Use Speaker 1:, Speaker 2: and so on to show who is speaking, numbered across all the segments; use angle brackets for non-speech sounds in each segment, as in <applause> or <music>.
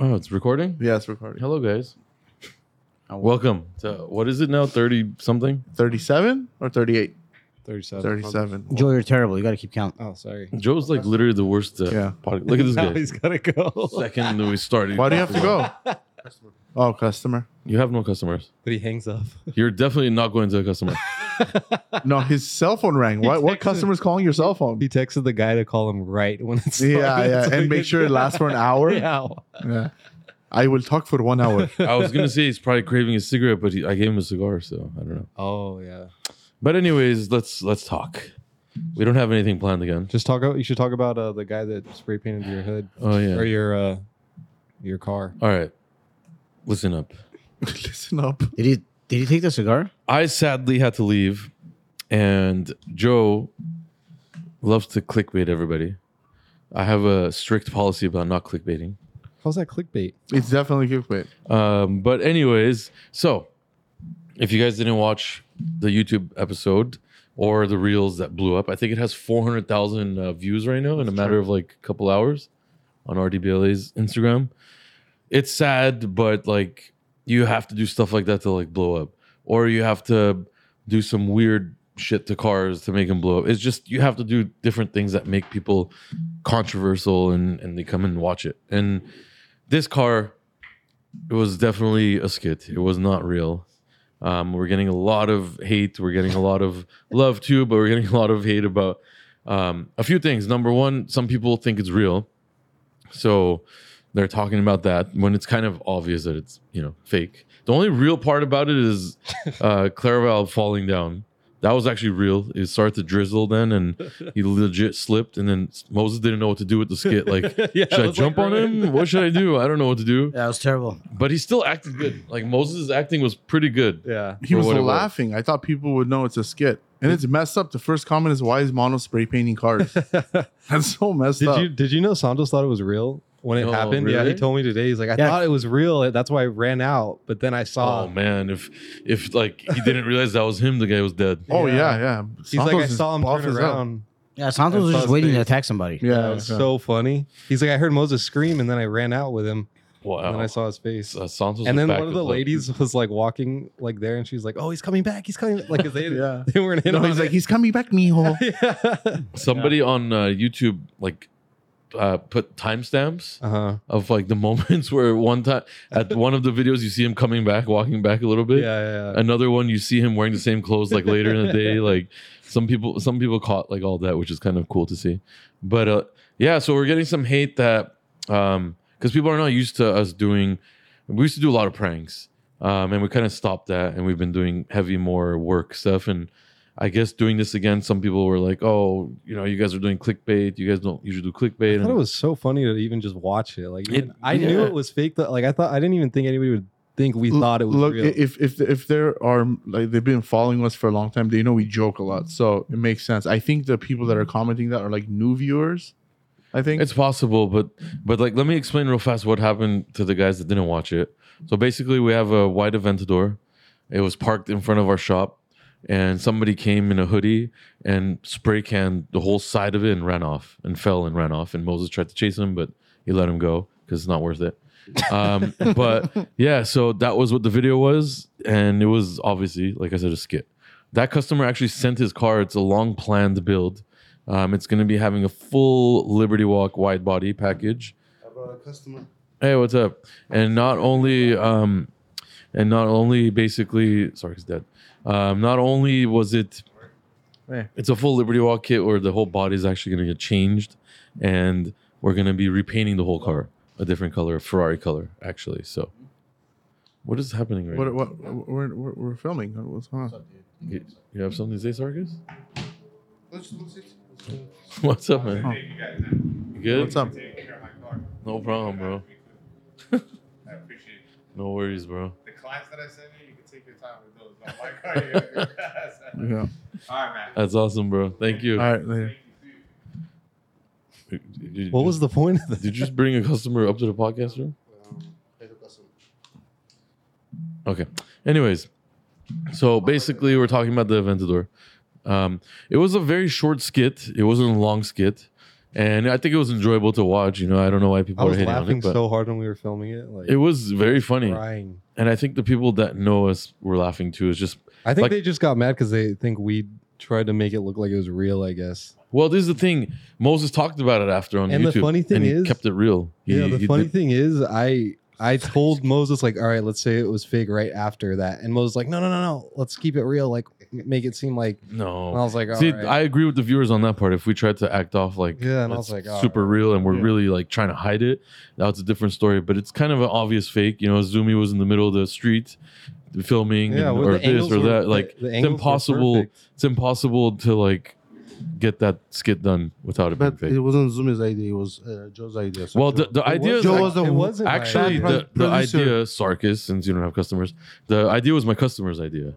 Speaker 1: Oh, it's recording?
Speaker 2: Yeah, it's recording.
Speaker 1: Hello, guys.
Speaker 2: Oh, wow.
Speaker 1: Welcome to what is it now? 30 something?
Speaker 2: 37 or 38?
Speaker 3: 37.
Speaker 2: 37.
Speaker 4: Joe, you're terrible. You got to keep count.
Speaker 3: Oh, sorry.
Speaker 1: Joe's like literally the worst. Uh,
Speaker 2: Yeah.
Speaker 1: pod- Look at this
Speaker 3: <laughs> Now
Speaker 1: guy.
Speaker 3: he's got to go.
Speaker 1: <laughs> Second that we started.
Speaker 2: Why do you have to go? Oh, customer.
Speaker 1: You have no customers.
Speaker 3: But he hangs up.
Speaker 1: You're definitely not going to a customer.
Speaker 2: No, his cell phone rang. What, what
Speaker 3: texted-
Speaker 2: customer's calling your cell phone?
Speaker 3: He texted the guy to call him right when it's
Speaker 2: Yeah,
Speaker 3: started.
Speaker 2: yeah.
Speaker 3: <laughs> So he
Speaker 2: And make
Speaker 3: could-
Speaker 2: sure it lasts for an hour.
Speaker 3: <laughs> Yeah.
Speaker 2: Yeah. I will talk for one hour. <laughs>
Speaker 1: I was going to say he's probably craving a cigarette, but he, I gave him a cigar, so I don't know.
Speaker 3: Oh yeah.
Speaker 1: But anyways, let's let's talk. We don't have anything planned again.
Speaker 3: Just talk. About, you should talk about uh, the guy that spray painted your hood
Speaker 1: Oh
Speaker 3: or
Speaker 1: yeah.
Speaker 3: your uh, your car.
Speaker 1: All right. Listen up.
Speaker 2: Listen up.
Speaker 4: Did he? Did he take the cigar?
Speaker 1: I sadly had to leave, and Joe loves to clickbait everybody. I have a strict policy about not clickbaiting.
Speaker 3: How's that clickbait?
Speaker 2: It's definitely clickbait.
Speaker 1: Um, but anyways, so if you guys didn't watch the YouTube episode or the reels that blew up, I think it has 400,000 uh, views right now in a matter of like a couple hours on RDBLA's Instagram. It's sad, but like you have to do stuff like that to like blow up, or you have to do some weird shit to cars to make them blow up. It's just you have to do different things that make people controversial and and they come and watch it. And this car it was definitely a skit. It was not real. Um, we're getting a lot of hate. We're getting a lot of love too, but we're getting a lot of hate about um, a few things. Number one, some people think it's real, so they're talking about that when it's kind of obvious that it's you know fake. The only real part about it is uh, Clairval falling down. That was actually real. It started to drizzle then, and he legit slipped. And then Moses didn't know what to do with the skit. Like,
Speaker 3: <laughs> yeah,
Speaker 1: should I jump on him? What should I do? I don't know what to do
Speaker 4: That was terrible.
Speaker 1: but he still acted good. Like Moses' acting was pretty good.
Speaker 3: <laughs> Yeah.
Speaker 2: He
Speaker 1: For
Speaker 2: was
Speaker 1: what it was.
Speaker 2: laughing. I thought people would know it's a skit. And it's messed up. The first comment is why is Mono spray painting
Speaker 3: <laughs>
Speaker 2: cars? That's so messed
Speaker 3: Did
Speaker 2: up.
Speaker 3: you did you know Santos thought it was real when it
Speaker 1: No,
Speaker 3: happened?
Speaker 1: Oh,
Speaker 3: Yeah,
Speaker 1: really?
Speaker 3: he told me today. He's like, I
Speaker 4: Yeah.
Speaker 3: thought it was real. That's why I ran out. But then I saw.
Speaker 1: Oh man, if if like he didn't realize that was him, the guy was dead.
Speaker 2: oh yeah, yeah.
Speaker 3: Yeah.
Speaker 2: Santos
Speaker 3: He's like, I
Speaker 2: is
Speaker 3: saw him
Speaker 2: buff
Speaker 3: turn
Speaker 2: as hell.
Speaker 3: around.
Speaker 4: Yeah, Santos
Speaker 3: That's
Speaker 4: was just
Speaker 3: us,
Speaker 4: waiting
Speaker 3: dude.
Speaker 4: to attack somebody.
Speaker 2: Yeah,
Speaker 3: That was so funny. He's like, I heard Moses scream, and then I ran out with him, and
Speaker 1: Wow.
Speaker 3: then I saw his face.
Speaker 1: Uh, Santos
Speaker 3: and
Speaker 1: was
Speaker 3: then
Speaker 1: back
Speaker 3: one of
Speaker 1: with,
Speaker 3: the
Speaker 1: like-
Speaker 3: ladies was like walking like there, and she's like, "Oh, he's coming back! He's coming!" back,"
Speaker 2: <laughs>
Speaker 3: Like 'cause they
Speaker 2: Yeah.
Speaker 3: <laughs> they weren't in.
Speaker 2: No,
Speaker 3: on
Speaker 2: he's like,
Speaker 3: it.
Speaker 2: he's coming back, mijo.
Speaker 3: <laughs> yeah.
Speaker 1: somebody on uh, YouTube like uh, put timestamps
Speaker 3: Uh
Speaker 2: Uh-huh.
Speaker 3: huh.
Speaker 1: of like the <laughs> moments where one time at one of the videos you see him coming back, walking back a little
Speaker 3: Yeah,
Speaker 1: bit.
Speaker 3: yeah. yeah.
Speaker 1: Another one you see him wearing the same clothes like later in the
Speaker 3: <laughs>
Speaker 1: day. Like some people, some people caught like all that, which is kind of cool to see. But uh, yeah, so we're getting some hate that um because people are not used to us doing we used to do a lot of pranks um and we kind of stopped that and we've been doing heavy more work stuff and i guess doing this again some people were like oh you know you guys are doing clickbait you guys don't usually do clickbait
Speaker 3: I thought it
Speaker 1: and
Speaker 3: was so funny to even just watch it. Like,
Speaker 1: It-
Speaker 3: even- I knew
Speaker 1: yeah.
Speaker 3: it was fake. That like I thought I didn't even think anybody would think we
Speaker 2: L-
Speaker 3: thought it was
Speaker 2: look
Speaker 3: real.
Speaker 2: if if if there are like they've been following us for a long time they know we joke a lot so it makes sense i think the people that are commenting that are like new viewers i think
Speaker 1: It's possible, but but like let me explain real fast what happened to the guys that didn't watch it. So basically, we have a white Aventador. It was parked in front of our shop, and somebody came in a hoodie and spray canned the whole side of it and ran off and fell and ran off. And Moses tried to chase him, but he let him go because it's not worth it. Um, but yeah, so that was what the video was, and it was obviously, like I said, a skit. That customer actually sent his car. It's a long planned build. Um, it's going to be having a full Liberty Walk wide body package. I brought a customer. Hey, what's up? And not only, um, and not only basically, sorry, he's dead. Um, not only was it,
Speaker 2: Where?
Speaker 1: it's a full Liberty Walk kit where the whole body is actually going to get changed, and we're going to be repainting the whole car a different color, a Ferrari color, actually. So, what is happening right
Speaker 2: what,
Speaker 1: now?
Speaker 2: what we're, we're, we're filming what's going on
Speaker 1: You, you have something to say, Sarkis? <laughs> What's up, man? You good?
Speaker 2: Oh. what's up
Speaker 5: Take care of my car.
Speaker 1: No problem, <laughs> bro.
Speaker 5: I appreciate it.
Speaker 1: No worries, bro.
Speaker 5: The clients that I sent you, you can take your time with those. Not my car.
Speaker 2: <laughs>
Speaker 5: yeah.
Speaker 2: yeah all
Speaker 5: <laughs> All right, man.
Speaker 1: That's awesome, bro. Thank you.
Speaker 2: right later.
Speaker 5: Thank you, too.
Speaker 1: Did you-
Speaker 3: what was the point of that?
Speaker 1: Did you just bring a customer up to the podcast room? Okay. Anyways, so basically, we're talking about the Aventador. Um, it was a very short skit. It wasn't a long skit. and I think it was enjoyable to watch. You know, I don't know why people
Speaker 3: I
Speaker 1: are
Speaker 3: was
Speaker 1: hating on
Speaker 3: laughing
Speaker 1: it, but
Speaker 3: so hard when we were filming it. Like
Speaker 1: it was very funny.
Speaker 3: crying.
Speaker 1: And I think the people that know us were laughing too. It's just
Speaker 3: I think
Speaker 1: Like-
Speaker 3: they just got mad because they think we tried to make it look like it was real. I guess.
Speaker 1: well, this is the thing. Moses talked about it after on
Speaker 3: And the
Speaker 1: YouTube.
Speaker 3: funny thing
Speaker 1: and he
Speaker 3: is-
Speaker 1: kept it real. He-
Speaker 3: yeah. The
Speaker 1: he
Speaker 3: funny
Speaker 1: did-
Speaker 3: thing is, I I told Moses like, all right, let's say it was fake right after that, and Moses like, no, no, no, no, let's keep it real. Like, make it seem like.
Speaker 1: no,
Speaker 3: And I was like, all right.
Speaker 1: See, I agree with the viewers on that part. If we tried to act off like
Speaker 3: Yeah, and I
Speaker 1: it's
Speaker 3: was like, oh, all
Speaker 1: super
Speaker 3: right.
Speaker 1: real and we're
Speaker 2: Yeah.
Speaker 1: really like trying to hide it, that's a different story. But it's kind of an obvious fake. You know, Zumi was in the middle of the street filming and-
Speaker 3: well,
Speaker 1: or
Speaker 3: the
Speaker 1: this
Speaker 3: angles
Speaker 1: or
Speaker 3: were-
Speaker 1: that.
Speaker 3: the-
Speaker 1: Like
Speaker 3: the
Speaker 1: it's
Speaker 3: angles were
Speaker 1: impossible.
Speaker 3: perfect.
Speaker 1: It's impossible to like get that skit done without it being
Speaker 6: But
Speaker 1: fake.
Speaker 6: it wasn't Zumi's idea. It was uh, Joe's idea. So
Speaker 1: well,
Speaker 6: Joe,
Speaker 1: the, the
Speaker 3: It
Speaker 1: idea is
Speaker 3: wasn't-
Speaker 6: Joe was the
Speaker 3: it
Speaker 6: one-
Speaker 3: wasn't my
Speaker 1: actually
Speaker 3: idea.
Speaker 6: Bad
Speaker 1: the, the
Speaker 6: producer.
Speaker 1: idea, Sarkis, since you don't have customers, the idea was my customer's idea.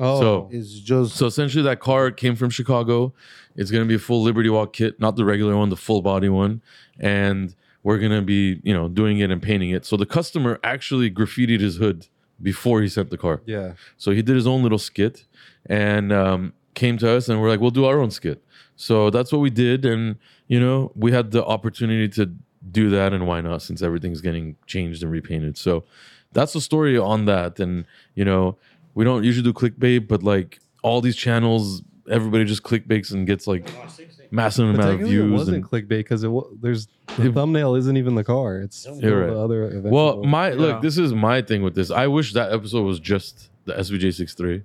Speaker 3: oh,
Speaker 1: so-
Speaker 6: is Joe's.
Speaker 1: So essentially, that car came from Chicago. It's gonna be a full Liberty Walk kit, not the regular one, the full body one, and we're gonna be, you know, doing it and painting it. So the customer actually graffitied his hood before he sent the car.
Speaker 3: yeah.
Speaker 1: So he did his own little skit and um, came to us, and we're like, we'll do our own skit. So that's what we did, and you know, we had the opportunity to do that, and why not? Since everything's getting changed and repainted, so that's the story on that. And you know, we don't usually do clickbait, but like all these channels, everybody just clickbaits and gets like massive
Speaker 3: But
Speaker 1: amount of
Speaker 3: technically,
Speaker 1: views.
Speaker 3: It wasn't
Speaker 1: and-
Speaker 3: clickbait because it wa- there's the
Speaker 1: It-
Speaker 3: thumbnail isn't even the car. It's still
Speaker 1: You're right.
Speaker 3: the other. Eventual.
Speaker 1: well, my
Speaker 2: Yeah.
Speaker 1: look, this is my thing with this. I wish that episode was just the SVJ63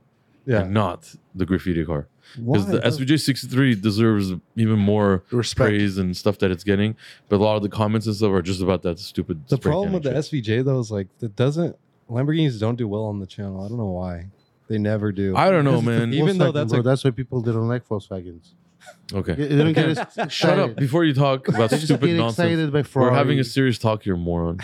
Speaker 3: yeah,
Speaker 1: and not the graffiti car.
Speaker 3: Why?
Speaker 1: because the SVJ 63 deserves even more
Speaker 2: Respect.
Speaker 1: praise and stuff that it's getting. But a lot of the comments and stuff are just about that stupid.
Speaker 3: The
Speaker 1: spray
Speaker 3: problem with the
Speaker 1: can shit.
Speaker 3: SVJ though is like it doesn't Lamborghinis don't do well on the channel. I don't know why. They never do.
Speaker 1: I don't know,
Speaker 6: Because it's a
Speaker 1: man.
Speaker 3: Even though
Speaker 6: Volkswagen,
Speaker 3: that's
Speaker 6: bro.
Speaker 3: a-
Speaker 6: that's why people didn't like Volkswagens.
Speaker 1: Okay,
Speaker 6: They they don't get excited.
Speaker 1: shut up before you talk about
Speaker 6: They just
Speaker 1: stupid
Speaker 6: get
Speaker 1: nonsense.
Speaker 6: excited by
Speaker 1: We're
Speaker 6: Ferrari.
Speaker 1: having a serious talk here, moron.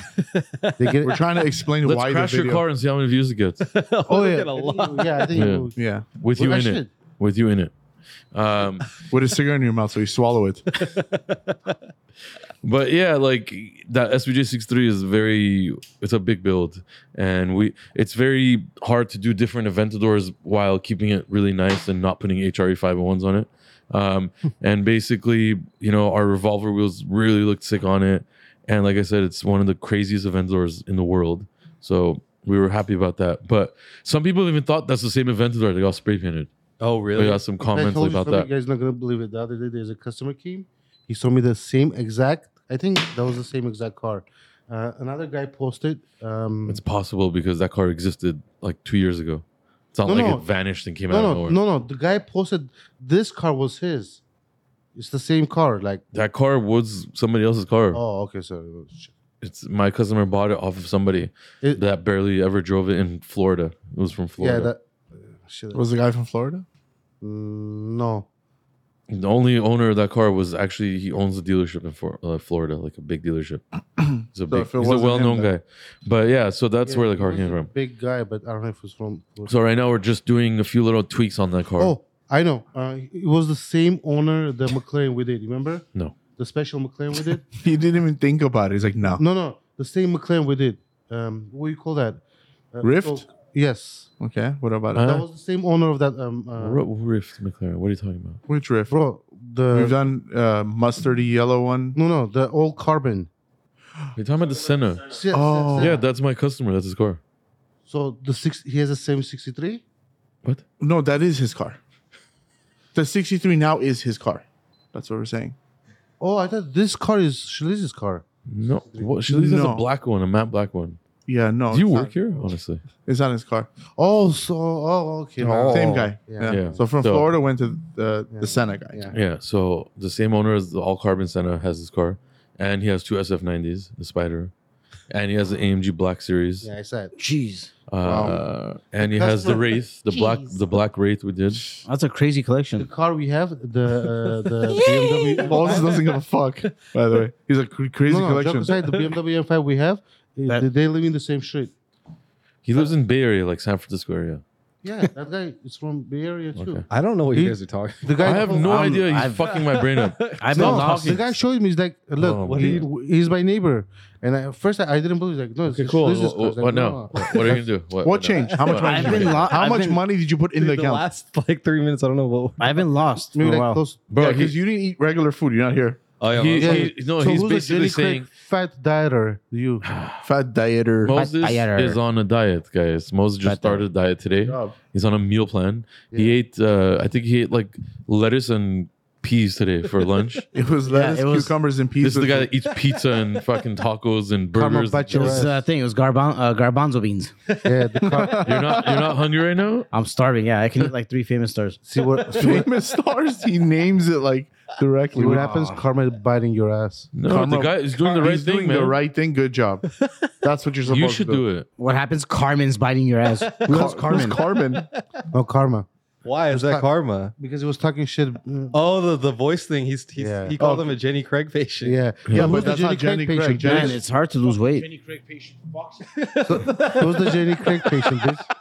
Speaker 6: They get-
Speaker 2: We're trying to explain
Speaker 1: Let's
Speaker 2: why
Speaker 1: crash
Speaker 2: the
Speaker 1: your
Speaker 2: video.
Speaker 1: car and see how many views it gets
Speaker 3: <laughs>
Speaker 6: oh
Speaker 3: Look
Speaker 6: yeah,
Speaker 3: at a
Speaker 6: I think-
Speaker 3: lot.
Speaker 6: <laughs> yeah. I think
Speaker 1: Yeah.
Speaker 6: you-
Speaker 2: Yeah,
Speaker 1: with you
Speaker 6: Well, I
Speaker 1: in it.
Speaker 6: should.
Speaker 1: With you in it. Um,
Speaker 2: with a cigarette in your mouth, so you swallow it.
Speaker 1: But yeah, like that SVJ 63 is very it's a big build and we it's very hard to do different Aventadors while keeping it really nice and not putting E HRE 501s on it.
Speaker 6: <laughs>
Speaker 1: Um and basically, you know, our revolver wheels really looked sick on it and like I said it's one of the craziest Aventadors in the world. So we were happy about that. But some people even thought that's the same Aventador that got spray painted.
Speaker 3: oh
Speaker 1: We
Speaker 3: really?
Speaker 1: got some
Speaker 6: I
Speaker 1: comments
Speaker 6: told you
Speaker 1: about
Speaker 6: something,
Speaker 1: that.
Speaker 6: You guys not gonna believe it. The other day, there's a customer came. He sold me the same exact. I think that was the same exact car. Uh, another guy posted. Um,
Speaker 1: It's possible because that car existed like two years ago. It's not
Speaker 6: No,
Speaker 1: like
Speaker 6: no.
Speaker 1: it vanished and came out
Speaker 6: no,
Speaker 1: of
Speaker 6: no,
Speaker 1: nowhere.
Speaker 6: no, no. The guy posted this car was his. It's the same car. Like,
Speaker 1: That car was somebody else's car.
Speaker 6: oh, okay, sorry. Oh, shit.
Speaker 1: It's my customer bought it off of somebody
Speaker 6: It-
Speaker 1: that barely ever drove it in Florida. It was from
Speaker 6: yeah,
Speaker 1: Florida.
Speaker 6: that. uh, Shit.
Speaker 2: Was the guy from Florida?
Speaker 6: Mm, no.
Speaker 1: the only owner of that car was actually he owns a dealership in Flor- uh, Florida, like a big
Speaker 6: <clears throat>
Speaker 1: dealership. He's a,
Speaker 2: So
Speaker 1: big,
Speaker 2: if it
Speaker 1: he's a
Speaker 2: wasn't him,
Speaker 1: well-known
Speaker 2: then-
Speaker 1: guy. But yeah, so that's
Speaker 6: Yeah,
Speaker 1: where the
Speaker 6: he
Speaker 1: car
Speaker 6: was
Speaker 1: came
Speaker 6: a
Speaker 1: from.
Speaker 6: Big guy, but I don't know if it was from.
Speaker 1: So right now we're just doing a few little tweaks on that car.
Speaker 6: Oh, I know. Uh, it was the same owner the McLaren we did. Remember?
Speaker 1: No.
Speaker 6: The special McLaren we did.
Speaker 2: He didn't even think about it. He's like, no.
Speaker 6: No, no, the same McLaren we did. Um, what do you call that? Uh,
Speaker 2: Rift?
Speaker 6: oh, yes,
Speaker 2: Okay, what about
Speaker 1: Huh?
Speaker 2: it?
Speaker 6: that was the same owner of that. Um, uh,
Speaker 1: R- Rift McLaren. What are you talking about?
Speaker 2: Which riff?
Speaker 6: bro,
Speaker 2: We've
Speaker 6: the
Speaker 2: done uh, mustardy yellow one.
Speaker 6: no, no, the all carbon.
Speaker 1: You're talking about the Senna.
Speaker 6: Se- se-
Speaker 2: Oh.
Speaker 6: se-
Speaker 1: Yeah, that's my customer. That's his car.
Speaker 6: So the six, he has the same sixty-three.
Speaker 1: What?
Speaker 2: No, that is his car. The 63 now is his car. That's what we're saying.
Speaker 6: Oh, I thought this car is Shalice's car.
Speaker 1: No, what, she has a
Speaker 2: No.
Speaker 1: black one, a matte black one.
Speaker 2: Yeah, no.
Speaker 1: Do you
Speaker 2: it's
Speaker 1: work
Speaker 2: not-
Speaker 1: here? Honestly,
Speaker 2: It's not his car.
Speaker 6: Oh, so oh, okay, now-
Speaker 2: Same guy.
Speaker 6: Yeah.
Speaker 2: Yeah.
Speaker 1: Yeah.
Speaker 2: So from
Speaker 1: So-
Speaker 2: Florida went to the,
Speaker 6: Yeah.
Speaker 2: the Senna guy.
Speaker 6: Yeah.
Speaker 1: Yeah, so the same owner as the all carbon Senna has his car, and he has two SF90s, the Spider, and he has the AMG Black Series,
Speaker 6: Yeah, I said.
Speaker 4: Jeez,
Speaker 1: uh, and he has the
Speaker 6: Customer-
Speaker 1: Wraith, the black, the black Wraith we did.
Speaker 4: that's a crazy
Speaker 6: The
Speaker 4: collection.
Speaker 6: car we have, the uh, the BMW.
Speaker 2: Moses doesn't give a fuck,
Speaker 1: <laughs>
Speaker 2: by the way. He's a cr- crazy
Speaker 6: no, no, joke
Speaker 2: collection.
Speaker 6: aside, the BMW M5 we have, uh,
Speaker 4: That-
Speaker 6: they live in the same street.
Speaker 1: He lives in Bay Area, like San Francisco area. <laughs>
Speaker 6: Yeah, that guy is from Bay Area too.
Speaker 1: Okay.
Speaker 3: I don't know what you
Speaker 6: He-
Speaker 3: guys are talking.
Speaker 6: The guy
Speaker 1: I have no
Speaker 4: I'm-
Speaker 1: idea. He's
Speaker 4: I've-
Speaker 1: fucking my brain up.
Speaker 4: I've been
Speaker 6: No,
Speaker 4: lost.
Speaker 6: the guy showed me. He's like, look,
Speaker 1: Oh,
Speaker 6: what
Speaker 1: man.
Speaker 6: he, he's my neighbor. And I, first I, I didn't believe. He's like, no, it's
Speaker 1: Okay,
Speaker 6: it's
Speaker 1: cool.
Speaker 6: this is-
Speaker 1: What,
Speaker 6: I was
Speaker 1: what,
Speaker 6: like,
Speaker 1: what
Speaker 6: no,
Speaker 1: now?
Speaker 6: no.
Speaker 1: What are you gonna do? What,
Speaker 2: What changed? How much
Speaker 1: What-
Speaker 2: money?
Speaker 4: I've
Speaker 2: did you
Speaker 4: been
Speaker 2: put-
Speaker 4: lo-
Speaker 2: How
Speaker 4: I've
Speaker 2: much
Speaker 4: been-
Speaker 2: money did you put in the
Speaker 3: Dude, the
Speaker 2: account?
Speaker 3: last like three minutes, I don't know what.
Speaker 4: I've been lost for
Speaker 6: Maybe
Speaker 1: Oh,
Speaker 4: a
Speaker 6: like
Speaker 4: while.
Speaker 1: <laughs>
Speaker 6: close.
Speaker 1: bro?
Speaker 2: yeah,
Speaker 1: he-
Speaker 2: because you didn't eat regular food. You're not here.
Speaker 1: Oh, yeah,
Speaker 6: Yeah.
Speaker 1: he, he, no,
Speaker 6: So
Speaker 1: he's
Speaker 6: who's a
Speaker 1: basically
Speaker 6: really quick
Speaker 1: saying
Speaker 6: fat dieter.
Speaker 1: <laughs>
Speaker 6: You.
Speaker 2: Fat dieter.
Speaker 1: Moses
Speaker 4: dieter.
Speaker 1: is on a diet, guys. Moses just
Speaker 4: Fat
Speaker 1: started a diet today.
Speaker 2: Job.
Speaker 1: He's on a meal plan. He ate, uh, I think he ate like lettuce and peas today
Speaker 2: <laughs>
Speaker 1: for lunch.
Speaker 2: It was lettuce,
Speaker 4: it was-
Speaker 2: cucumbers, and
Speaker 1: this
Speaker 2: pizza.
Speaker 1: is the guy
Speaker 2: <laughs>
Speaker 1: that eats pizza and fucking tacos and burgers.
Speaker 4: It
Speaker 6: Carpaccio.
Speaker 4: was uh, thing. It was garban- uh, garbanzo beans.
Speaker 6: Yeah. The car-
Speaker 1: You're not you're
Speaker 2: <laughs>
Speaker 1: not hungry right now.
Speaker 4: I'm starving. Yeah, I can eat like three famous stars.
Speaker 1: <laughs>
Speaker 6: see what see what,
Speaker 2: famous stars. He names it like directly.
Speaker 6: see what happens? Karma biting your ass.
Speaker 1: No,
Speaker 2: Karma-
Speaker 1: the guy is doing the right
Speaker 2: He's
Speaker 1: thing,
Speaker 2: doing
Speaker 1: man.
Speaker 2: the right thing. Good
Speaker 6: <laughs>
Speaker 2: job. That's what you're supposed
Speaker 1: you should
Speaker 2: to do.
Speaker 1: do it.
Speaker 4: What happens? Carmen's biting your
Speaker 6: <laughs>
Speaker 4: ass. Who
Speaker 2: Car-
Speaker 4: else? Carmen.
Speaker 2: Who's Carmen?
Speaker 6: No karma.
Speaker 3: Why is that karma?
Speaker 6: Because he was talking shit. Mm,
Speaker 3: Oh, the, the voice thing. He's, he's
Speaker 6: Yeah.
Speaker 3: he called him a Jenny Craig patient.
Speaker 6: Yeah.
Speaker 1: Yeah,
Speaker 2: but
Speaker 6: who's the
Speaker 2: that's not Jenny Craig.
Speaker 6: patient?
Speaker 2: Jenny-
Speaker 4: Man, it's hard to lose weight.
Speaker 5: Jenny Craig patient for boxing.
Speaker 6: Who's the Jenny Craig patient? Bitch?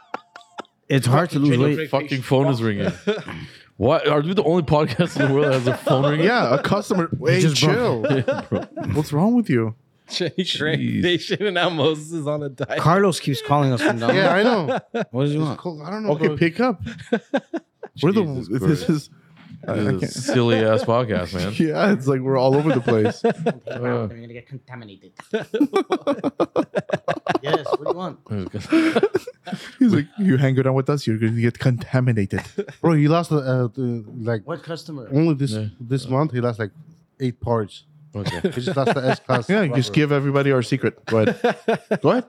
Speaker 4: It's hard to lose
Speaker 5: Jenny
Speaker 4: weight.
Speaker 5: Craig
Speaker 1: Fucking
Speaker 5: patient for
Speaker 1: phone is
Speaker 5: boxing.
Speaker 1: ringing. <laughs> What are we the only podcast in the world that has a phone ringing?
Speaker 2: <laughs> Yeah, a customer. Hey,
Speaker 4: just
Speaker 2: chill. <laughs>
Speaker 1: Bro,
Speaker 2: What's wrong with you?
Speaker 3: <laughs> Jenny Craig
Speaker 1: Jeez.
Speaker 3: patient, and now Moses is on a diet.
Speaker 4: Carlos keeps calling us from down
Speaker 6: <laughs> Yeah, I know.
Speaker 4: What does he
Speaker 6: It's
Speaker 4: want?
Speaker 6: cold. I don't know.
Speaker 2: Okay,
Speaker 6: bro.
Speaker 2: pick up. <laughs> We're the
Speaker 1: Jesus
Speaker 2: <laughs> this
Speaker 1: Christ.
Speaker 2: is. I- I
Speaker 1: this is a
Speaker 2: can't-
Speaker 1: silly ass podcast,
Speaker 2: <laughs>
Speaker 1: man.
Speaker 2: yeah, it's like we're all over the place.
Speaker 1: Uh,
Speaker 4: gonna get <laughs> contaminated. yes. What do you want?
Speaker 2: He's like, you hang around with us, you're going to get contaminated.
Speaker 6: bro, he lost uh, uh, like
Speaker 4: What customer?
Speaker 6: only this
Speaker 1: Yeah.
Speaker 6: this month. He lost like eight parts.
Speaker 1: <laughs> okay.
Speaker 6: He just lost the S <laughs> class.
Speaker 2: Yeah, just give everybody our secret. Go ahead. Go ahead.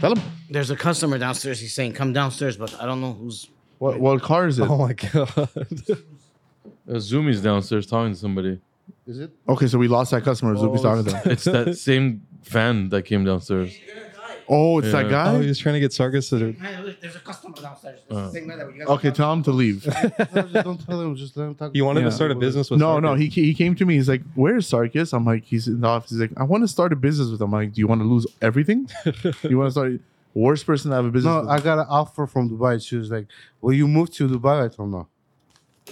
Speaker 2: Tell them.
Speaker 4: There's a customer downstairs. He's saying, "Come downstairs," but I don't know who's.
Speaker 2: What, what car is it?
Speaker 3: <laughs> Oh my god.
Speaker 1: Uh, Zoomies downstairs talking to somebody.
Speaker 6: Is it?
Speaker 2: Okay, so we lost that customer. so we started them.
Speaker 1: It's
Speaker 3: <laughs>
Speaker 1: that same fan that came downstairs.
Speaker 2: Oh, it's that
Speaker 1: Yeah.
Speaker 2: guy?
Speaker 3: oh, he was trying to get Sarkis to
Speaker 4: There's a customer downstairs.
Speaker 1: Uh.
Speaker 2: Okay, tell him to leave.
Speaker 6: <laughs> No, just don't tell him. Just let him talk.
Speaker 3: He wanted
Speaker 2: Yeah.
Speaker 3: to start a business with
Speaker 2: no,
Speaker 3: Sarkis.
Speaker 2: no, he, he came to me. He's like, "Where's Sarkis?" I'm like, "He's in the office." He's like, "I want to start a business with him." I'm like, "Do you want to lose <laughs> everything? you want to start worst person to have a business?"
Speaker 6: No,
Speaker 2: with.
Speaker 6: I got an offer from Dubai. She was like, "Will you move to Dubai?" I told her no.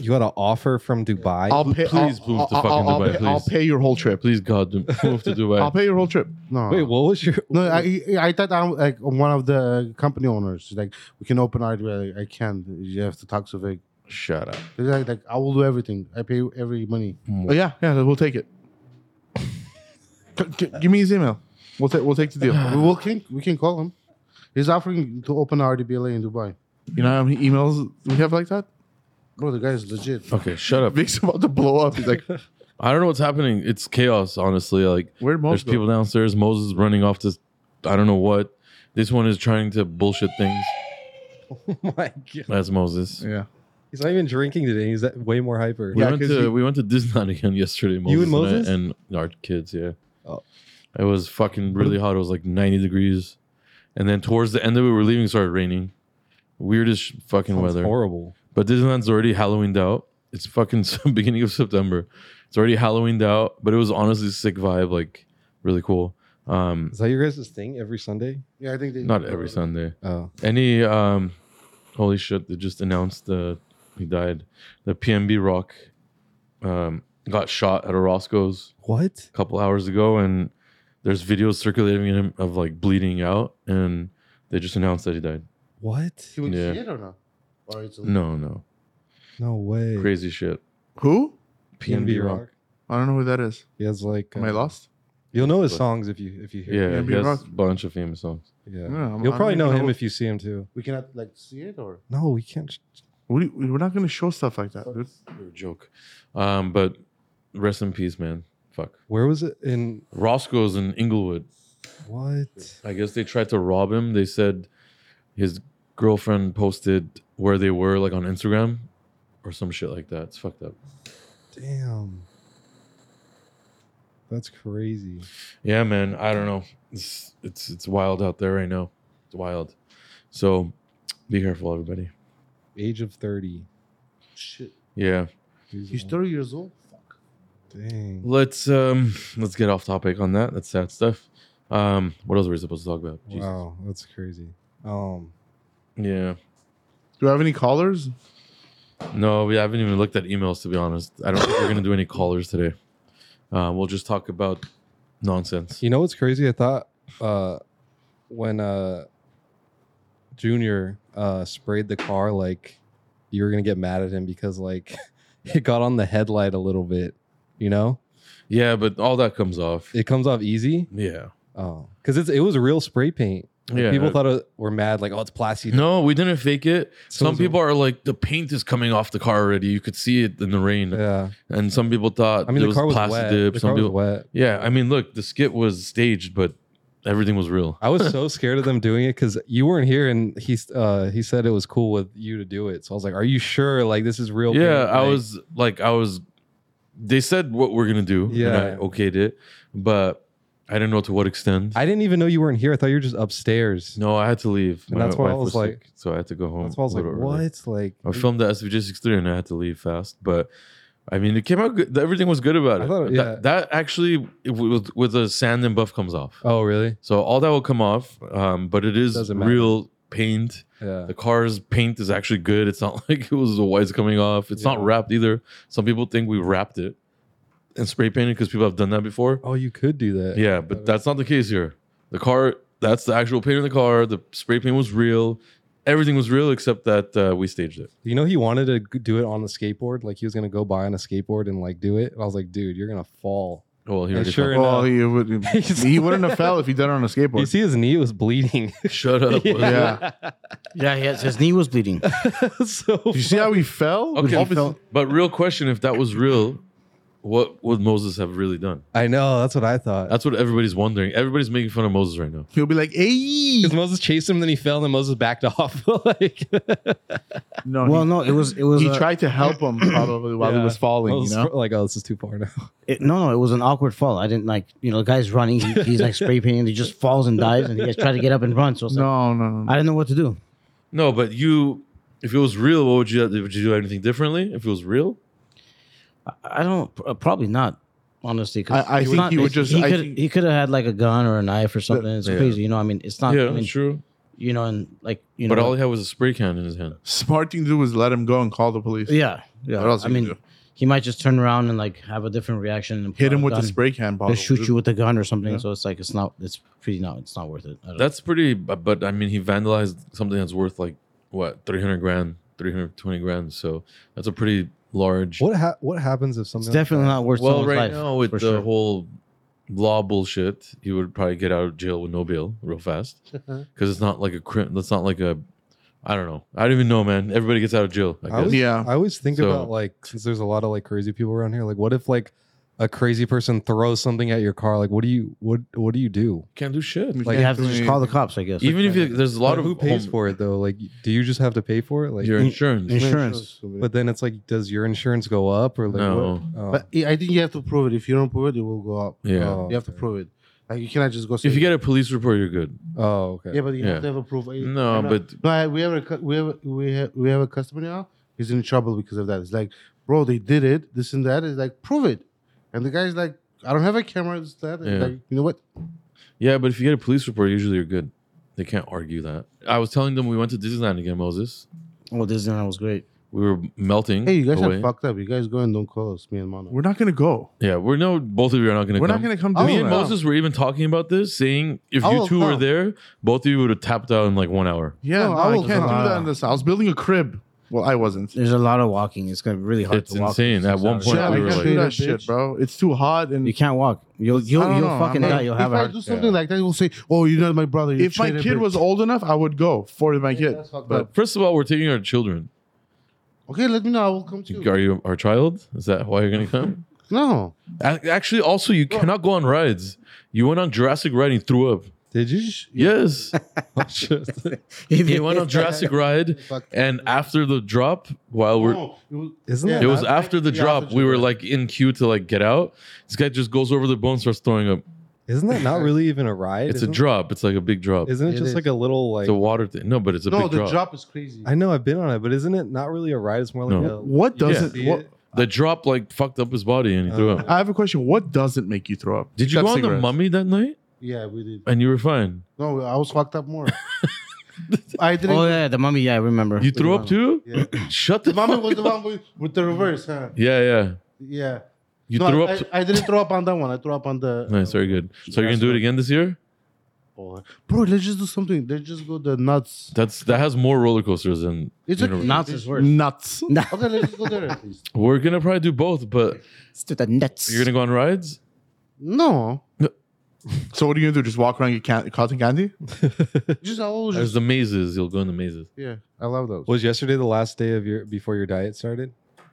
Speaker 3: You got an offer from Dubai.
Speaker 2: I'll pay.
Speaker 1: please
Speaker 2: I'll,
Speaker 1: move
Speaker 2: I'll,
Speaker 1: to
Speaker 2: I'll-
Speaker 1: fucking
Speaker 2: I'll
Speaker 1: Dubai,
Speaker 2: pay, I'll
Speaker 1: please.
Speaker 2: pay your whole trip.
Speaker 1: Please, God, do- <laughs> move to
Speaker 2: I'll
Speaker 1: Dubai.
Speaker 2: pay your whole trip.
Speaker 6: No.
Speaker 3: Wait, what was your?
Speaker 6: No, I I thought I'm like one of the company owners. She's like, we can open our. Like, I can't. You have to talk to Vic.
Speaker 1: Shut up.
Speaker 6: She's Like, like I will do everything. I pay every <sighs> money.
Speaker 2: Oh, yeah, yeah, we'll take it. C- c- give me his email. We'll take. We'll take the <sighs> deal.
Speaker 6: we will can we can call him. He's offering to open our RDBLA in Dubai.
Speaker 2: You know how many emails we have like that? <laughs>
Speaker 6: Bro, the guy is legit.
Speaker 1: Okay, shut up.
Speaker 2: Vic's about to blow up. He's like,
Speaker 1: I don't know what's happening. It's chaos, honestly. Like
Speaker 2: "Where'd
Speaker 1: there's
Speaker 2: most
Speaker 1: people downstairs. Moses is running off to I don't know what. This one is trying to bullshit things.
Speaker 3: <laughs> oh my god.
Speaker 1: That's Moses.
Speaker 2: Yeah,
Speaker 3: He's not even drinking today. He's that way more hyper.
Speaker 1: We
Speaker 2: Yeah,
Speaker 1: went
Speaker 2: 'cause
Speaker 1: to
Speaker 2: you-
Speaker 1: we went to Disneyland <laughs> again yesterday. Moses
Speaker 3: You and
Speaker 1: I-
Speaker 3: Moses?
Speaker 1: and, our kids. Yeah.
Speaker 3: Oh.
Speaker 1: It was fucking really hot. It was like 90 degrees, and then towards the end of it, we were leaving. It started raining. Weirdest sh- fucking
Speaker 3: Sounds
Speaker 1: weather.
Speaker 3: horrible.
Speaker 1: But Disneyland's already Halloweened out. It's fucking <laughs> beginning of September. It's already Halloweened out, but it was honestly sick vibe, like really cool. Um,
Speaker 3: Is that your guys' thing every Sunday?
Speaker 6: Yeah, I think they
Speaker 1: not every Sunday.
Speaker 3: Oh,
Speaker 1: Any um, holy shit! They just announced the he died. The PMB Rock um got shot at a Roscoe's
Speaker 3: what?
Speaker 1: a couple hours ago, and there's videos circulating of him of like bleeding out, and they just announced that he died.
Speaker 3: What?
Speaker 6: Can we
Speaker 1: Yeah.
Speaker 6: see it or not? Or it's
Speaker 1: No, no,
Speaker 3: No way.
Speaker 1: crazy shit.
Speaker 2: who?
Speaker 3: PNB Rock.
Speaker 2: I don't know who that is.
Speaker 3: He has like.
Speaker 2: Am I
Speaker 3: uh,
Speaker 2: lost?
Speaker 3: you'll know his songs if you if you hear.
Speaker 1: Yeah,
Speaker 2: PNB
Speaker 1: he has
Speaker 2: Rock.
Speaker 1: a bunch of famous songs.
Speaker 3: Yeah.
Speaker 2: Yeah, I'm-
Speaker 3: You'll
Speaker 2: I
Speaker 3: probably
Speaker 2: don't
Speaker 3: know
Speaker 2: even
Speaker 3: him if you see him too.
Speaker 6: We cannot like see it or
Speaker 3: No, we can't.
Speaker 2: We, we're not going to show stuff like that, dude.
Speaker 1: You're a joke. Um, but rest in peace, man. Fuck.
Speaker 3: Where was it in
Speaker 1: Roscoe's in Inglewood.
Speaker 3: what?
Speaker 1: I guess they tried to rob him. They said his girlfriend posted where they were, like on Instagram or some shit like that. It's fucked up.
Speaker 3: Damn. That's crazy.
Speaker 1: Yeah, man. I don't know. It's it's it's wild out there right now. It's wild. So be careful, everybody.
Speaker 3: Age of thirty.
Speaker 6: shit.
Speaker 1: Yeah.
Speaker 3: Jeez,
Speaker 6: He's thirty years old. Fuck.
Speaker 3: Dang.
Speaker 1: Let's um let's get off topic on that. That's sad stuff. Um, what else were we supposed to talk about? Jesus.
Speaker 3: Wow, that's crazy. Um,
Speaker 1: Yeah.
Speaker 2: Do I have any callers?
Speaker 1: No, we haven't even looked at emails to be honest. I don't think we're gonna do any callers today. Uh, we'll just talk about nonsense.
Speaker 3: you know what's crazy? I thought uh, when uh, Junior uh, sprayed the car, like <laughs> you were gonna get mad at him because like it got on the headlight a little bit, you know?
Speaker 1: Yeah, but all that comes off.
Speaker 3: It comes off easy.
Speaker 1: Yeah.
Speaker 3: Oh, because it's it was real spray paint. Like,
Speaker 1: Yeah.
Speaker 3: People thought it, were mad, like, oh, it's plastic.
Speaker 1: No, we didn't fake it.
Speaker 3: So-
Speaker 1: some
Speaker 3: so-
Speaker 1: people are like, the paint is coming off the car already. You could see it in the rain.
Speaker 3: <laughs> Yeah.
Speaker 1: And some people thought
Speaker 3: I mean,
Speaker 1: it
Speaker 3: the
Speaker 1: was
Speaker 3: car was
Speaker 1: plastic
Speaker 3: wet.
Speaker 1: dip.
Speaker 3: The
Speaker 1: some
Speaker 3: car was
Speaker 1: people,
Speaker 3: wet.
Speaker 1: yeah. I mean, look, the skit was staged, but everything was real. <laughs>
Speaker 3: I was so scared of them doing it because you weren't here, and he uh, he said it was cool with you to do it. So I was like, "Are you sure? Like this is real?"
Speaker 1: yeah,
Speaker 3: paint?
Speaker 1: I
Speaker 3: Like,
Speaker 1: was like, I was. They said what we're gonna do. and I
Speaker 3: Yeah.
Speaker 1: okayed it, but I didn't know to what extent.
Speaker 3: I didn't even know you weren't here. I thought you were just upstairs.
Speaker 1: no, I had to leave.
Speaker 3: And
Speaker 1: My
Speaker 3: that's why I
Speaker 1: wife
Speaker 3: was
Speaker 1: sick,
Speaker 3: like-
Speaker 1: so I had to go home.
Speaker 3: That's why I was
Speaker 1: a
Speaker 3: like,
Speaker 1: little early.
Speaker 3: "What?" Like
Speaker 1: I filmed the SVJ 63 and I had to leave fast, but I mean, it came out good. Everything was good about
Speaker 3: I
Speaker 1: it.
Speaker 3: thought
Speaker 1: That-
Speaker 3: it- yeah.
Speaker 1: that, actually, it, with, with the sand and buff comes off.
Speaker 3: Oh, really?
Speaker 1: So all that will come off, um, but it is
Speaker 3: Doesn't matter.
Speaker 1: real paint.
Speaker 3: Yeah.
Speaker 1: The car's paint is actually good. It's not <laughs> like it was the whites coming off. It's not
Speaker 3: Yeah.
Speaker 1: wrapped either. Some people think we wrapped it and spray painted because people have done that before.
Speaker 3: Oh, you could do that.
Speaker 1: Yeah, but that's not the case here. The car, that's the actual paint in the car. The spray paint was real. Everything was real except that uh, we staged it.
Speaker 3: You know, he wanted to g- do it on the skateboard. Like he was gonna go buy on a skateboard and like do it. And I was like, "Dude, you're gonna fall."
Speaker 1: Well, here
Speaker 3: And
Speaker 1: it is.
Speaker 2: <laughs>
Speaker 3: sure
Speaker 2: Well,
Speaker 3: enough,
Speaker 2: he, would, he wouldn't have fell if he done it on a
Speaker 3: you
Speaker 2: skateboard.
Speaker 3: see his knee was bleeding. <laughs>
Speaker 1: Shut up.
Speaker 2: <laughs> yeah.
Speaker 4: Yeah, yes, his knee was bleeding.
Speaker 3: <laughs> so
Speaker 2: Did you see how he fell?
Speaker 1: Okay.
Speaker 2: Off his-
Speaker 1: But real question: If that was real, what would Moses have really done?
Speaker 3: I know that's what I thought.
Speaker 1: That's what everybody's wondering. Everybody's making fun of Moses right now.
Speaker 2: He'll be like, "Hey!"
Speaker 3: Because Moses chased him, then he fell, and then Moses backed <laughs> off. like
Speaker 2: No,
Speaker 4: <laughs> well, no, it was it was
Speaker 2: he,
Speaker 4: a-
Speaker 2: he tried to help
Speaker 4: <clears throat>
Speaker 2: him probably while
Speaker 3: Yeah.
Speaker 2: he was falling.
Speaker 3: Moses
Speaker 2: you know,
Speaker 3: fr- like, oh, this is too far now.
Speaker 4: it- no, no, it was an awkward fall. I didn't like you know the guy's running. He, he's like spray painting. He just falls and dies, and he has tried to get up and run. So it's like,
Speaker 2: no, no, no.
Speaker 4: I didn't know what to do.
Speaker 1: No, but you, if it was real, what would you would you do anything differently? If it was real,
Speaker 4: I don't. pr- uh, Probably not. Honestly, 'cause
Speaker 2: I- I
Speaker 4: it's
Speaker 2: think
Speaker 4: not-
Speaker 2: he would
Speaker 4: it's-
Speaker 2: just-
Speaker 4: He
Speaker 2: I
Speaker 4: could,
Speaker 2: think-
Speaker 4: he could have had like a gun or a knife or something. It's
Speaker 1: Yeah.
Speaker 4: crazy, you know. I mean, it's not.
Speaker 1: yeah,
Speaker 4: I mean,
Speaker 1: true.
Speaker 4: You know, and like you know.
Speaker 1: But all he had was a spray can in his hand.
Speaker 2: Smart thing to do was let him go and call the police.
Speaker 4: yeah, yeah.
Speaker 2: What else
Speaker 4: I
Speaker 2: you can
Speaker 4: mean,
Speaker 2: do?
Speaker 4: he might just turn around and like have a different reaction and
Speaker 2: Hit him
Speaker 4: pull out
Speaker 2: with
Speaker 4: a
Speaker 2: the
Speaker 4: gun.
Speaker 2: spray can bottle.
Speaker 4: They'll shoot you with a gun or something.
Speaker 2: Yeah.
Speaker 4: So it's like it's not. It's pretty not. It's not worth it. I don't
Speaker 1: That's pretty. uh, But, but I mean, he vandalized something that's worth like what three hundred grand, three hundred twenty grand. So that's a pretty large.
Speaker 3: What ha- what happens if
Speaker 4: It's
Speaker 3: something?
Speaker 4: definitely not worth.
Speaker 1: Well,
Speaker 4: someone's
Speaker 1: right
Speaker 4: life,
Speaker 1: now with
Speaker 4: for
Speaker 1: the
Speaker 4: sure.
Speaker 1: whole law bullshit, he would probably get out of jail with no bail real
Speaker 3: <laughs>
Speaker 1: fast
Speaker 3: Uh-huh.
Speaker 1: because it's not like a crim. That's not like a. I don't know. I don't even know, man. Everybody gets out of jail. I
Speaker 3: I
Speaker 1: guess.
Speaker 3: was-
Speaker 2: Yeah,
Speaker 3: I always think
Speaker 1: So-
Speaker 3: about like since there's a lot of like crazy people around here. Like, what if like a crazy person throws something at your car? Like, what do you what what do you do?
Speaker 1: Can't do shit.
Speaker 2: We
Speaker 3: Like,
Speaker 4: you
Speaker 2: can't
Speaker 4: have
Speaker 2: do
Speaker 4: to just
Speaker 2: anything.
Speaker 4: call the cops. I guess.
Speaker 1: Even if you, there's a lot
Speaker 3: Like,
Speaker 1: of
Speaker 3: who pays
Speaker 1: home-
Speaker 3: for it though? Like, do you just have to pay for it? Like,
Speaker 1: your insurance.
Speaker 4: Insurance.
Speaker 3: but then it's like, does your insurance go up or like?
Speaker 1: No.
Speaker 3: What? Oh.
Speaker 6: But I I think you have to prove it. If you don't prove it, it will go up. Uh,
Speaker 1: Yeah.
Speaker 3: Oh,
Speaker 6: You have to
Speaker 3: okay.
Speaker 6: prove it. Like you cannot just go.
Speaker 1: If
Speaker 6: say-
Speaker 1: you get a police report, you're good.
Speaker 3: Oh, okay.
Speaker 6: yeah, but you
Speaker 1: Yeah.
Speaker 6: have to have a proof. I-
Speaker 1: No,
Speaker 6: I know-
Speaker 1: but
Speaker 6: No, I, we have a cu- we have we have we have a customer now. He's in trouble because of that. It's like, bro, they did it. This and that. It's like, prove it. And the guy's like, I don't have a camera. It's that. It's
Speaker 1: Yeah.
Speaker 6: like, you know what?
Speaker 1: yeah, but if you get a police report, usually you're good. They can't argue that. I was telling them we went to Disneyland again, Moses.
Speaker 4: Oh, Disneyland was great.
Speaker 1: We were melting.
Speaker 6: Hey, you guys
Speaker 1: away.
Speaker 6: are fucked up. You guys go and don't call us, me and Mono.
Speaker 2: We're not gonna go.
Speaker 1: Yeah, we're no. Both of you are not going to.
Speaker 2: We're
Speaker 1: come.
Speaker 2: not gonna come. Oh,
Speaker 6: I
Speaker 2: to
Speaker 1: Me
Speaker 6: will
Speaker 1: and
Speaker 6: come.
Speaker 1: Moses were even talking about this, saying if
Speaker 6: I
Speaker 1: you
Speaker 6: will
Speaker 1: two were
Speaker 6: come.
Speaker 1: there, both of you would have tapped out in like one hour.
Speaker 2: Yeah,
Speaker 6: No,
Speaker 2: no,
Speaker 6: I
Speaker 2: I,
Speaker 6: will
Speaker 2: can't
Speaker 6: come.
Speaker 2: do that in this. I was building a crib. Well, I wasn't.
Speaker 4: There's a lot of walking. It's gonna be really hard
Speaker 1: It's
Speaker 4: to walk.
Speaker 1: insane. At one point,
Speaker 2: Yeah, I
Speaker 1: we
Speaker 2: can't
Speaker 1: were
Speaker 6: Shut
Speaker 2: do
Speaker 6: up.
Speaker 1: like,
Speaker 2: that
Speaker 6: Creative
Speaker 2: shit,
Speaker 6: bitch.
Speaker 2: bro. It's too hot. And
Speaker 4: You can't walk. You'll you'll
Speaker 2: I don't
Speaker 4: Oh, you'll
Speaker 2: know.
Speaker 4: fucking
Speaker 2: I'm
Speaker 4: die.
Speaker 2: like,
Speaker 4: You'll have
Speaker 6: if
Speaker 4: a
Speaker 6: I
Speaker 4: heart.
Speaker 6: do something like that, you'll say, "Oh, you're not my brother." you
Speaker 2: if my
Speaker 6: traitor
Speaker 2: kid
Speaker 6: bitch."
Speaker 2: was old enough, I would go for my
Speaker 6: Yeah,
Speaker 2: kid.
Speaker 6: that's fucked
Speaker 2: But
Speaker 6: up.
Speaker 1: first of all, we're taking our children.
Speaker 6: okay, let me know. I will come to you.
Speaker 1: Are you our child? Is that why you're going to
Speaker 2: <laughs>
Speaker 1: come?
Speaker 6: No,
Speaker 1: Ac- Actually, also, you cannot go on rides. You went on Jurassic ride and you threw up.
Speaker 3: Did you?
Speaker 2: <laughs>
Speaker 1: Yes, <laughs>
Speaker 4: Even
Speaker 1: you went on Jurassic ride,
Speaker 6: Fuck.
Speaker 1: and after the drop, while we're
Speaker 6: No, it was-
Speaker 3: Isn't
Speaker 6: Yeah.
Speaker 3: that
Speaker 1: It was
Speaker 6: <laughs> that's
Speaker 1: after the
Speaker 6: the
Speaker 1: drop.
Speaker 6: opposite
Speaker 1: We were
Speaker 6: way.
Speaker 1: like in queue to like get out. This guy just goes over the bone, and starts throwing up.
Speaker 3: <laughs> isn't that not really even a ride?
Speaker 1: It's a
Speaker 3: isn't it?
Speaker 1: drop. It's like a big drop.
Speaker 3: Isn't it,
Speaker 6: It
Speaker 3: just
Speaker 6: is.
Speaker 3: like a little like?
Speaker 1: It's a water thing. No, but it's a
Speaker 6: no,
Speaker 1: big
Speaker 6: the
Speaker 1: drop.
Speaker 6: drop. is crazy.
Speaker 3: I know I've been on it, but isn't it not really a ride? It's more like
Speaker 1: No.
Speaker 3: a,
Speaker 2: what
Speaker 3: You just
Speaker 2: doesn't?
Speaker 3: see
Speaker 2: What,
Speaker 3: it.
Speaker 1: The drop like fucked up his body and he threw
Speaker 3: Uh,
Speaker 1: up.
Speaker 2: I have a question. What doesn't make you throw up?
Speaker 1: Did you
Speaker 2: Except
Speaker 1: go on the
Speaker 2: cigarettes.
Speaker 1: mummy that night?
Speaker 6: Yeah, we did.
Speaker 1: And you were fine.
Speaker 6: No, I was fucked up more. I didn't.
Speaker 4: Oh yeah, the mummy. Yeah, I remember.
Speaker 1: You threw up too? <laughs>
Speaker 6: Yeah.
Speaker 1: Shut the
Speaker 6: The mummy
Speaker 1: fuck
Speaker 6: was the
Speaker 1: up.
Speaker 6: one with, with the reverse, huh?
Speaker 1: Yeah, yeah.
Speaker 6: Yeah.
Speaker 1: You
Speaker 6: No,
Speaker 1: threw
Speaker 6: I,
Speaker 1: up.
Speaker 6: I, I didn't throw up on that one. I threw up on the.
Speaker 1: nice, very good. So you're gonna do it again this year?
Speaker 6: Or, bro, let's just do something. Let's just go the nuts.
Speaker 1: That's that has more roller coasters than
Speaker 6: It's
Speaker 1: you know,
Speaker 6: okay.
Speaker 4: Nuts is worse.
Speaker 2: Nuts.
Speaker 6: Okay, let's just go there at least.
Speaker 1: We're gonna probably do both, but
Speaker 4: Let's do the nuts.
Speaker 1: you're gonna go on rides.
Speaker 6: No,
Speaker 2: So what are you gonna do? Just walk around and get can- cotton candy?
Speaker 6: just I will
Speaker 1: There's
Speaker 6: just
Speaker 1: the mazes. You'll go in the mazes.
Speaker 6: yeah. I love those.
Speaker 3: Was yesterday the last day of your before your diet started?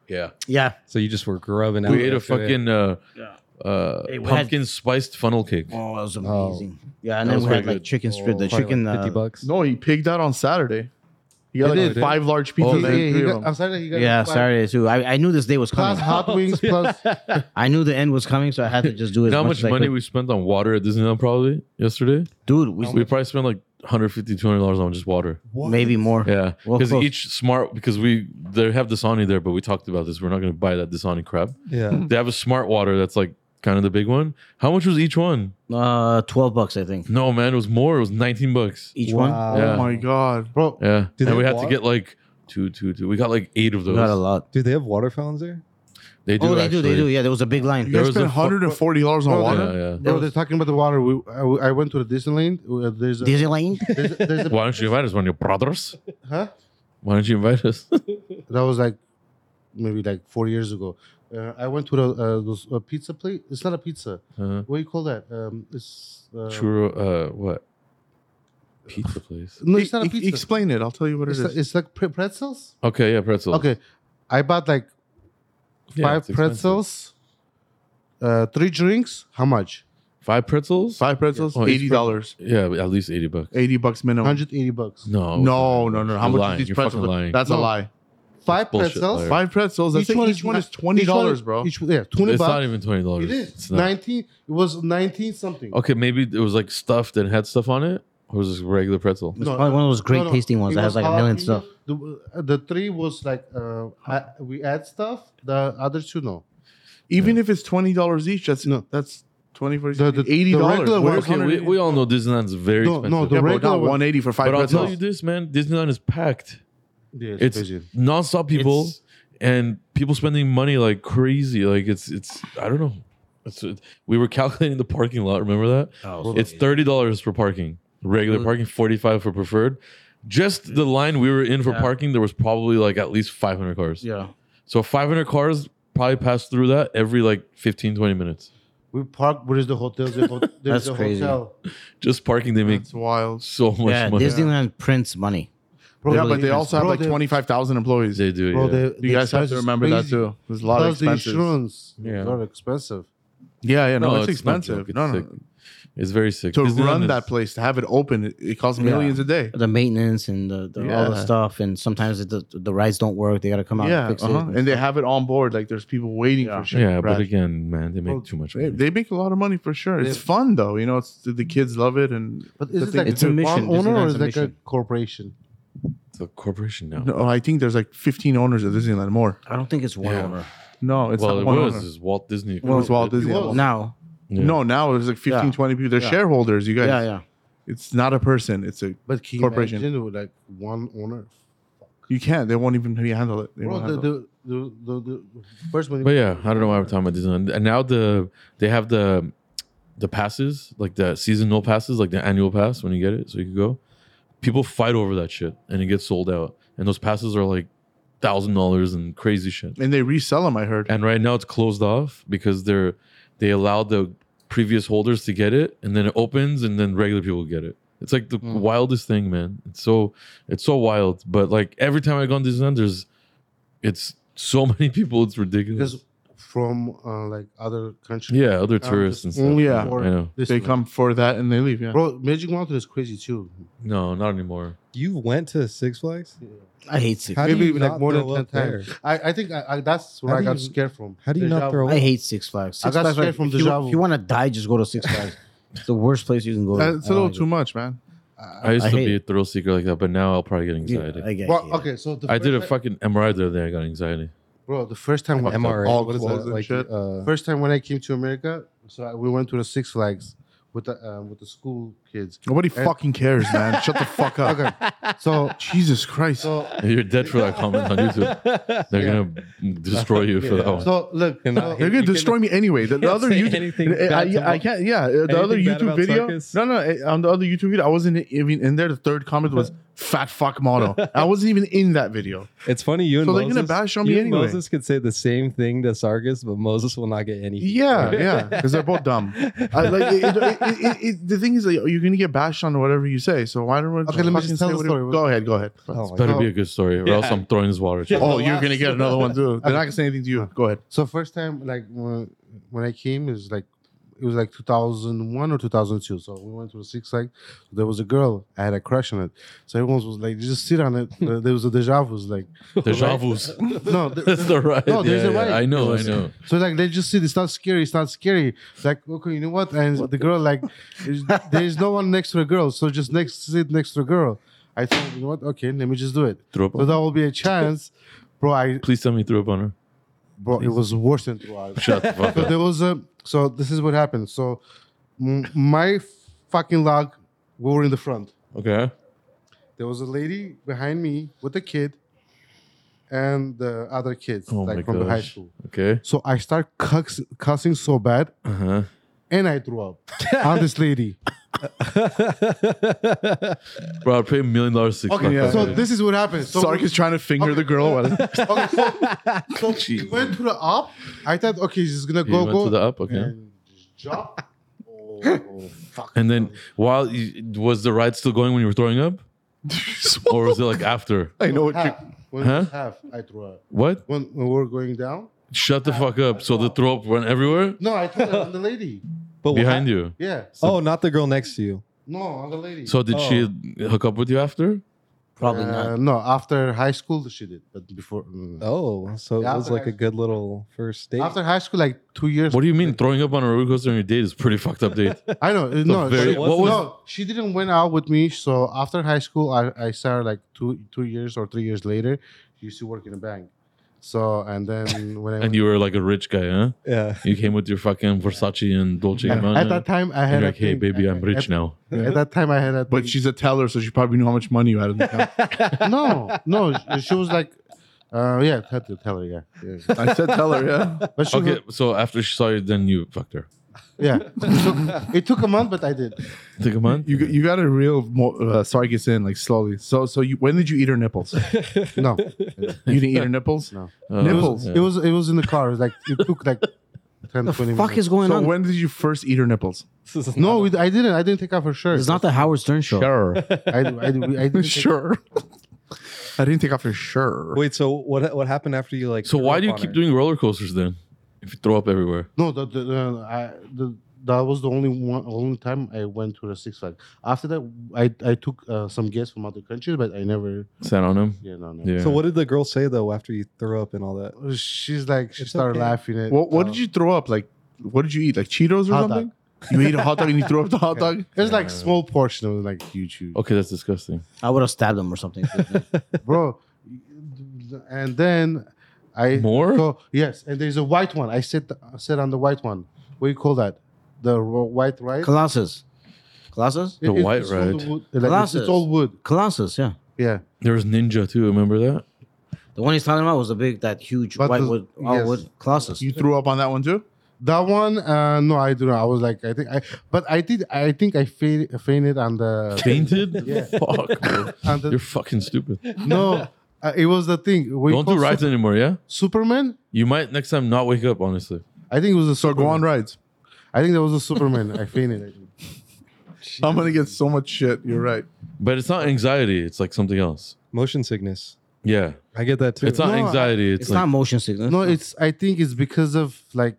Speaker 1: Yeah,
Speaker 4: yeah.
Speaker 3: So you just were grubbing out.
Speaker 1: we ate a
Speaker 3: yesterday.
Speaker 1: fucking uh,
Speaker 4: Yeah.
Speaker 1: uh,
Speaker 4: Hey, we had-
Speaker 1: pumpkin spiced funnel cake.
Speaker 4: Oh, that was
Speaker 3: Oh.
Speaker 4: amazing. yeah, and
Speaker 1: That
Speaker 4: then
Speaker 1: was
Speaker 4: we
Speaker 1: very
Speaker 4: had like
Speaker 1: good.
Speaker 4: chicken strip, the
Speaker 3: Probably like
Speaker 4: chicken.
Speaker 3: fifty
Speaker 4: uh,
Speaker 3: bucks.
Speaker 2: No, he pigged out on Saturday. He got
Speaker 3: He
Speaker 2: like
Speaker 3: did.
Speaker 2: five large pizzas.
Speaker 1: Oh,
Speaker 2: and
Speaker 6: yeah, yeah,
Speaker 2: three
Speaker 6: he
Speaker 2: of
Speaker 6: got,
Speaker 2: them.
Speaker 6: on Saturday he got
Speaker 4: yeah,
Speaker 6: five-
Speaker 4: Saturday too. I, I knew this day was
Speaker 6: Plus
Speaker 4: coming.
Speaker 6: hot
Speaker 2: <laughs>
Speaker 6: wings, plus
Speaker 2: Oh
Speaker 4: I knew the end was coming, so I had to just do
Speaker 1: You
Speaker 4: it.
Speaker 1: know how much money we spent on water at Disneyland probably yesterday?
Speaker 4: dude? We,
Speaker 1: We probably spent like 150 dollars on just water.
Speaker 4: maybe more.
Speaker 1: Yeah,
Speaker 4: Well,
Speaker 1: because
Speaker 4: close.
Speaker 1: each smart because we they have Dasani there, but we talked about this. We're not going to buy that Dasani
Speaker 4: <laughs>
Speaker 1: crap.
Speaker 3: Yeah.
Speaker 1: They have a smart water that's like kind of the big one. How much was each one?
Speaker 4: Uh, twelve bucks, I think.
Speaker 1: No, man, it was more. It was 19 bucks.
Speaker 4: Each one.
Speaker 3: Wow.
Speaker 1: Yeah.
Speaker 2: Oh my god, bro!
Speaker 1: Yeah,
Speaker 3: Did
Speaker 1: and
Speaker 3: they
Speaker 1: we had
Speaker 3: walk?
Speaker 1: to get like two, two, two. We got like eight of
Speaker 4: We Got a
Speaker 1: those.
Speaker 4: lot.
Speaker 3: Do they have water fountains there?
Speaker 1: They do.
Speaker 4: oh, they do. They do.
Speaker 1: actually.
Speaker 4: Yeah, there was a big line.
Speaker 2: You
Speaker 1: There
Speaker 2: guys
Speaker 1: was
Speaker 2: spent
Speaker 1: a fu-
Speaker 2: 140 dollars on
Speaker 6: Bro,
Speaker 2: water.
Speaker 1: Yeah, yeah.
Speaker 6: Bro, they're talking about the water. We, I, I went to the Disneyland. Uh, There's a,
Speaker 4: Disneyland.
Speaker 6: there's a, there's a
Speaker 1: Why don't you invite us, one of your brothers?
Speaker 6: huh?
Speaker 1: Why don't you invite
Speaker 2: <laughs>
Speaker 1: us?
Speaker 6: That was like maybe like four years ago. Uh, I went to the uh, those, uh, pizza plate. It's not a pizza.
Speaker 1: Uh,
Speaker 6: What do you call that? Um, it's uh,
Speaker 1: churro, uh, what? Pizza place.
Speaker 6: No, it's
Speaker 2: E-
Speaker 6: not a
Speaker 2: e-
Speaker 6: pizza.
Speaker 2: Explain it. I'll tell you what it
Speaker 6: it's,
Speaker 2: is.
Speaker 6: like, it's like pre- pretzels.
Speaker 1: Okay, yeah, pretzel.
Speaker 6: Okay, I bought like
Speaker 1: Yeah,
Speaker 6: five
Speaker 1: it's expensive.
Speaker 6: pretzels, uh, three drinks. How much?
Speaker 1: Five pretzels.
Speaker 2: Five pretzels,
Speaker 1: Oh, each
Speaker 2: eighty dollars,
Speaker 1: Yeah, but at least 80 bucks.
Speaker 2: eighty bucks minimum.
Speaker 6: Hundred eighty bucks.
Speaker 1: No,
Speaker 2: no, no, no. How
Speaker 1: You're
Speaker 2: much
Speaker 1: lying.
Speaker 2: is each
Speaker 1: You're
Speaker 2: pretzel?
Speaker 1: fucking lying.
Speaker 2: That's a
Speaker 6: No.
Speaker 2: lie.
Speaker 6: Five
Speaker 1: bullshit,
Speaker 6: pretzels.
Speaker 1: liar.
Speaker 2: Five pretzels. That's each one, each one is twenty
Speaker 6: each one
Speaker 2: dollars, bro.
Speaker 6: Each, yeah, twenty
Speaker 1: it's
Speaker 6: bucks.
Speaker 1: not even twenty dollars.
Speaker 6: it is nineteen. It was nineteen something.
Speaker 1: Okay, maybe it was like stuffed and had stuff on it, or was this regular pretzel?
Speaker 4: It's probably one of those great tasting ones
Speaker 6: It
Speaker 4: that has
Speaker 6: was
Speaker 4: like a million
Speaker 6: jalapeno.
Speaker 4: stuff.
Speaker 6: The, uh, the three was like uh, I, we add stuff. The other two no.
Speaker 2: Even if it's twenty dollars each, that's no, that's twenty for
Speaker 6: The- the-
Speaker 2: eighty
Speaker 6: the
Speaker 2: dollars.
Speaker 6: regular
Speaker 2: Where's
Speaker 6: ones-
Speaker 1: Okay, we,
Speaker 2: 180?
Speaker 1: we all know Disneyland's very
Speaker 6: No, no,
Speaker 1: expensive.
Speaker 6: the
Speaker 2: yeah, bro,
Speaker 6: regular
Speaker 2: not
Speaker 6: one-
Speaker 2: one eighty for five
Speaker 1: but I'll
Speaker 2: pretzels.
Speaker 1: tell you this, man, Disneyland is packed.
Speaker 6: Yeah,
Speaker 1: It's
Speaker 6: crazy.
Speaker 1: nonstop people
Speaker 4: It's-
Speaker 1: and people spending money like crazy. Like it's it's I don't know. It's, it- we were calculating the parking lot. Remember that?
Speaker 4: Oh,
Speaker 1: It's thirty dollars for parking, regular parking, forty five for preferred. Just the line we were in for
Speaker 4: Yeah.
Speaker 1: parking, there was probably like at least five hundred cars.
Speaker 4: yeah.
Speaker 1: So 500 cars probably pass through that every like 15, 20 minutes.
Speaker 6: We parked. Where is the hotel? There's a ho- there's
Speaker 4: That's
Speaker 6: a
Speaker 4: crazy.
Speaker 6: hotel.
Speaker 1: Just parking, they make
Speaker 2: That's wild.
Speaker 1: so much
Speaker 4: yeah,
Speaker 1: money.
Speaker 4: Disneyland prints money.
Speaker 6: Bro,
Speaker 2: yeah, but they
Speaker 6: bro,
Speaker 2: also have
Speaker 6: bro,
Speaker 2: like
Speaker 6: they-
Speaker 2: twenty five thousand employees.
Speaker 1: They do,
Speaker 6: Bro,
Speaker 1: yeah.
Speaker 6: they-
Speaker 2: you
Speaker 6: they
Speaker 2: guys have
Speaker 6: charge
Speaker 2: to
Speaker 6: us
Speaker 2: remember that
Speaker 6: crazy.
Speaker 2: too. There's a lot
Speaker 6: Plus
Speaker 2: of
Speaker 6: the
Speaker 2: expenses.
Speaker 6: insurance.
Speaker 1: Yeah.
Speaker 6: Yeah, very expensive.
Speaker 2: Yeah, yeah, no,
Speaker 1: No,
Speaker 2: it's,
Speaker 1: it's not
Speaker 2: expensive.
Speaker 1: joke. It's
Speaker 2: no, no,
Speaker 1: sick. it's very sick.
Speaker 2: to
Speaker 1: Disneyland
Speaker 2: run
Speaker 1: is-
Speaker 2: that place, to have it open, it, it costs
Speaker 4: Yeah.
Speaker 2: millions a day.
Speaker 4: The maintenance and the, the, all the
Speaker 2: Yeah.
Speaker 4: stuff, and sometimes the the rides don't work. They got to come out
Speaker 2: Yeah,
Speaker 4: and fix
Speaker 2: uh-huh.
Speaker 4: it.
Speaker 2: and they have it on board. Like there's people waiting
Speaker 6: Yeah.
Speaker 2: for shit.
Speaker 1: Yeah,
Speaker 2: Brad.
Speaker 1: but again, man, they make
Speaker 6: Bro,
Speaker 1: too much
Speaker 2: They-
Speaker 1: money.
Speaker 2: they make a lot of money for sure. It's
Speaker 6: Yeah.
Speaker 2: fun though, you know. It's the kids love it, and
Speaker 6: But is
Speaker 2: The
Speaker 6: it
Speaker 2: thing
Speaker 6: like
Speaker 2: is
Speaker 4: a
Speaker 6: one
Speaker 4: mission.
Speaker 6: owner or
Speaker 4: Disneyland's
Speaker 6: is
Speaker 4: a
Speaker 6: it like a
Speaker 4: mission.
Speaker 6: corporation?
Speaker 1: it's a corporation now.
Speaker 2: no, I think there's like 15 owners at Disneyland more.
Speaker 4: I don't think it's one
Speaker 1: Yeah.
Speaker 4: owner
Speaker 2: No, it's
Speaker 1: well,
Speaker 2: not
Speaker 1: it
Speaker 2: one
Speaker 1: was,
Speaker 2: owner.
Speaker 1: it's Walt Disney.
Speaker 2: It was Walt
Speaker 1: Yeah.
Speaker 2: Disney.
Speaker 6: was.
Speaker 4: now.
Speaker 1: Yeah.
Speaker 2: No, now there's like 15,
Speaker 4: Yeah.
Speaker 2: 20 people. They're
Speaker 4: Yeah.
Speaker 2: shareholders, you guys.
Speaker 4: Yeah, yeah.
Speaker 2: It's not a person. It's a
Speaker 6: But can you
Speaker 2: Corporation.
Speaker 6: imagine with like one owner?
Speaker 2: you can't. They won't even handle it. They
Speaker 6: Bro,
Speaker 2: won't
Speaker 6: the,
Speaker 2: handle it.
Speaker 6: the, the, the, the first one.
Speaker 1: But yeah, I don't know why we're talking about Disneyland. And now the they have the the passes, like the seasonal passes, like the annual pass when you get it, so you can go. People fight over that shit, and it gets sold out. And those passes are like thousand dollars and crazy shit.
Speaker 2: and they resell them. I heard.
Speaker 1: and right now it's closed off because they're they allowed the previous holders to get it and then it opens and then regular people get it it's like the
Speaker 6: Hmm.
Speaker 1: wildest thing man it's so it's so wild but like every time i go on disneyland there's it's so <laughs> many people it's ridiculous
Speaker 6: because from uh, like other countries.
Speaker 1: yeah other tourists and
Speaker 6: just-
Speaker 1: stuff
Speaker 2: yeah.
Speaker 1: i know
Speaker 2: They come for that and they leave. Yeah.
Speaker 6: Bro, Magic Mountain is crazy too.
Speaker 1: no not anymore
Speaker 3: You went to Six Flags?
Speaker 4: I hate Six.
Speaker 3: How
Speaker 6: Maybe
Speaker 3: do you
Speaker 6: like
Speaker 3: not
Speaker 6: more than
Speaker 3: throw
Speaker 6: 10
Speaker 3: up there?
Speaker 6: times. I, I think I, I, that's where
Speaker 3: How
Speaker 6: I
Speaker 3: do
Speaker 6: got
Speaker 3: you-
Speaker 6: scared from.
Speaker 3: How do you
Speaker 6: Deja
Speaker 3: not
Speaker 6: vu.
Speaker 3: throw
Speaker 4: I
Speaker 3: up?
Speaker 4: hate Six Flags.
Speaker 6: I
Speaker 4: Six
Speaker 6: got
Speaker 4: Flags,
Speaker 6: scared
Speaker 4: like,
Speaker 6: from
Speaker 4: if you-
Speaker 6: Deja Vu.
Speaker 4: If you want to die, just go to Six Flags. it's the worst place you can go. Oh
Speaker 2: Uh, it's a
Speaker 4: I
Speaker 2: little
Speaker 4: don't
Speaker 2: too much, man.
Speaker 1: i used
Speaker 4: I
Speaker 1: to
Speaker 4: hate
Speaker 1: be a
Speaker 4: it.
Speaker 1: thrill seeker like that but now i'll probably get
Speaker 4: like it.
Speaker 1: anxiety
Speaker 4: Yeah, I get
Speaker 6: Well,
Speaker 4: it.
Speaker 6: okay, so the
Speaker 1: I did a
Speaker 6: first time-
Speaker 1: fucking MRI the other day. I got anxiety. <laughs>
Speaker 6: bro. The first time, when-
Speaker 3: MRA.
Speaker 2: all
Speaker 3: what is
Speaker 2: clothes
Speaker 3: that?
Speaker 2: and
Speaker 3: Like,
Speaker 2: shit.
Speaker 3: uh,
Speaker 6: first time when I came to America, so I, we went to the Six Flags with the um, with the school kids.
Speaker 2: Nobody
Speaker 6: And-
Speaker 2: fucking cares,
Speaker 6: <laughs>
Speaker 2: man. Shut the fuck up. Oh,
Speaker 6: Okay, so
Speaker 2: Jesus Christ.
Speaker 6: so
Speaker 1: You're dead for that comment on
Speaker 6: <laughs>
Speaker 1: YouTube. They're gonna destroy you for that one.
Speaker 6: so look.
Speaker 3: And
Speaker 6: so-
Speaker 2: They're
Speaker 3: You
Speaker 2: gonna
Speaker 3: can-
Speaker 2: destroy me anyway. The, the
Speaker 3: can't
Speaker 2: other
Speaker 3: say
Speaker 2: YouTube,
Speaker 3: anything
Speaker 2: I,
Speaker 3: bad
Speaker 2: I, I
Speaker 3: about-
Speaker 2: can't. Yeah, uh, the other
Speaker 3: anything bad
Speaker 2: YouTube
Speaker 3: about
Speaker 2: video.
Speaker 3: Sarkis?
Speaker 2: No, no. I- On the other YouTube video, I wasn't even in there. The third comment was "fat fuck
Speaker 6: <laughs>
Speaker 2: model." I wasn't even in that video.
Speaker 3: It's funny you and
Speaker 2: So they're
Speaker 3: Moses.
Speaker 2: gonna bash on me
Speaker 3: you and
Speaker 2: anyway.
Speaker 3: Moses could say the same thing to Sargus, but Moses will not get any. heat.
Speaker 6: <laughs>
Speaker 2: Yeah, yeah, because they're both dumb. I, like it, it, it, it, it- the thing is, like, you're gonna get bashed on whatever you say. So why don't we?
Speaker 6: Okay, let me
Speaker 2: fucking
Speaker 6: just tell
Speaker 2: say
Speaker 6: the
Speaker 2: what it-
Speaker 6: story.
Speaker 2: Go ahead, go ahead.
Speaker 3: <laughs> Oh my
Speaker 1: Better
Speaker 3: God.
Speaker 1: be a good story, or else I'm throwing this water. at you.
Speaker 2: Oh, you're gonna get another one too. They're not gonna say anything to you. Go ahead.
Speaker 6: So first time, like when, when I came, it was like it was like 2001 or 2002. So we went to a six like there was a girl. I had a crush on it. So everyone was like, just sit on
Speaker 3: <laughs>
Speaker 6: it. Uh, there was a deja vu. Like
Speaker 1: Deja
Speaker 6: <laughs>
Speaker 1: vu's.
Speaker 6: no, th-
Speaker 1: That's the right.
Speaker 6: No, there's
Speaker 1: yeah,
Speaker 6: a
Speaker 1: yeah.
Speaker 6: right.
Speaker 1: I know, I know.
Speaker 6: so like they just sit. It's not scary. It's not scary. It's like okay, you know what? And the girl like is- there is no one next to a girl. So just next sit next to a girl. I thought you know what? Okay, let me just do it.
Speaker 1: Throw up
Speaker 6: But
Speaker 1: on-
Speaker 6: that will be a chance, bro. I
Speaker 1: Please tell me you threw up on her.
Speaker 6: bro, it was worse than two hours.
Speaker 1: Shut the fuck
Speaker 6: So <laughs>
Speaker 1: up.
Speaker 6: there was a. So this is what happened. So m- my fucking log, we were in the front.
Speaker 1: Okay.
Speaker 6: There was a lady behind me with a kid, and the other kids
Speaker 1: Oh my
Speaker 6: like from the high
Speaker 1: gosh.
Speaker 6: school.
Speaker 1: Okay.
Speaker 6: So I start cucks, cussing so bad,
Speaker 1: Uh huh.
Speaker 6: and I threw up on this lady.
Speaker 1: Bro, I'd pay a million dollars to six
Speaker 6: Okay,
Speaker 1: pack
Speaker 6: so
Speaker 1: for that.
Speaker 6: this is what happened. So
Speaker 2: Sark is trying to finger the girl. While
Speaker 6: okay, so, so she went to the up. I thought, okay, she's gonna
Speaker 1: You
Speaker 6: go
Speaker 1: went
Speaker 6: go
Speaker 1: to the up, okay.
Speaker 6: and jump. Oh, fuck.
Speaker 1: And then while you, was the ride still going when you were throwing
Speaker 6: <laughs>
Speaker 1: up, or was it like after?
Speaker 2: I know what. you-
Speaker 6: half, when it
Speaker 1: Huh?
Speaker 6: was half, I threw up.
Speaker 1: What?
Speaker 6: When, when we were going down,
Speaker 1: Shut the fuck up. So the throw up went everywhere
Speaker 6: No, I threw it on the lady.
Speaker 3: But
Speaker 1: behind you.
Speaker 6: Yeah.
Speaker 3: Oh, not the girl next to you.
Speaker 6: No, on the lady.
Speaker 1: So did
Speaker 6: Oh.
Speaker 1: she hook up with you after?
Speaker 4: Probably
Speaker 6: uh,
Speaker 4: not.
Speaker 6: no, after high school she did, but before mm.
Speaker 3: Oh, so
Speaker 6: Yeah,
Speaker 3: it was
Speaker 6: after
Speaker 3: like a
Speaker 6: high
Speaker 3: good little first date.
Speaker 6: after high school, like two years.
Speaker 1: What do you mean throwing up on a roller coaster on your date is a pretty fucked up date?
Speaker 6: I know. uh, No,
Speaker 1: very-
Speaker 6: she,
Speaker 1: what was-
Speaker 6: no, she didn't went out with me. So after high school, I, I started like two two years or three years later. She used to work in a bank. So and
Speaker 1: <laughs>
Speaker 6: then when I
Speaker 1: and you were like a rich guy, huh?
Speaker 3: yeah. <laughs>
Speaker 1: You came with your fucking Versace and Dolce
Speaker 6: at,
Speaker 1: Gabbana.
Speaker 6: at that time I
Speaker 1: and
Speaker 6: had
Speaker 1: you're
Speaker 6: a
Speaker 1: like, hey,
Speaker 6: thing-
Speaker 1: baby, I'm rich
Speaker 6: at,
Speaker 1: now.
Speaker 6: At that time I had a
Speaker 2: But
Speaker 6: thing-
Speaker 2: she's a teller, so she probably knew how much money you had in the account.
Speaker 6: no no she, she was like uh yeah had to tell her yeah, yeah.
Speaker 2: I said teller, yeah.
Speaker 6: but she
Speaker 1: Okay, so after she saw you, then you fucked her.
Speaker 6: yeah So it took a month but I did
Speaker 1: Take a month.
Speaker 2: <laughs> You got- you got a real mo- uh, Sarkis in like slowly. So so you when did you eat her nipples?
Speaker 6: <laughs> no
Speaker 2: You didn't eat her nipples.
Speaker 6: No.
Speaker 1: Uh,
Speaker 6: It
Speaker 2: Nipples.
Speaker 6: was, it was it was in the car. It was like it took like 10,
Speaker 4: The
Speaker 6: 20
Speaker 4: fuck
Speaker 6: minutes.
Speaker 4: is going
Speaker 2: So
Speaker 4: on?
Speaker 2: when did you first eat her nipples?
Speaker 3: This is
Speaker 6: no, it, I didn't. I didn't take off her shirt.
Speaker 4: it's not the Howard Stern show.
Speaker 2: Sure,
Speaker 6: I, I, I didn't
Speaker 4: <laughs>
Speaker 6: take-
Speaker 2: sure. I didn't take off her sure.
Speaker 3: Wait, so what what happened after you like?
Speaker 1: so
Speaker 3: threw
Speaker 1: why
Speaker 3: up
Speaker 1: do you
Speaker 3: on
Speaker 1: keep
Speaker 3: her?
Speaker 1: doing roller coasters then? If you throw up everywhere,
Speaker 6: No, the, the, the, I, the, that was the only one, only time I went to the Six Flags. After that, I I took uh, some guests from other countries, but I never.
Speaker 1: sat on him.
Speaker 6: Yeah, no, no.
Speaker 1: Yeah.
Speaker 3: So what did the girl say though after you threw up and all that?
Speaker 6: She's like, she
Speaker 3: It's
Speaker 6: started
Speaker 3: okay.
Speaker 6: laughing. At, uh,
Speaker 2: What what did you throw up? Like what did you eat? Like Cheetos or
Speaker 6: Hot dog.
Speaker 2: something? You ate a hot dog and you threw up
Speaker 6: <laughs>
Speaker 2: the hot dog.
Speaker 6: It's like small portion of like YouTube,
Speaker 1: Okay, that's disgusting.
Speaker 4: I would have stabbed him or something.
Speaker 6: bro. And then I
Speaker 1: More?
Speaker 6: So yes, and there's a white one. I sit I sit on the white one. What do you call that? The ro- white right?
Speaker 4: Colossus. Colossus?
Speaker 1: The white
Speaker 6: it's all the
Speaker 1: ride.
Speaker 6: wood- like, it's, it's all wood.
Speaker 4: Colossus, yeah.
Speaker 6: Yeah.
Speaker 1: There was Ninja too. Remember that?
Speaker 4: The one he's talking about was the big, that huge
Speaker 6: But
Speaker 4: white
Speaker 6: the-
Speaker 4: wood, all
Speaker 6: yes.
Speaker 4: wood Colossus.
Speaker 2: You threw up on that one too?
Speaker 6: That one, uh, no, I don't know. I was like, I think, I, but I did. I think I faint, fainted
Speaker 1: <laughs>
Speaker 6: on the,
Speaker 1: Fainted?
Speaker 6: <laughs> <laughs> Yeah.
Speaker 1: Fuck, bro.
Speaker 6: on the
Speaker 1: You're fucking stupid. <laughs>
Speaker 6: no. Uh, it was the thing. We
Speaker 1: Don't do rides anymore, yeah?
Speaker 6: Superman.
Speaker 1: You might next time not wake up, honestly.
Speaker 6: I think it was a
Speaker 2: So go on
Speaker 6: Superman.
Speaker 2: rides.
Speaker 6: I think that was a Superman. I
Speaker 1: <laughs>
Speaker 6: fainted. I think.
Speaker 2: I'm gonna get so much shit. You're right.
Speaker 1: But it's not anxiety, it's like something else.
Speaker 3: Motion sickness.
Speaker 1: Yeah.
Speaker 3: I get that too.
Speaker 1: It's not
Speaker 6: No, I-
Speaker 1: anxiety, it's,
Speaker 4: It's
Speaker 1: like
Speaker 4: not motion sickness.
Speaker 6: No, it's. I think it's because of like,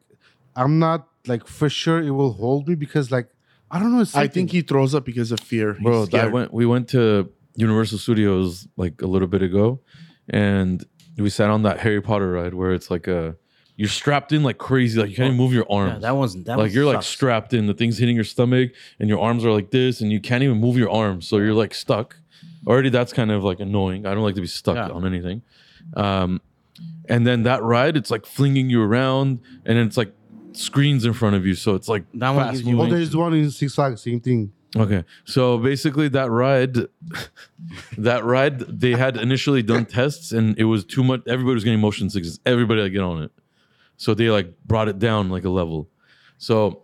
Speaker 6: I'm not like for sure it will hold me because like I don't know. It's
Speaker 2: I
Speaker 6: something.
Speaker 2: think he throws up because of fear. He's
Speaker 1: bro i
Speaker 2: scared.
Speaker 1: went we went to universal studios like a little bit ago and we sat on that harry potter ride where it's like a you're strapped in like crazy like you can't even move your
Speaker 4: yeah,
Speaker 1: arms
Speaker 4: that wasn't that
Speaker 1: like
Speaker 4: one
Speaker 1: you're like
Speaker 4: sucks.
Speaker 1: strapped in the thing's hitting your stomach and your arms are like this and you can't even move your arms so you're like stuck already that's kind of like annoying i don't like to be stuck
Speaker 4: Yeah.
Speaker 1: on anything um and then that ride it's like flinging you around and it's like screens in front of you so it's like
Speaker 4: That one
Speaker 1: fast
Speaker 4: gives you-
Speaker 6: Oh,
Speaker 1: moving.
Speaker 6: there's one in Six Flags. Same thing.
Speaker 1: Okay, so basically that ride, that ride, they had initially done tests and it was too much. Everybody was getting motion sickness. Everybody that get on it, so they like brought it down like a level. So,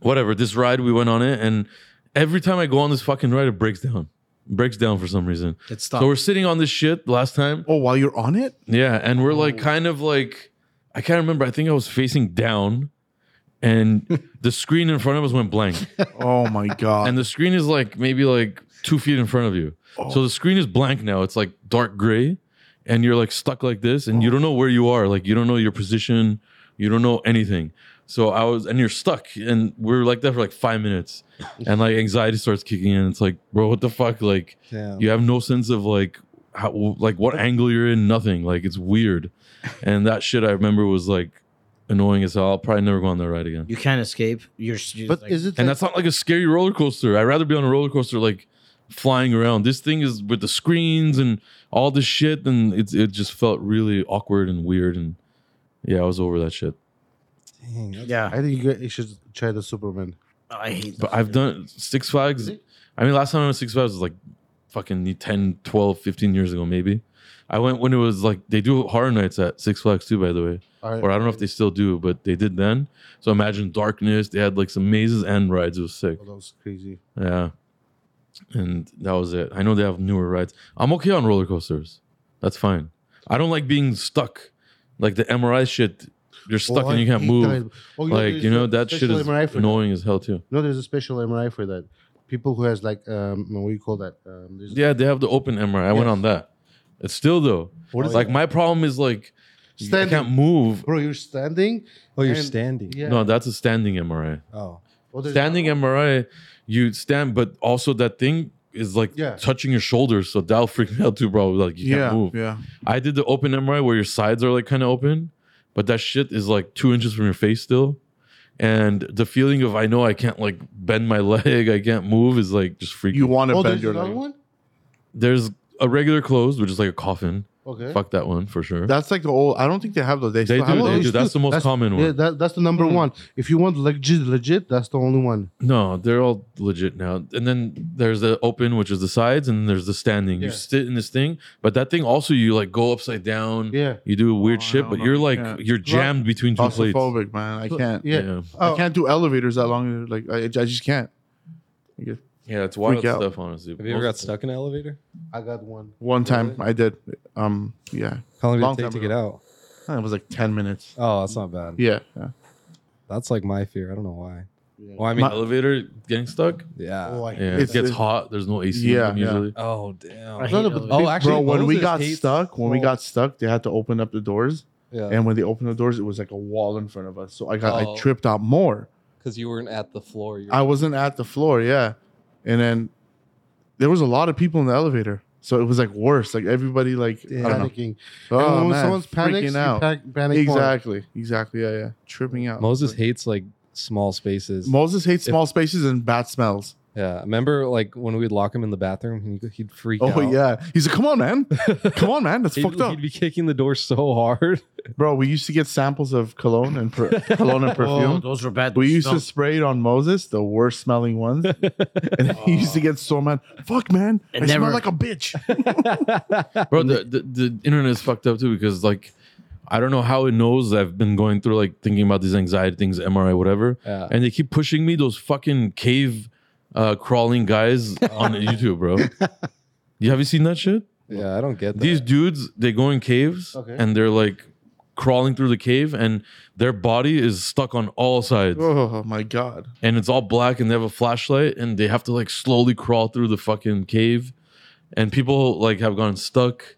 Speaker 1: whatever. This ride we went on it, and every time I go on this fucking ride, it breaks down, breaks down for some reason.
Speaker 3: It
Speaker 1: So we're sitting on this shit last time.
Speaker 2: Oh, while you're on it,
Speaker 1: Yeah, and we're like kind of like I can't remember. I think I was facing down, and the screen in front of us went blank.
Speaker 2: oh
Speaker 1: <laughs>
Speaker 2: my god!
Speaker 1: And the screen is like maybe like two feet in front of you. So the screen is blank now. It's like dark gray, and you're like stuck like this, and you don't know where you are. Like you don't know your position. You don't know anything. So I was, and you're stuck, and we we're like that for like five minutes, and like anxiety starts kicking in. It's like, bro, what the fuck? Like
Speaker 3: yeah.
Speaker 1: you have no sense of like how like what angle you're in nothing like it's weird and that shit i remember was like annoying as hell i'll probably never go on that ride again
Speaker 4: You can't escape. You're, you
Speaker 6: But is it?
Speaker 1: and
Speaker 6: like-
Speaker 1: that's not like a scary roller coaster i'd rather be on a roller coaster like flying around this thing is with the screens and all this shit and it, it just felt really awkward and weird and yeah i was over that shit
Speaker 3: Dang, that's-
Speaker 4: yeah.
Speaker 6: I think you, guys- you should try the Superman.
Speaker 4: I hate.
Speaker 1: but i've done six flags i mean last time i went six flags was like fucking 10 12 15 years ago maybe i went when it was like they do horror nights at six flags too by the way
Speaker 6: All right.
Speaker 1: or I don't know if they still do, but they did then. So imagine darkness. They had like some mazes and rides. It was sick.
Speaker 6: Oh, that was crazy.
Speaker 1: Yeah, and that was it. I know they have newer rides. I'm okay on roller coasters. That's fine. I don't like being stuck, like the MRI shit. You're stuck
Speaker 6: Oh,
Speaker 1: and
Speaker 6: I
Speaker 1: you can't
Speaker 6: hate
Speaker 1: move.
Speaker 6: that. Oh,
Speaker 1: like
Speaker 6: there's
Speaker 1: you know
Speaker 6: a
Speaker 1: that shit
Speaker 6: special
Speaker 1: is
Speaker 6: MRI for that.
Speaker 1: annoying as hell too.
Speaker 6: No, there's a special MRI for that. People who has like um, what do you call that? Um, there's-
Speaker 1: Yeah, they have the open MRI. I went
Speaker 6: Yeah.
Speaker 1: on that. It's still though.
Speaker 6: What is
Speaker 1: like my problem is like I
Speaker 6: Standing.
Speaker 1: can't move.
Speaker 6: Bro, you're standing.
Speaker 3: Oh, you're
Speaker 6: And-
Speaker 3: standing.
Speaker 6: Yeah.
Speaker 1: No, that's a standing MRI.
Speaker 3: Oh,
Speaker 6: Oh, there's-
Speaker 1: standing MRI, you stand, but also that thing is like
Speaker 6: Yeah.
Speaker 1: touching your shoulders, so that'll freak me out too, bro. Like you
Speaker 2: yeah,
Speaker 1: can't move.
Speaker 2: yeah.
Speaker 1: I did the open MRI where your sides are like kind of open, but that shit is like two inches from your face still, and the feeling of I know I can't like bend my <laughs> leg, I can't move is like just freaking.
Speaker 2: You want to
Speaker 6: Oh,
Speaker 2: bend
Speaker 6: there's
Speaker 2: your
Speaker 6: another
Speaker 2: leg.
Speaker 6: one.
Speaker 1: There's a regular closed, which is like a coffin.
Speaker 6: Okay.
Speaker 1: Fuck that one for sure.
Speaker 2: That's like the old. I don't think they have those. They,
Speaker 1: they
Speaker 2: still have
Speaker 1: do,
Speaker 6: Oh,
Speaker 1: they
Speaker 2: those.
Speaker 1: do.
Speaker 6: it's
Speaker 1: That's
Speaker 6: two.
Speaker 1: the most common one. Hmm.
Speaker 6: Yeah, that, that's the number one. If you want legit, legit, that's the only one.
Speaker 1: No, they're all legit now. And then there's the open, which is the sides, and there's the standing. You
Speaker 6: Yeah.
Speaker 1: sit in this thing, but that thing also you like go upside down.
Speaker 6: Yeah.
Speaker 1: You do weird
Speaker 2: Oh, I
Speaker 1: shit,
Speaker 2: don't
Speaker 1: but
Speaker 2: know.
Speaker 1: you're like
Speaker 2: Yeah.
Speaker 1: you're jammed between two plates.
Speaker 2: Claustrophobic, man. I can't.
Speaker 6: Yeah. Oh.
Speaker 1: yeah,
Speaker 2: I can't do elevators that long. Like I, I just can't.
Speaker 1: yeah, it's wild
Speaker 2: Freak out.
Speaker 1: stuff, honestly.
Speaker 3: have you ever
Speaker 1: Most-
Speaker 3: got stuck in an elevator?
Speaker 6: I got one.
Speaker 2: One time I did. Um. Yeah.
Speaker 3: How long did
Speaker 2: Long
Speaker 3: it take
Speaker 2: time
Speaker 3: to get out?
Speaker 2: It was like ten minutes.
Speaker 3: Oh, that's not bad.
Speaker 2: Yeah. yeah.
Speaker 3: That's like my fear. I don't know why. Well, I mean,
Speaker 2: My-
Speaker 1: elevator getting stuck?
Speaker 3: yeah.
Speaker 6: Oh, I
Speaker 1: Yeah,
Speaker 2: It's-
Speaker 1: it gets
Speaker 2: it-
Speaker 1: hot. There's no AC
Speaker 2: Yeah,
Speaker 1: even
Speaker 2: yeah.
Speaker 1: usually.
Speaker 3: Oh
Speaker 4: I
Speaker 3: damn.
Speaker 4: hate
Speaker 6: No, no,
Speaker 4: those.
Speaker 3: Oh, actually,
Speaker 2: Bro, when we
Speaker 3: Moses
Speaker 2: got
Speaker 3: hates
Speaker 2: stuck, when we
Speaker 3: small-
Speaker 2: got stuck, they had to open up the doors,
Speaker 3: yeah,
Speaker 2: and when they opened the doors, it was like a wall in front of us. So I got
Speaker 3: Oh.
Speaker 2: I tripped out more.
Speaker 3: because you weren't at the floor. You were-
Speaker 2: I wasn't at the floor, yeah. And then there was a lot of people in the elevator. So it was like worse. Like everybody like I don't know.
Speaker 6: panicking.
Speaker 2: Oh,
Speaker 6: and when
Speaker 2: man,
Speaker 6: someone's panics,
Speaker 2: freaking
Speaker 6: you
Speaker 2: out.
Speaker 6: pac- panic more.
Speaker 2: exactly. Exactly. Yeah, yeah. Tripping out.
Speaker 3: Moses hates like small spaces.
Speaker 2: Moses hates small spaces and bad smells.
Speaker 3: yeah, remember like when we'd lock him in the bathroom, he'd, he'd freak out.
Speaker 2: Oh
Speaker 3: <laughs>
Speaker 2: yeah. He's like, come on, man. Come on, man. That's
Speaker 3: He'd,
Speaker 2: fucked up.
Speaker 3: he'd be kicking the door so hard. <laughs>
Speaker 2: Bro, we used to get samples of cologne and per- cologne and
Speaker 4: Oh,
Speaker 2: perfume.
Speaker 4: those were bad.
Speaker 2: We used to
Speaker 4: smells.
Speaker 2: spray it on Moses, the worst smelling ones. And he used to get so mad. Fuck, man. I
Speaker 4: It
Speaker 2: smell
Speaker 4: never-
Speaker 2: like a bitch.
Speaker 1: Bro, the, the, the internet is fucked up too because like I don't know how it knows I've been going through like thinking about these anxiety things, MRI, whatever.
Speaker 3: Yeah.
Speaker 1: and they keep pushing me those fucking cave uh, crawling
Speaker 3: <laughs>
Speaker 1: guys on YouTube, bro. You have you seen that shit?
Speaker 3: yeah, I don't get that.
Speaker 1: These dudes, they go in caves
Speaker 6: Okay.
Speaker 1: and they're like crawling through the cave, and their body is stuck on all sides,
Speaker 2: oh my god.
Speaker 1: and it's all black, and they have a flashlight, and they have to like slowly crawl through the fucking cave, and people like have gone stuck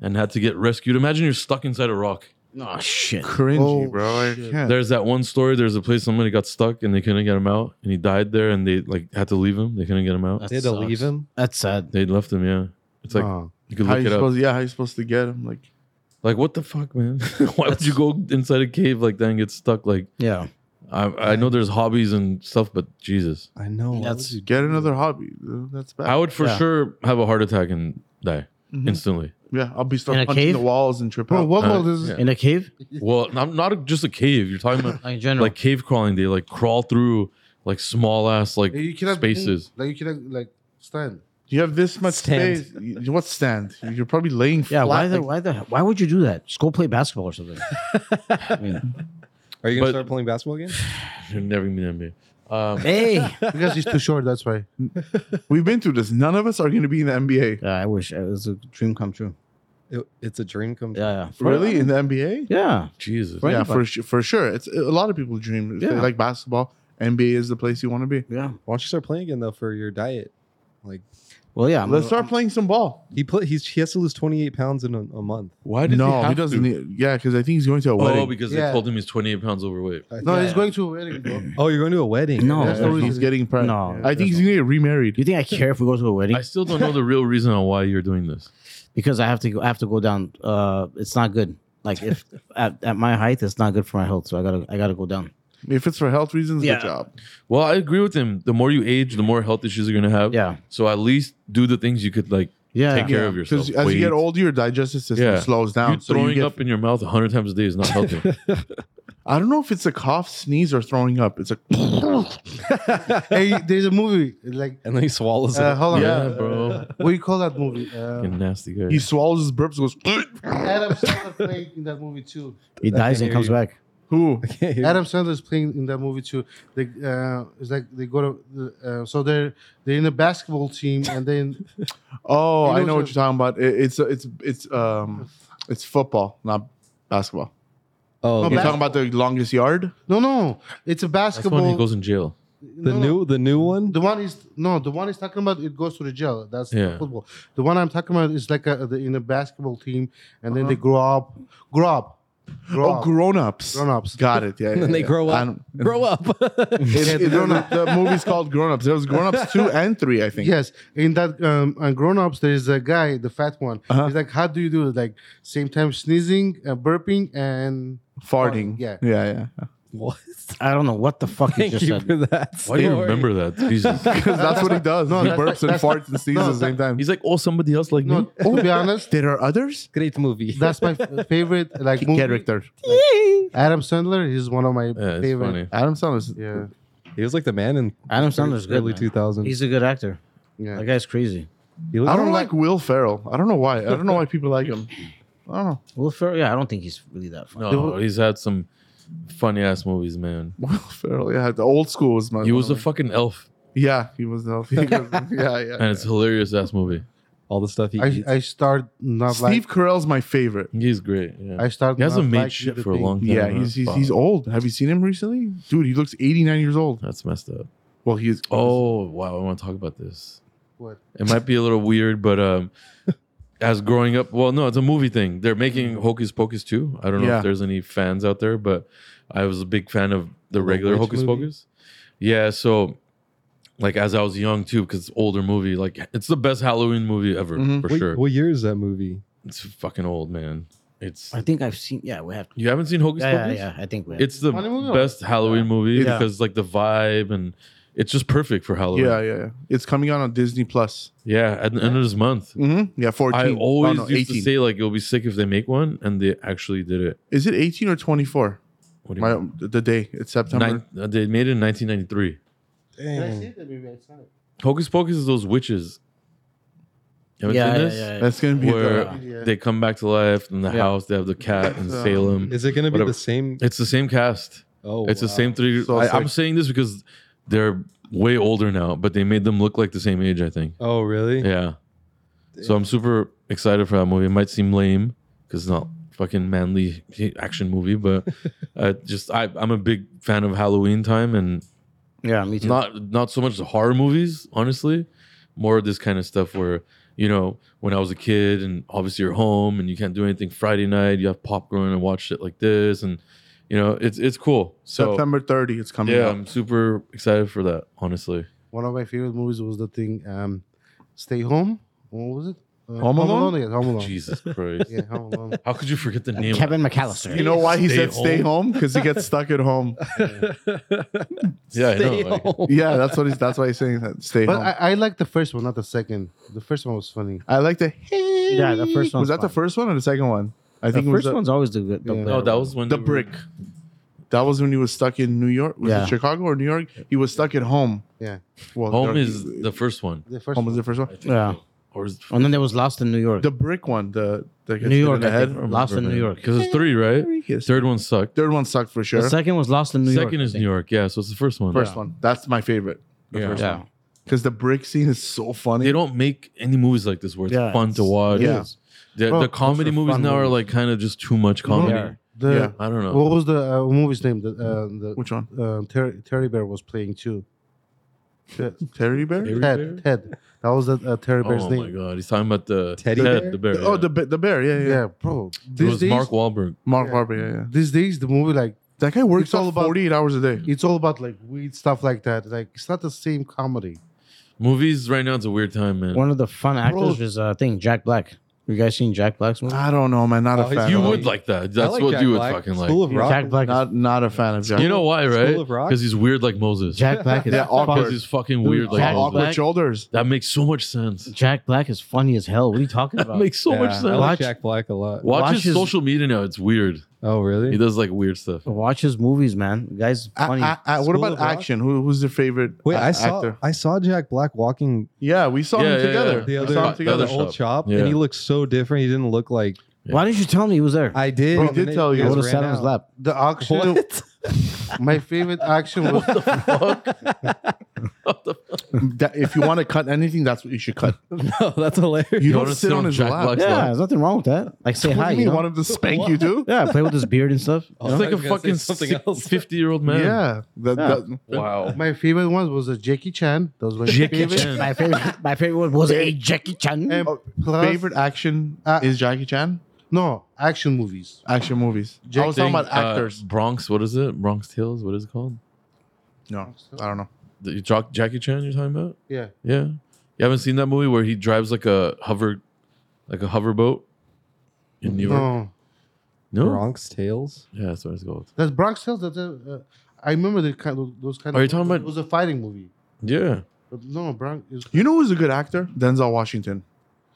Speaker 1: and had to get rescued. Imagine you're stuck inside a rock.
Speaker 4: Oh shit.
Speaker 2: Cringy,
Speaker 6: Oh,
Speaker 2: bro. I
Speaker 6: shit.
Speaker 2: can't.
Speaker 1: There's that one story. There's a place somebody got stuck and they couldn't get him out, and he died there, and they like had to leave him. They couldn't get him out.
Speaker 4: That
Speaker 3: they had to
Speaker 4: sucks.
Speaker 3: leave him.
Speaker 4: That's sad.
Speaker 1: They left him, yeah. It's like
Speaker 6: Oh.
Speaker 1: you could
Speaker 2: how
Speaker 1: look
Speaker 2: you
Speaker 1: it up.
Speaker 2: supposed, yeah, how you supposed to get him? Like
Speaker 1: like what the fuck, man? <laughs> Why would you go inside a cave like that and get stuck? Like
Speaker 4: Yeah.
Speaker 1: I, I know there's hobbies and stuff, but Jesus,
Speaker 3: I know. why
Speaker 4: That's-
Speaker 3: would you do
Speaker 2: Get
Speaker 3: Oh, that?
Speaker 2: another hobby. Uh, That's bad.
Speaker 1: I would for
Speaker 4: Yeah.
Speaker 1: sure have a heart attack and die
Speaker 2: Mhm.
Speaker 1: instantly.
Speaker 2: yeah, I'll be stuck
Speaker 4: In a
Speaker 2: punching
Speaker 4: cave?
Speaker 2: the walls and trip
Speaker 6: Bro,
Speaker 2: out.
Speaker 6: what
Speaker 1: Uh,
Speaker 6: was this?
Speaker 1: yeah.
Speaker 4: In a cave?
Speaker 1: Well, not not just a cave. You're talking about
Speaker 4: <laughs> Like in general.
Speaker 1: like cave crawling. They like crawl through like small ass like
Speaker 6: You cannot
Speaker 1: spaces.
Speaker 6: Like you cannot like
Speaker 1: <laughs>
Speaker 6: stand.
Speaker 2: You have this much
Speaker 3: Stand.
Speaker 2: space. You- What stand? You're probably laying
Speaker 4: Yeah,
Speaker 2: flat.
Speaker 4: why the
Speaker 2: like-
Speaker 4: why the why would you do that? Just go play basketball or something. I mean,
Speaker 3: Are you gonna
Speaker 1: But-
Speaker 3: start playing basketball again?
Speaker 1: <laughs> You're never gonna be in the NBA.
Speaker 4: <laughs>
Speaker 1: Um,
Speaker 4: hey,
Speaker 6: Because he's too short, that's why.
Speaker 2: We've been through this. None of us are going to be in the NBA.
Speaker 4: Yeah, I wish it was a dream come true.
Speaker 3: It- it's a dream come true.
Speaker 4: Yeah, yeah,
Speaker 2: Really, in the NBA?
Speaker 4: yeah.
Speaker 1: Jesus.
Speaker 4: Right.
Speaker 2: Yeah,
Speaker 4: Anybody.
Speaker 2: for su- for sure. It's a lot of people dream. If they
Speaker 4: Yeah.
Speaker 2: like basketball, NBA is the place you want to be.
Speaker 4: yeah.
Speaker 3: Why don't you start playing again though for your diet?
Speaker 4: Well, yeah. I'm
Speaker 2: Let's
Speaker 4: gonna-
Speaker 2: start playing some ball.
Speaker 3: He put he's he has to lose 28 pounds in a, a month.
Speaker 1: Why did
Speaker 2: No,
Speaker 1: have
Speaker 2: he doesn't.
Speaker 1: to?
Speaker 2: Need, yeah, because I think he's going to a
Speaker 1: Oh,
Speaker 2: wedding.
Speaker 1: because
Speaker 6: Yeah.
Speaker 1: they told him he's 28 pounds overweight.
Speaker 6: No, he's going to a wedding, bro.
Speaker 3: Oh, you're going to a wedding.
Speaker 4: No.
Speaker 2: Yeah,
Speaker 6: That's the reason.
Speaker 2: he's getting pregnant.
Speaker 4: No,
Speaker 2: I think
Speaker 4: that's
Speaker 2: he's going to get remarried.
Speaker 4: You think I care if we go to a wedding?
Speaker 1: I still
Speaker 4: <laughs>
Speaker 1: don't know the real reason on why you're doing this.
Speaker 4: because I have to go. I have to go down. Uh, it's not good. Like if at, at my height, it's not good for my health. So I gotta I gotta go down.
Speaker 2: If it's for health reasons,
Speaker 4: Yeah.
Speaker 2: good job.
Speaker 1: Well, I agree with him. The more you age, the more health issues you're gonna have.
Speaker 4: Yeah,
Speaker 1: So at least do the things you could like.
Speaker 4: yeah.
Speaker 1: Take care of yourself.
Speaker 2: Because as you get
Speaker 1: Weight.
Speaker 2: older, your digestive system
Speaker 1: Yeah.
Speaker 2: slows down.
Speaker 1: you
Speaker 2: so you
Speaker 1: throwing
Speaker 2: get-
Speaker 1: up in your mouth 100 times a day is not
Speaker 6: <laughs>
Speaker 1: healthy.
Speaker 2: I don't know if it's a cough, sneeze, or throwing up. It's a.
Speaker 6: hey, there's a movie like
Speaker 3: And then he swallows <laughs>
Speaker 6: uh, hold on,
Speaker 1: yeah, bro.
Speaker 6: what do you call that movie?
Speaker 1: Fucking
Speaker 6: Uh,
Speaker 1: nasty guy.
Speaker 2: he swallows his burps. Goes. <laughs>
Speaker 6: Adam Sandler playing in that movie too.
Speaker 4: He dies and
Speaker 3: hear
Speaker 4: comes
Speaker 3: you.
Speaker 4: back.
Speaker 2: Who?
Speaker 3: it.
Speaker 6: Adam Sandler's playing in that movie too. They, uh, it's like they go to uh, so they're they're in a basketball team and then
Speaker 2: Oh,
Speaker 6: You know
Speaker 2: I know
Speaker 6: what
Speaker 2: what you're talking about. It, it's it's it's um, it's football, not basketball.
Speaker 3: oh,
Speaker 2: You're
Speaker 3: yeah.
Speaker 2: talking about the longest yard.
Speaker 6: <laughs> no no it's
Speaker 1: That's when he
Speaker 6: a basketball.
Speaker 1: goes in jail.
Speaker 3: the
Speaker 6: no, no.
Speaker 3: new the new one.
Speaker 6: the one is no the one he's talking about it goes to the jail. That's the
Speaker 1: Yeah.
Speaker 6: football. The one I'm talking about is like a, the, in a basketball team and then they
Speaker 1: Uh-huh.
Speaker 6: grow up, grow up, grow
Speaker 2: Oh,
Speaker 6: up,
Speaker 2: grown ups.
Speaker 6: grown ups.
Speaker 2: Got it. Yeah. yeah,
Speaker 3: And they
Speaker 2: yeah.
Speaker 3: grow
Speaker 2: I
Speaker 3: up.
Speaker 2: don't-
Speaker 3: Grow up. <laughs>
Speaker 2: It- it- the, the movie's called Grown Ups. There was Grown Ups two and three, I think.
Speaker 6: Yes, in that um, on Grown Ups, there's a guy, the fat one.
Speaker 2: Uh-huh.
Speaker 6: He's like, how do you do it? Like same time sneezing, uh, burping, and
Speaker 2: Farting.
Speaker 6: Farting, yeah.
Speaker 2: Yeah.
Speaker 6: <laughs>
Speaker 2: Yeah.
Speaker 3: what?
Speaker 4: I don't know what the fuck you
Speaker 3: Thank
Speaker 4: just
Speaker 3: you
Speaker 4: said.
Speaker 3: for that.
Speaker 1: Why do you
Speaker 3: story.
Speaker 1: remember that? Jesus.
Speaker 6: <laughs>
Speaker 2: Because that's what he does. No, he
Speaker 6: that's-
Speaker 2: burps and
Speaker 6: that's-
Speaker 2: farts and sneezes
Speaker 6: no,
Speaker 2: at the same time.
Speaker 1: He's like, oh, somebody else like me.
Speaker 6: no. to be honest,
Speaker 2: There are others.
Speaker 3: Great movie. <laughs>
Speaker 6: that's
Speaker 1: <laughs>
Speaker 6: my f- favorite. Like movie.
Speaker 2: Character.
Speaker 6: Adam Sandler, he's one of my
Speaker 1: Yeah, it's
Speaker 6: favorite.
Speaker 1: funny.
Speaker 2: Adam Sandler's.
Speaker 6: Yeah,
Speaker 3: he was like the man in
Speaker 4: Adam Sandler's good.
Speaker 3: early
Speaker 4: man.
Speaker 3: 2000s.
Speaker 4: He's a good actor.
Speaker 6: yeah.
Speaker 4: That guy's crazy.
Speaker 3: He looked-
Speaker 2: I don't like Will Ferrell. I don't know why. I don't know why people like him. I don't know. <laughs>
Speaker 4: Will Ferrell? Yeah, I don't think he's really that funny.
Speaker 1: No, he's had some funny ass movies, man.
Speaker 2: Will Ferrell. Yeah, the old school was my.
Speaker 1: He was a fucking elf,
Speaker 2: yeah, he was the. <laughs> He was- yeah, yeah.
Speaker 1: and it's a hilarious ass movie.
Speaker 3: all the stuff he
Speaker 6: I,
Speaker 3: eats.
Speaker 6: I start not
Speaker 2: Steve
Speaker 6: like.
Speaker 2: Carell's my favorite.
Speaker 1: He's great. Yeah.
Speaker 6: I start.
Speaker 1: He hasn't
Speaker 6: not
Speaker 1: made
Speaker 6: liking
Speaker 1: shit
Speaker 6: the
Speaker 1: for a
Speaker 6: thing.
Speaker 1: long time.
Speaker 2: Yeah,
Speaker 1: man.
Speaker 2: he's he's,
Speaker 1: Fuck.
Speaker 2: he's old. Have you seen him recently, dude? He looks eighty nine years old.
Speaker 1: That's messed up.
Speaker 2: Well, he is.
Speaker 1: Oh wow, I want to talk about this.
Speaker 6: What?
Speaker 1: It might be a little weird, but um, as growing up, well, no, it's a movie thing. They're making Hocus Pocus too. I don't know
Speaker 2: Yeah.
Speaker 1: if there's any fans out there, but I was a big fan of the
Speaker 3: The
Speaker 1: regular
Speaker 3: witch
Speaker 1: Hocus
Speaker 3: movie?
Speaker 1: Pocus. Yeah, so like as I was young too, because it's older movie. Like it's the best Halloween movie ever
Speaker 2: Mhm.
Speaker 1: for
Speaker 3: Wait,
Speaker 1: sure.
Speaker 3: What year is that movie?
Speaker 1: It's fucking old, man. It's
Speaker 4: I think I've seen. Yeah, we have.
Speaker 1: you haven't seen Hocus
Speaker 4: Yeah, yeah,
Speaker 1: Pocus?
Speaker 4: yeah. I think we. Have.
Speaker 1: It's the
Speaker 6: Funny movie or-
Speaker 1: best Halloween movie
Speaker 4: Yeah.
Speaker 1: because like the vibe and it's just perfect for Halloween.
Speaker 2: Yeah, yeah, yeah. It's coming out on Disney Plus.
Speaker 1: Yeah, at the end of this month.
Speaker 2: Mm-hmm. Yeah, fourteen.
Speaker 1: I always
Speaker 2: Oh, no,
Speaker 1: used to say like it'll be sick if they make one, and they actually did it.
Speaker 2: Is it eighteen or twenty four?
Speaker 1: What do you
Speaker 2: My
Speaker 1: mean?
Speaker 2: the day it's September.
Speaker 1: Nine, uh, they made it in 1993.
Speaker 6: Did I see that maybe I saw it.
Speaker 1: Hocus Pocus is those witches. You haven't
Speaker 4: yeah,
Speaker 1: seen
Speaker 4: yeah,
Speaker 1: this?
Speaker 4: yeah, yeah.
Speaker 2: That's gonna be
Speaker 1: Where uh,
Speaker 2: the-
Speaker 6: Yeah.
Speaker 1: they come back to life in the
Speaker 4: Yeah.
Speaker 1: house. They have the cat in
Speaker 2: Uh,
Speaker 1: Salem.
Speaker 3: Is it going to be
Speaker 1: Whatever.
Speaker 3: the same?
Speaker 1: It's the same cast.
Speaker 3: Oh,
Speaker 1: It's the
Speaker 3: wow.
Speaker 1: same three.
Speaker 2: So
Speaker 1: I,
Speaker 2: it's
Speaker 1: I'm
Speaker 2: like-
Speaker 1: saying this because they're way older now, but they made them look like the same age. I think.
Speaker 3: Oh, really?
Speaker 4: <laughs>
Speaker 1: Yeah. So I'm super excited for that movie. It might seem lame because it's not fucking manly action movie,
Speaker 4: <laughs>
Speaker 1: but uh, just I, I'm a big fan of Halloween time and
Speaker 4: yeah, me too.
Speaker 1: not not so much the horror movies, honestly. More of this kind of stuff where you know when I was a kid and obviously you're home and you can't do anything Friday night. You have popcorn and watch shit like this and you know it's it's cool. So
Speaker 2: September thirty. It's coming
Speaker 1: yeah,
Speaker 2: out.
Speaker 1: I'm super excited for that. Honestly,
Speaker 6: One of my favorite movies was the thing um, Stay Home. What was it? Uh,
Speaker 2: Home Alone?
Speaker 6: Yeah, Home Alone.
Speaker 4: <laughs>
Speaker 1: Jesus Christ,
Speaker 6: Yeah,
Speaker 1: <laughs>
Speaker 6: Home Alone.
Speaker 1: how could you forget the name?
Speaker 4: Kevin McAllister.
Speaker 2: You know why he
Speaker 1: Stay
Speaker 2: said stay
Speaker 1: home?
Speaker 2: home? Because he gets stuck
Speaker 1: <laughs>
Speaker 2: at home.
Speaker 1: Yeah, I know.
Speaker 3: Stay
Speaker 1: like-
Speaker 3: home.
Speaker 2: Yeah, that's what he's. That's why he's saying that. Stay
Speaker 6: But
Speaker 2: home.
Speaker 6: I, I like the first one, not the second. The first one was funny.
Speaker 2: I like the hey.
Speaker 4: Yeah, the
Speaker 2: Was
Speaker 4: first one's
Speaker 2: that the
Speaker 4: fine.
Speaker 2: first one or the second one? I
Speaker 4: The
Speaker 2: think it was
Speaker 4: first
Speaker 2: the,
Speaker 4: one's always the good. The
Speaker 6: Yeah.
Speaker 4: better
Speaker 1: No, that
Speaker 4: one.
Speaker 1: was when
Speaker 2: the
Speaker 1: they were-
Speaker 2: brick. That was when he was stuck in New York. Was
Speaker 4: Yeah.
Speaker 2: it Chicago or New York? He was stuck at home.
Speaker 6: Yeah.
Speaker 2: Well,
Speaker 1: Home
Speaker 2: no,
Speaker 1: is
Speaker 2: he-
Speaker 1: the first one.
Speaker 6: The first
Speaker 2: home was
Speaker 6: one.
Speaker 2: the first one.
Speaker 4: Yeah.
Speaker 1: Or is
Speaker 4: And then there was Lost in New York.
Speaker 2: The brick one. The, the
Speaker 4: New York,
Speaker 2: The
Speaker 4: I
Speaker 2: head.
Speaker 4: think. Lost in New York.
Speaker 1: Because it's three, right? Third one sucked.
Speaker 2: Third one sucked for sure.
Speaker 4: The second was Lost in New York.
Speaker 1: Second is New York. Yeah. So it's the first one.
Speaker 2: First one. That's my favorite. The
Speaker 1: Yeah.
Speaker 2: first
Speaker 4: Yeah.
Speaker 2: one. Because the brick scene is so funny.
Speaker 1: They don't make any movies like this where it's
Speaker 4: Yeah,
Speaker 1: fun to watch.
Speaker 2: yeah.
Speaker 1: The,
Speaker 6: Bro,
Speaker 1: the comedy
Speaker 6: those are
Speaker 1: movies
Speaker 6: fun
Speaker 1: now are
Speaker 6: movies.
Speaker 1: like kind of just too much comedy.
Speaker 4: Yeah.
Speaker 6: The,
Speaker 2: Yeah.
Speaker 1: I don't know.
Speaker 6: What was the uh, movie's name? The, uh, the
Speaker 2: Which one?
Speaker 6: um, Terry, Terry Bear was playing too. Ted,
Speaker 2: Terry Bear?
Speaker 1: Terry Bear?
Speaker 6: Ted, Ted. That was the, uh, Terry Bear's
Speaker 1: oh my
Speaker 6: name.
Speaker 1: god, he's talking about the
Speaker 3: Teddy
Speaker 1: Ted
Speaker 3: bear?
Speaker 1: the bear.
Speaker 2: Oh, the ba- the bear. Yeah, yeah. yeah.
Speaker 6: Yeah, bro.
Speaker 1: it
Speaker 6: These
Speaker 1: was
Speaker 6: days,
Speaker 1: Mark Wahlberg.
Speaker 2: Mark
Speaker 6: Yeah.
Speaker 2: Barber. Yeah, yeah.
Speaker 6: These days, the movie like
Speaker 2: That guy works
Speaker 6: It's all
Speaker 2: all
Speaker 6: about-
Speaker 2: about 48 hours a day.
Speaker 6: it's all about like weed stuff like that. Like it's not the same comedy.
Speaker 1: Movies right now it's a weird time, man.
Speaker 4: One of the fun actors
Speaker 2: Bro. Ah,
Speaker 4: was uh, I think Jack Black. You guys seen Jack Black's movie?
Speaker 2: I don't know, man. Not
Speaker 3: Oh,
Speaker 2: a
Speaker 3: he's-
Speaker 2: fan.
Speaker 1: you
Speaker 2: of
Speaker 3: like-
Speaker 1: would like that. That's what you would fucking like.
Speaker 3: School of Rock.
Speaker 4: Jack Black.
Speaker 2: him.
Speaker 4: Is,
Speaker 2: Not not a fan of Jack.
Speaker 1: You know why,
Speaker 3: School
Speaker 1: right?
Speaker 3: of Rock?
Speaker 1: Because he's weird like Moses.
Speaker 4: Jack Black is
Speaker 2: Yeah,
Speaker 1: Because
Speaker 2: awkward.
Speaker 1: he's fucking weird like
Speaker 4: Jack
Speaker 1: Moses.
Speaker 2: awkward
Speaker 4: Black.
Speaker 2: shoulders.
Speaker 1: That makes so much sense.
Speaker 4: Jack Black is funny as hell. What are
Speaker 1: <laughs>
Speaker 4: you talking
Speaker 1: That
Speaker 4: about?
Speaker 1: makes so much
Speaker 3: Yeah,
Speaker 1: sense.
Speaker 3: I like
Speaker 1: Watch,
Speaker 3: Jack Black a lot.
Speaker 4: watch
Speaker 1: his,
Speaker 4: his-
Speaker 1: social media now. It's weird.
Speaker 3: Oh,
Speaker 1: He
Speaker 3: really?
Speaker 1: does like weird stuff.
Speaker 4: Watch his movies, man. The guy's
Speaker 2: I-
Speaker 4: funny.
Speaker 2: I- I- what
Speaker 3: School
Speaker 2: about
Speaker 3: of Rock?
Speaker 2: action? Who, who's your favorite
Speaker 3: Wait,
Speaker 2: a-
Speaker 3: I saw
Speaker 2: actor?
Speaker 3: I saw Jack Black walking
Speaker 2: Yeah, we saw
Speaker 1: Yeah,
Speaker 2: him
Speaker 1: yeah,
Speaker 2: together.
Speaker 1: yeah.
Speaker 3: the
Speaker 2: We
Speaker 3: other,
Speaker 2: saw
Speaker 1: shop.
Speaker 2: him
Speaker 3: the other
Speaker 2: together.
Speaker 1: shop.
Speaker 3: old shop,
Speaker 1: Yeah.
Speaker 3: and he looked so different. He didn't look like
Speaker 4: Why didn't you tell me he was there? I,
Speaker 3: I did.
Speaker 2: Bro, he
Speaker 3: and
Speaker 2: did
Speaker 3: then
Speaker 2: tell
Speaker 3: it
Speaker 2: you.
Speaker 3: just
Speaker 4: would have
Speaker 3: ran
Speaker 4: sat on his
Speaker 3: out.
Speaker 4: lap.
Speaker 6: The action.
Speaker 3: What?
Speaker 6: <laughs> My favorite action was
Speaker 2: That- if you want to cut anything, that's what you should cut.
Speaker 3: no, that's hilarious.
Speaker 2: You
Speaker 1: You
Speaker 2: don't
Speaker 1: wanna
Speaker 2: sit
Speaker 1: sit
Speaker 2: on
Speaker 1: on
Speaker 2: his
Speaker 1: Jack
Speaker 2: lap.
Speaker 1: Black's-
Speaker 2: What
Speaker 4: Yeah, there's nothing wrong with that. Like say
Speaker 2: do you
Speaker 4: hi. You
Speaker 2: mean? Oh,
Speaker 4: know?
Speaker 2: Want him to
Speaker 3: <laughs>
Speaker 2: spank you too?
Speaker 4: yeah, play with his beard
Speaker 2: <laughs>
Speaker 4: and stuff. you know?
Speaker 1: It's like a
Speaker 3: I was gonna say
Speaker 1: fucking
Speaker 3: something
Speaker 1: something
Speaker 3: else.
Speaker 1: fifty-year-old man.
Speaker 2: Yeah. That,
Speaker 4: Yeah.
Speaker 2: that-
Speaker 1: Wow.
Speaker 6: my favorite one was a Jackie Chan. That was my
Speaker 1: Jackie
Speaker 6: favorite.
Speaker 1: Chan.
Speaker 4: my favorite, my favorite one was a Jackie Chan.
Speaker 6: And plus-
Speaker 2: favorite action
Speaker 6: Uh,
Speaker 2: is Jackie Chan.
Speaker 6: No action movies.
Speaker 2: Action movies. I was talking about
Speaker 6: uh,
Speaker 2: actors.
Speaker 1: uh, Bronx. What is it? Bronx Tales. What is it called?
Speaker 2: no, I don't know.
Speaker 1: The Jack- Jackie Chan. You're talking about?
Speaker 6: Yeah.
Speaker 1: Yeah. You haven't seen that movie where he drives like a hover, like a hover boat in New York?
Speaker 6: No,
Speaker 1: No.
Speaker 3: <laughs> Bronx Tales.
Speaker 1: Yeah, that's what it's called.
Speaker 6: that's Bronx Tales. That's a, uh, I remember the kind of those kind
Speaker 1: Are
Speaker 6: of.
Speaker 1: you talking about-
Speaker 6: It was a fighting movie.
Speaker 1: Yeah.
Speaker 6: But no, Bronx. Is,
Speaker 2: You know who's a good actor? Denzel Washington.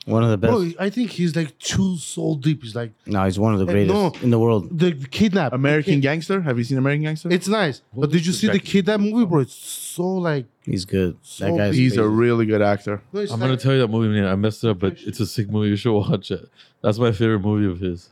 Speaker 4: One of the best.
Speaker 6: bro, I think he's like too soul deep. He's like
Speaker 4: no, he's one of the
Speaker 6: Eh,
Speaker 4: greatest
Speaker 6: no.
Speaker 4: in the world.
Speaker 6: the kidnap
Speaker 2: American
Speaker 6: It-
Speaker 2: Gangster. Have you seen American Gangster?
Speaker 6: It's nice,
Speaker 1: What
Speaker 6: but did
Speaker 1: is
Speaker 6: you
Speaker 1: the
Speaker 6: see the
Speaker 1: Jackie
Speaker 6: kidnap movie, bro? It's so like.
Speaker 4: He's good.
Speaker 6: So
Speaker 4: That guy's.
Speaker 2: He's a
Speaker 4: crazy.
Speaker 2: really good actor.
Speaker 6: No, it's
Speaker 1: I'm gonna
Speaker 6: like-
Speaker 1: tell you that movie name. I messed it up, but it's a sick movie. You should watch it. That's my favorite movie of his.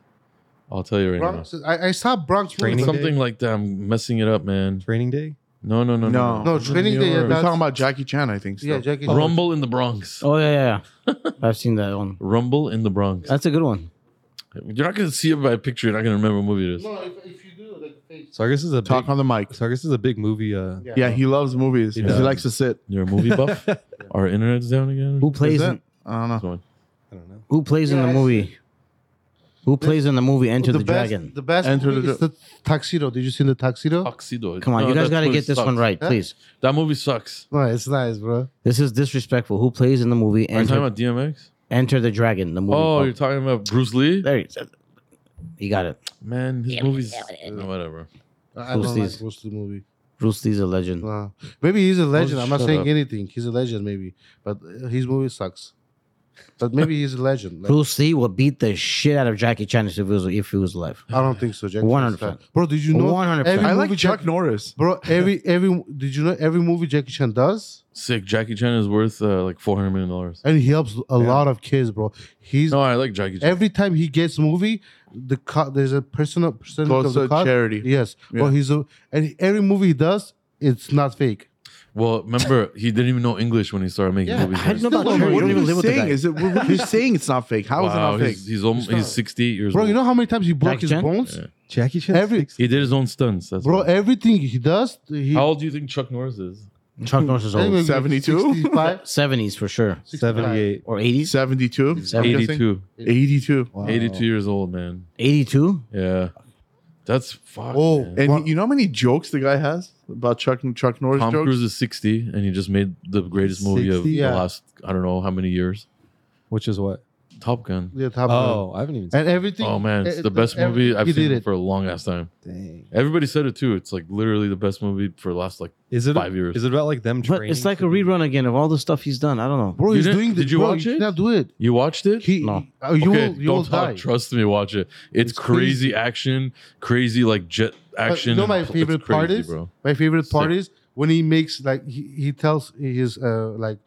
Speaker 1: I'll tell you right
Speaker 6: Bronx. I, I saw Bronx movie.
Speaker 1: now.
Speaker 3: Training
Speaker 1: Something
Speaker 3: Day?
Speaker 1: like that. I'm messing it up, man.
Speaker 3: Training Day.
Speaker 1: No, no, no, no.
Speaker 2: No.
Speaker 6: No, Training Day, yeah,
Speaker 1: York.
Speaker 2: We're
Speaker 6: that's-
Speaker 2: talking about Jackie Chan, I think. still.
Speaker 6: Yeah, Jackie. Chan.
Speaker 1: Rumble in the Bronx.
Speaker 4: Oh yeah, yeah, yeah. <laughs> I've seen that one.
Speaker 1: Rumble in the Bronx.
Speaker 4: That's a good one.
Speaker 1: You're not gonna see it by a picture. You're not gonna remember what movie it is.
Speaker 6: No, if, if you do like face.
Speaker 3: Sargus is a
Speaker 2: Talk
Speaker 3: big,
Speaker 2: on the mic.
Speaker 3: Sargus is a big movie. Uh,
Speaker 2: Yeah, he loves movies.
Speaker 3: He
Speaker 2: He,
Speaker 1: does.
Speaker 2: likes to sit.
Speaker 1: You're a movie
Speaker 4: <laughs>
Speaker 1: buff. Our internet's down again.
Speaker 4: Who
Speaker 2: Is
Speaker 4: plays? In,
Speaker 2: it? I don't know.
Speaker 1: Someone-
Speaker 3: I don't know.
Speaker 4: who plays in
Speaker 6: Yeah,
Speaker 4: the
Speaker 6: I-
Speaker 4: movie? Who plays in the movie Enter the,
Speaker 6: best,
Speaker 4: Dragon?
Speaker 6: The best.
Speaker 2: Enter
Speaker 6: movie
Speaker 2: the
Speaker 6: is the tuxedo. Did you see the tuxedo?
Speaker 1: Tuxedo.
Speaker 4: Come on,
Speaker 1: No,
Speaker 4: you guys
Speaker 1: that
Speaker 4: got to
Speaker 1: movie
Speaker 4: get this
Speaker 1: sucks.
Speaker 4: one right,
Speaker 6: Huh?
Speaker 4: please.
Speaker 1: That movie sucks.
Speaker 6: No, it's nice, bro.
Speaker 4: This is disrespectful. Who plays in the movie
Speaker 1: Are you
Speaker 4: Enter,
Speaker 1: talking about DMX?
Speaker 4: Enter the Dragon? The movie.
Speaker 1: Oh,
Speaker 4: called-
Speaker 1: you're talking about Bruce Lee?
Speaker 4: there. You said- you got it.
Speaker 1: Man, his movies. No, whatever.
Speaker 6: I
Speaker 4: Bruce
Speaker 6: don't
Speaker 4: Lee's.
Speaker 6: like Bruce Lee movie.
Speaker 4: Bruce Lee's a legend.
Speaker 6: No. Maybe he's a legend. I'm not
Speaker 1: shut
Speaker 6: saying
Speaker 1: up.
Speaker 6: anything. He's a legend, maybe. But uh, his movie sucks. But maybe he's a legend. Like,
Speaker 4: Bruce Lee will beat the shit out of Jackie Chan if he was if he was alive.
Speaker 6: I don't think so, Jack.
Speaker 4: 100%.
Speaker 6: Chan. Bro, did you know?
Speaker 4: One hundred
Speaker 6: every
Speaker 2: I
Speaker 4: percent.
Speaker 2: like
Speaker 6: movie
Speaker 2: Chuck
Speaker 6: Jack-
Speaker 2: Norris.
Speaker 6: Bro, every every did you know every movie Jackie Chan does?
Speaker 1: Sick. Jackie Chan is worth uh, like $400 million.
Speaker 6: And he helps a lot of kids, bro. He's
Speaker 1: No, I like Jackie Chan.
Speaker 6: every time he gets movie, the cut there's a personal percentage
Speaker 2: Goes
Speaker 6: of the
Speaker 2: to
Speaker 6: cut.
Speaker 2: charity.
Speaker 6: Yes.
Speaker 2: Yeah.
Speaker 6: Well, he's a and every movie he does, it's not fake.
Speaker 1: Well, remember, he didn't even know English when he started making
Speaker 6: Yeah,
Speaker 1: movies.
Speaker 4: I didn't know about
Speaker 2: What
Speaker 4: Cherry. You
Speaker 2: are
Speaker 4: don't even
Speaker 2: you
Speaker 4: live with the guy.
Speaker 2: saying? Is it, what are you
Speaker 4: <laughs>
Speaker 2: saying? It's not fake. How is
Speaker 1: wow,
Speaker 2: it not fake?
Speaker 1: he's, he's, almost, he's 68 years
Speaker 6: Bro,
Speaker 1: old.
Speaker 6: you know how many times he broke
Speaker 4: Jackie
Speaker 6: his
Speaker 4: Chan?
Speaker 6: bones?
Speaker 1: Yeah.
Speaker 3: Jackie Chan.
Speaker 6: Every-
Speaker 3: sticks-
Speaker 1: he did his own stunts. That's
Speaker 6: Bro, E
Speaker 1: why.
Speaker 6: everything he does, he
Speaker 1: How old do you think Chuck Norris is?
Speaker 4: Chuck Norris is
Speaker 6: I think
Speaker 4: old.
Speaker 6: <laughs> maybe
Speaker 2: 72?
Speaker 6: 65,
Speaker 4: Seventies for sure,
Speaker 6: 65.
Speaker 3: Seventy-eight.
Speaker 4: or eighties.
Speaker 2: 72? I'm guessing?
Speaker 1: 82.
Speaker 2: 82.
Speaker 6: Oh.
Speaker 3: Wow.
Speaker 1: 82 years old, man.
Speaker 4: Eighty-two.
Speaker 1: Yeah. That's fuck.
Speaker 6: Oh,
Speaker 1: man.
Speaker 2: And
Speaker 6: What-
Speaker 2: you know how many jokes the guy has about Chuck Chuck Norris
Speaker 1: Tom
Speaker 2: jokes?
Speaker 1: Cruise is 60 and he just made the greatest movie of
Speaker 3: 60?
Speaker 1: the
Speaker 6: Yeah.
Speaker 1: last, I don't know how many years.
Speaker 3: Which is what?
Speaker 1: Top Gun.
Speaker 6: Yeah, top
Speaker 3: Oh, I haven't even.
Speaker 6: Gun. and everything.
Speaker 1: Oh man, it's
Speaker 6: eh,
Speaker 1: the best
Speaker 6: every-
Speaker 1: movie I've
Speaker 6: he did
Speaker 1: seen
Speaker 6: it.
Speaker 1: for a long ass time.
Speaker 3: Dang.
Speaker 1: Everybody said it too. It's like literally the best movie for the last like.
Speaker 3: Is it
Speaker 1: Five years.
Speaker 3: Is it about like them
Speaker 4: But
Speaker 3: training?
Speaker 4: it's like a
Speaker 3: to be-
Speaker 4: rerun again of all the stuff he's done. I don't know.
Speaker 6: bro,
Speaker 1: You
Speaker 6: he's
Speaker 1: didn't-
Speaker 6: doing the
Speaker 1: did you
Speaker 6: bro,
Speaker 1: watch it?
Speaker 6: He cannot do it.
Speaker 1: You watched it?
Speaker 6: He,
Speaker 4: No.
Speaker 6: uh, you
Speaker 1: okay,
Speaker 6: will, you will
Speaker 1: don't talk.
Speaker 6: die.
Speaker 1: Trust me, watch it. It's,
Speaker 6: It's
Speaker 1: crazy,
Speaker 6: crazy.
Speaker 1: action, crazy like jet action.
Speaker 6: you know
Speaker 1: and
Speaker 6: my
Speaker 1: pl- it's
Speaker 6: favorite part is- My favorite part is when he makes like he, he tells his uh like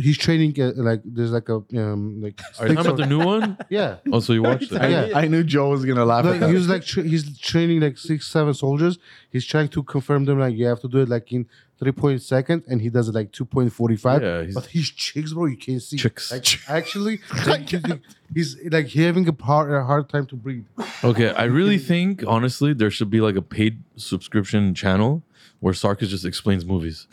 Speaker 6: he's training uh, like there's like a um like
Speaker 1: Are you talking about the new
Speaker 6: <laughs>
Speaker 1: one?
Speaker 6: yeah
Speaker 1: Oh, so you watched
Speaker 6: I-
Speaker 1: it?
Speaker 6: Yeah.
Speaker 2: I knew Joe was gonna laugh at
Speaker 6: like,
Speaker 2: that.
Speaker 6: he was like tra- he's training like six seven soldiers he's trying to confirm them like you have to do it like in three point second and he does it like two point forty five
Speaker 1: Yeah, he's-
Speaker 6: but his chicks bro you can't see
Speaker 1: Chicks.
Speaker 6: like actually like, he's, he's, like having a hard, a hard time to breathe
Speaker 1: Okay, I really think honestly there should be like a paid subscription channel where Sarkis just explains movies.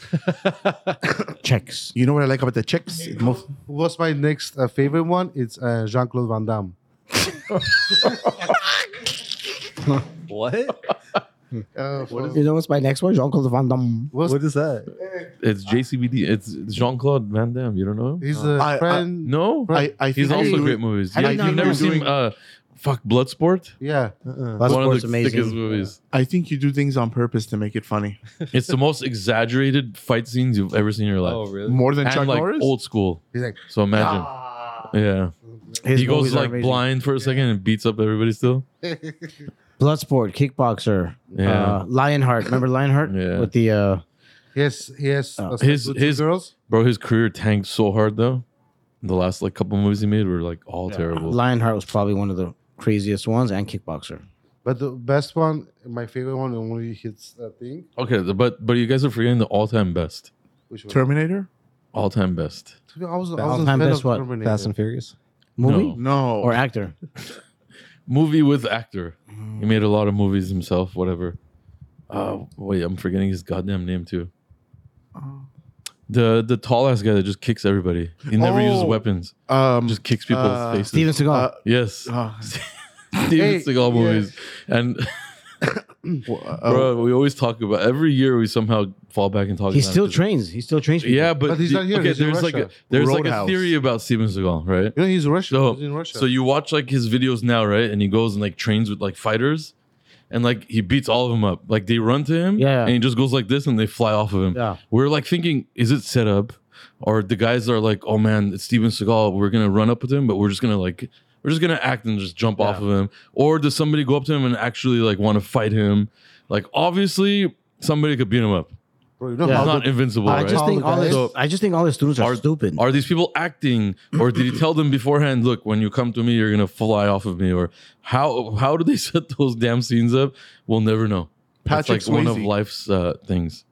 Speaker 4: Checks.
Speaker 2: You know what I like about the chicks? It most-
Speaker 6: what's my next uh, favorite one it's uh, Jean Claude Van Damme
Speaker 3: <laughs> What?
Speaker 6: uh,
Speaker 4: You know what's my next one? Jean-Claude Van Damme.
Speaker 6: what's,
Speaker 3: What is that?
Speaker 1: It's JCBD. It's Jean Claude Van Damme. You don't know? him?
Speaker 6: he's a
Speaker 2: I- I-
Speaker 6: friend
Speaker 1: No,
Speaker 2: I, I
Speaker 1: he's
Speaker 2: think
Speaker 1: also
Speaker 2: you
Speaker 1: great movies.
Speaker 2: I
Speaker 1: Yeah,
Speaker 2: did
Speaker 1: you've
Speaker 2: not know
Speaker 1: never
Speaker 2: you were
Speaker 1: seen
Speaker 2: doing-
Speaker 1: uh, fuck Bloodsport.
Speaker 6: yeah
Speaker 3: Uh-uh.
Speaker 4: Last
Speaker 1: One of
Speaker 4: one's
Speaker 1: the thickest
Speaker 4: amazing.
Speaker 6: <laughs>
Speaker 1: movies.
Speaker 2: I think you do things on purpose to make it funny.
Speaker 1: it's the most exaggerated fight scenes you've ever seen in your life.
Speaker 3: Oh, really?
Speaker 2: More than
Speaker 1: And
Speaker 2: Chuck
Speaker 1: like
Speaker 2: Norris.
Speaker 1: old school.
Speaker 6: he's like
Speaker 1: So imagine.
Speaker 6: ah.
Speaker 1: Yeah.
Speaker 4: His
Speaker 1: he goes
Speaker 4: movies are
Speaker 1: like
Speaker 4: amazing.
Speaker 1: blind for a second and beats up everybody still.
Speaker 4: Bloodsport, Kickboxer,
Speaker 1: Yeah.
Speaker 4: uh, Lionheart. Remember Lionheart?
Speaker 1: Yeah.
Speaker 4: With the uh,
Speaker 6: Yes, yes.
Speaker 4: Oh.
Speaker 1: His-
Speaker 6: his
Speaker 1: his-
Speaker 6: his girls.
Speaker 1: Bro, his career tanked so hard though. The last like couple movies he made were like all terrible.
Speaker 4: Lionheart was probably one of the craziest ones, and Kickboxer.
Speaker 6: But the best one, my favorite one, only hits that thing.
Speaker 1: Okay, the- but but you guys are forgetting the all-time best.
Speaker 6: Which one?
Speaker 2: Terminator?
Speaker 1: All-time best.
Speaker 6: To be- I was, I
Speaker 4: All
Speaker 6: was a
Speaker 4: time
Speaker 6: fan
Speaker 4: best
Speaker 6: of
Speaker 4: what?
Speaker 6: Terminator.
Speaker 3: Fast and Furious.
Speaker 4: Movie
Speaker 1: No.
Speaker 2: No.
Speaker 4: or actor?
Speaker 1: Movie with actor. He made a lot of movies himself, whatever. Uh wait, I'm forgetting his goddamn name too. The the tall ass guy that just kicks everybody. He never uses
Speaker 2: Oh.
Speaker 1: weapons.
Speaker 2: um,
Speaker 1: Just kicks people
Speaker 2: Uh,
Speaker 1: in the faces.
Speaker 4: Steven Seagal.
Speaker 2: uh,
Speaker 1: yes. <laughs>
Speaker 2: uh,
Speaker 1: Steven
Speaker 6: Hey,
Speaker 1: Seagal
Speaker 6: yeah. Oh.
Speaker 1: movies. And
Speaker 2: w- uh,
Speaker 1: Bro, we always talk about every year. We somehow fall back and talk.
Speaker 4: he
Speaker 1: about
Speaker 4: still
Speaker 1: this.
Speaker 4: trains. He still trains. People.
Speaker 1: yeah, but,
Speaker 6: But he's
Speaker 1: the-
Speaker 6: not here,
Speaker 1: Okay,
Speaker 6: he's in
Speaker 1: there's like a,
Speaker 6: Russia.
Speaker 1: there's like a
Speaker 2: Roadhouse.
Speaker 1: theory about Steven Seagal, right?
Speaker 6: You know, he's Russian.
Speaker 1: So-
Speaker 6: he's in Russia.
Speaker 1: So you watch like his videos now, right? And he goes and like trains with like fighters, and like he beats all of them up. Like they run to him,
Speaker 4: Yeah.
Speaker 1: and he just goes like this, and they fly off of him.
Speaker 4: Yeah.
Speaker 1: We're like thinking, is it set up, or the guys are like, oh man, it's Steven Seagal. We're gonna run up with him, but we're just gonna like. We're just gonna act and just jump off of him, or does somebody go up to him and actually like want to fight him? Like obviously, somebody could beat him up.
Speaker 6: Bro, you know
Speaker 1: He's
Speaker 4: Yeah.
Speaker 6: how
Speaker 1: not
Speaker 6: the-
Speaker 1: invincible,
Speaker 4: I
Speaker 1: right?
Speaker 4: just think all his,
Speaker 1: So-
Speaker 4: I just think all his students are,
Speaker 1: Are-
Speaker 4: stupid.
Speaker 1: Are these people acting, or did he tell them beforehand? Look, when you come to me, you're gonna fly off of me, or how how do they <laughs> set those damn scenes up? We'll never know. That's
Speaker 2: Patrick
Speaker 1: like one of
Speaker 2: Swayze.
Speaker 1: life's uh, things.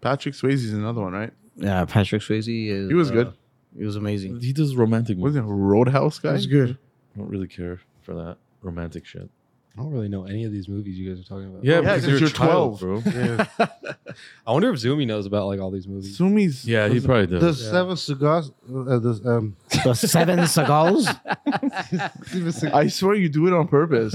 Speaker 2: Patrick Swayze's another one, right?
Speaker 4: yeah, Patrick Swayze. Is,
Speaker 2: He was
Speaker 4: uh,
Speaker 2: good.
Speaker 4: He was amazing.
Speaker 1: He does romantic. Movies.
Speaker 2: Wasn't it Roadhouse guy?
Speaker 4: good.
Speaker 1: I don't really care for that romantic shit.
Speaker 3: I don't really know any of these movies you guys are talking about.
Speaker 1: Yeah,
Speaker 2: yeah,
Speaker 1: because
Speaker 2: 'cause
Speaker 1: you're,
Speaker 2: you're
Speaker 1: 12,
Speaker 2: 12.
Speaker 1: bro.
Speaker 6: yeah.
Speaker 3: I wonder if Zoomy knows about like all these movies.
Speaker 2: Sumi's.
Speaker 1: Yeah, he probably
Speaker 6: the
Speaker 1: does.
Speaker 6: seven cigars. Uh, the, um,
Speaker 4: The seven
Speaker 1: <laughs>
Speaker 4: Seagals.
Speaker 2: <laughs> I swear you do it on <laughs> purpose.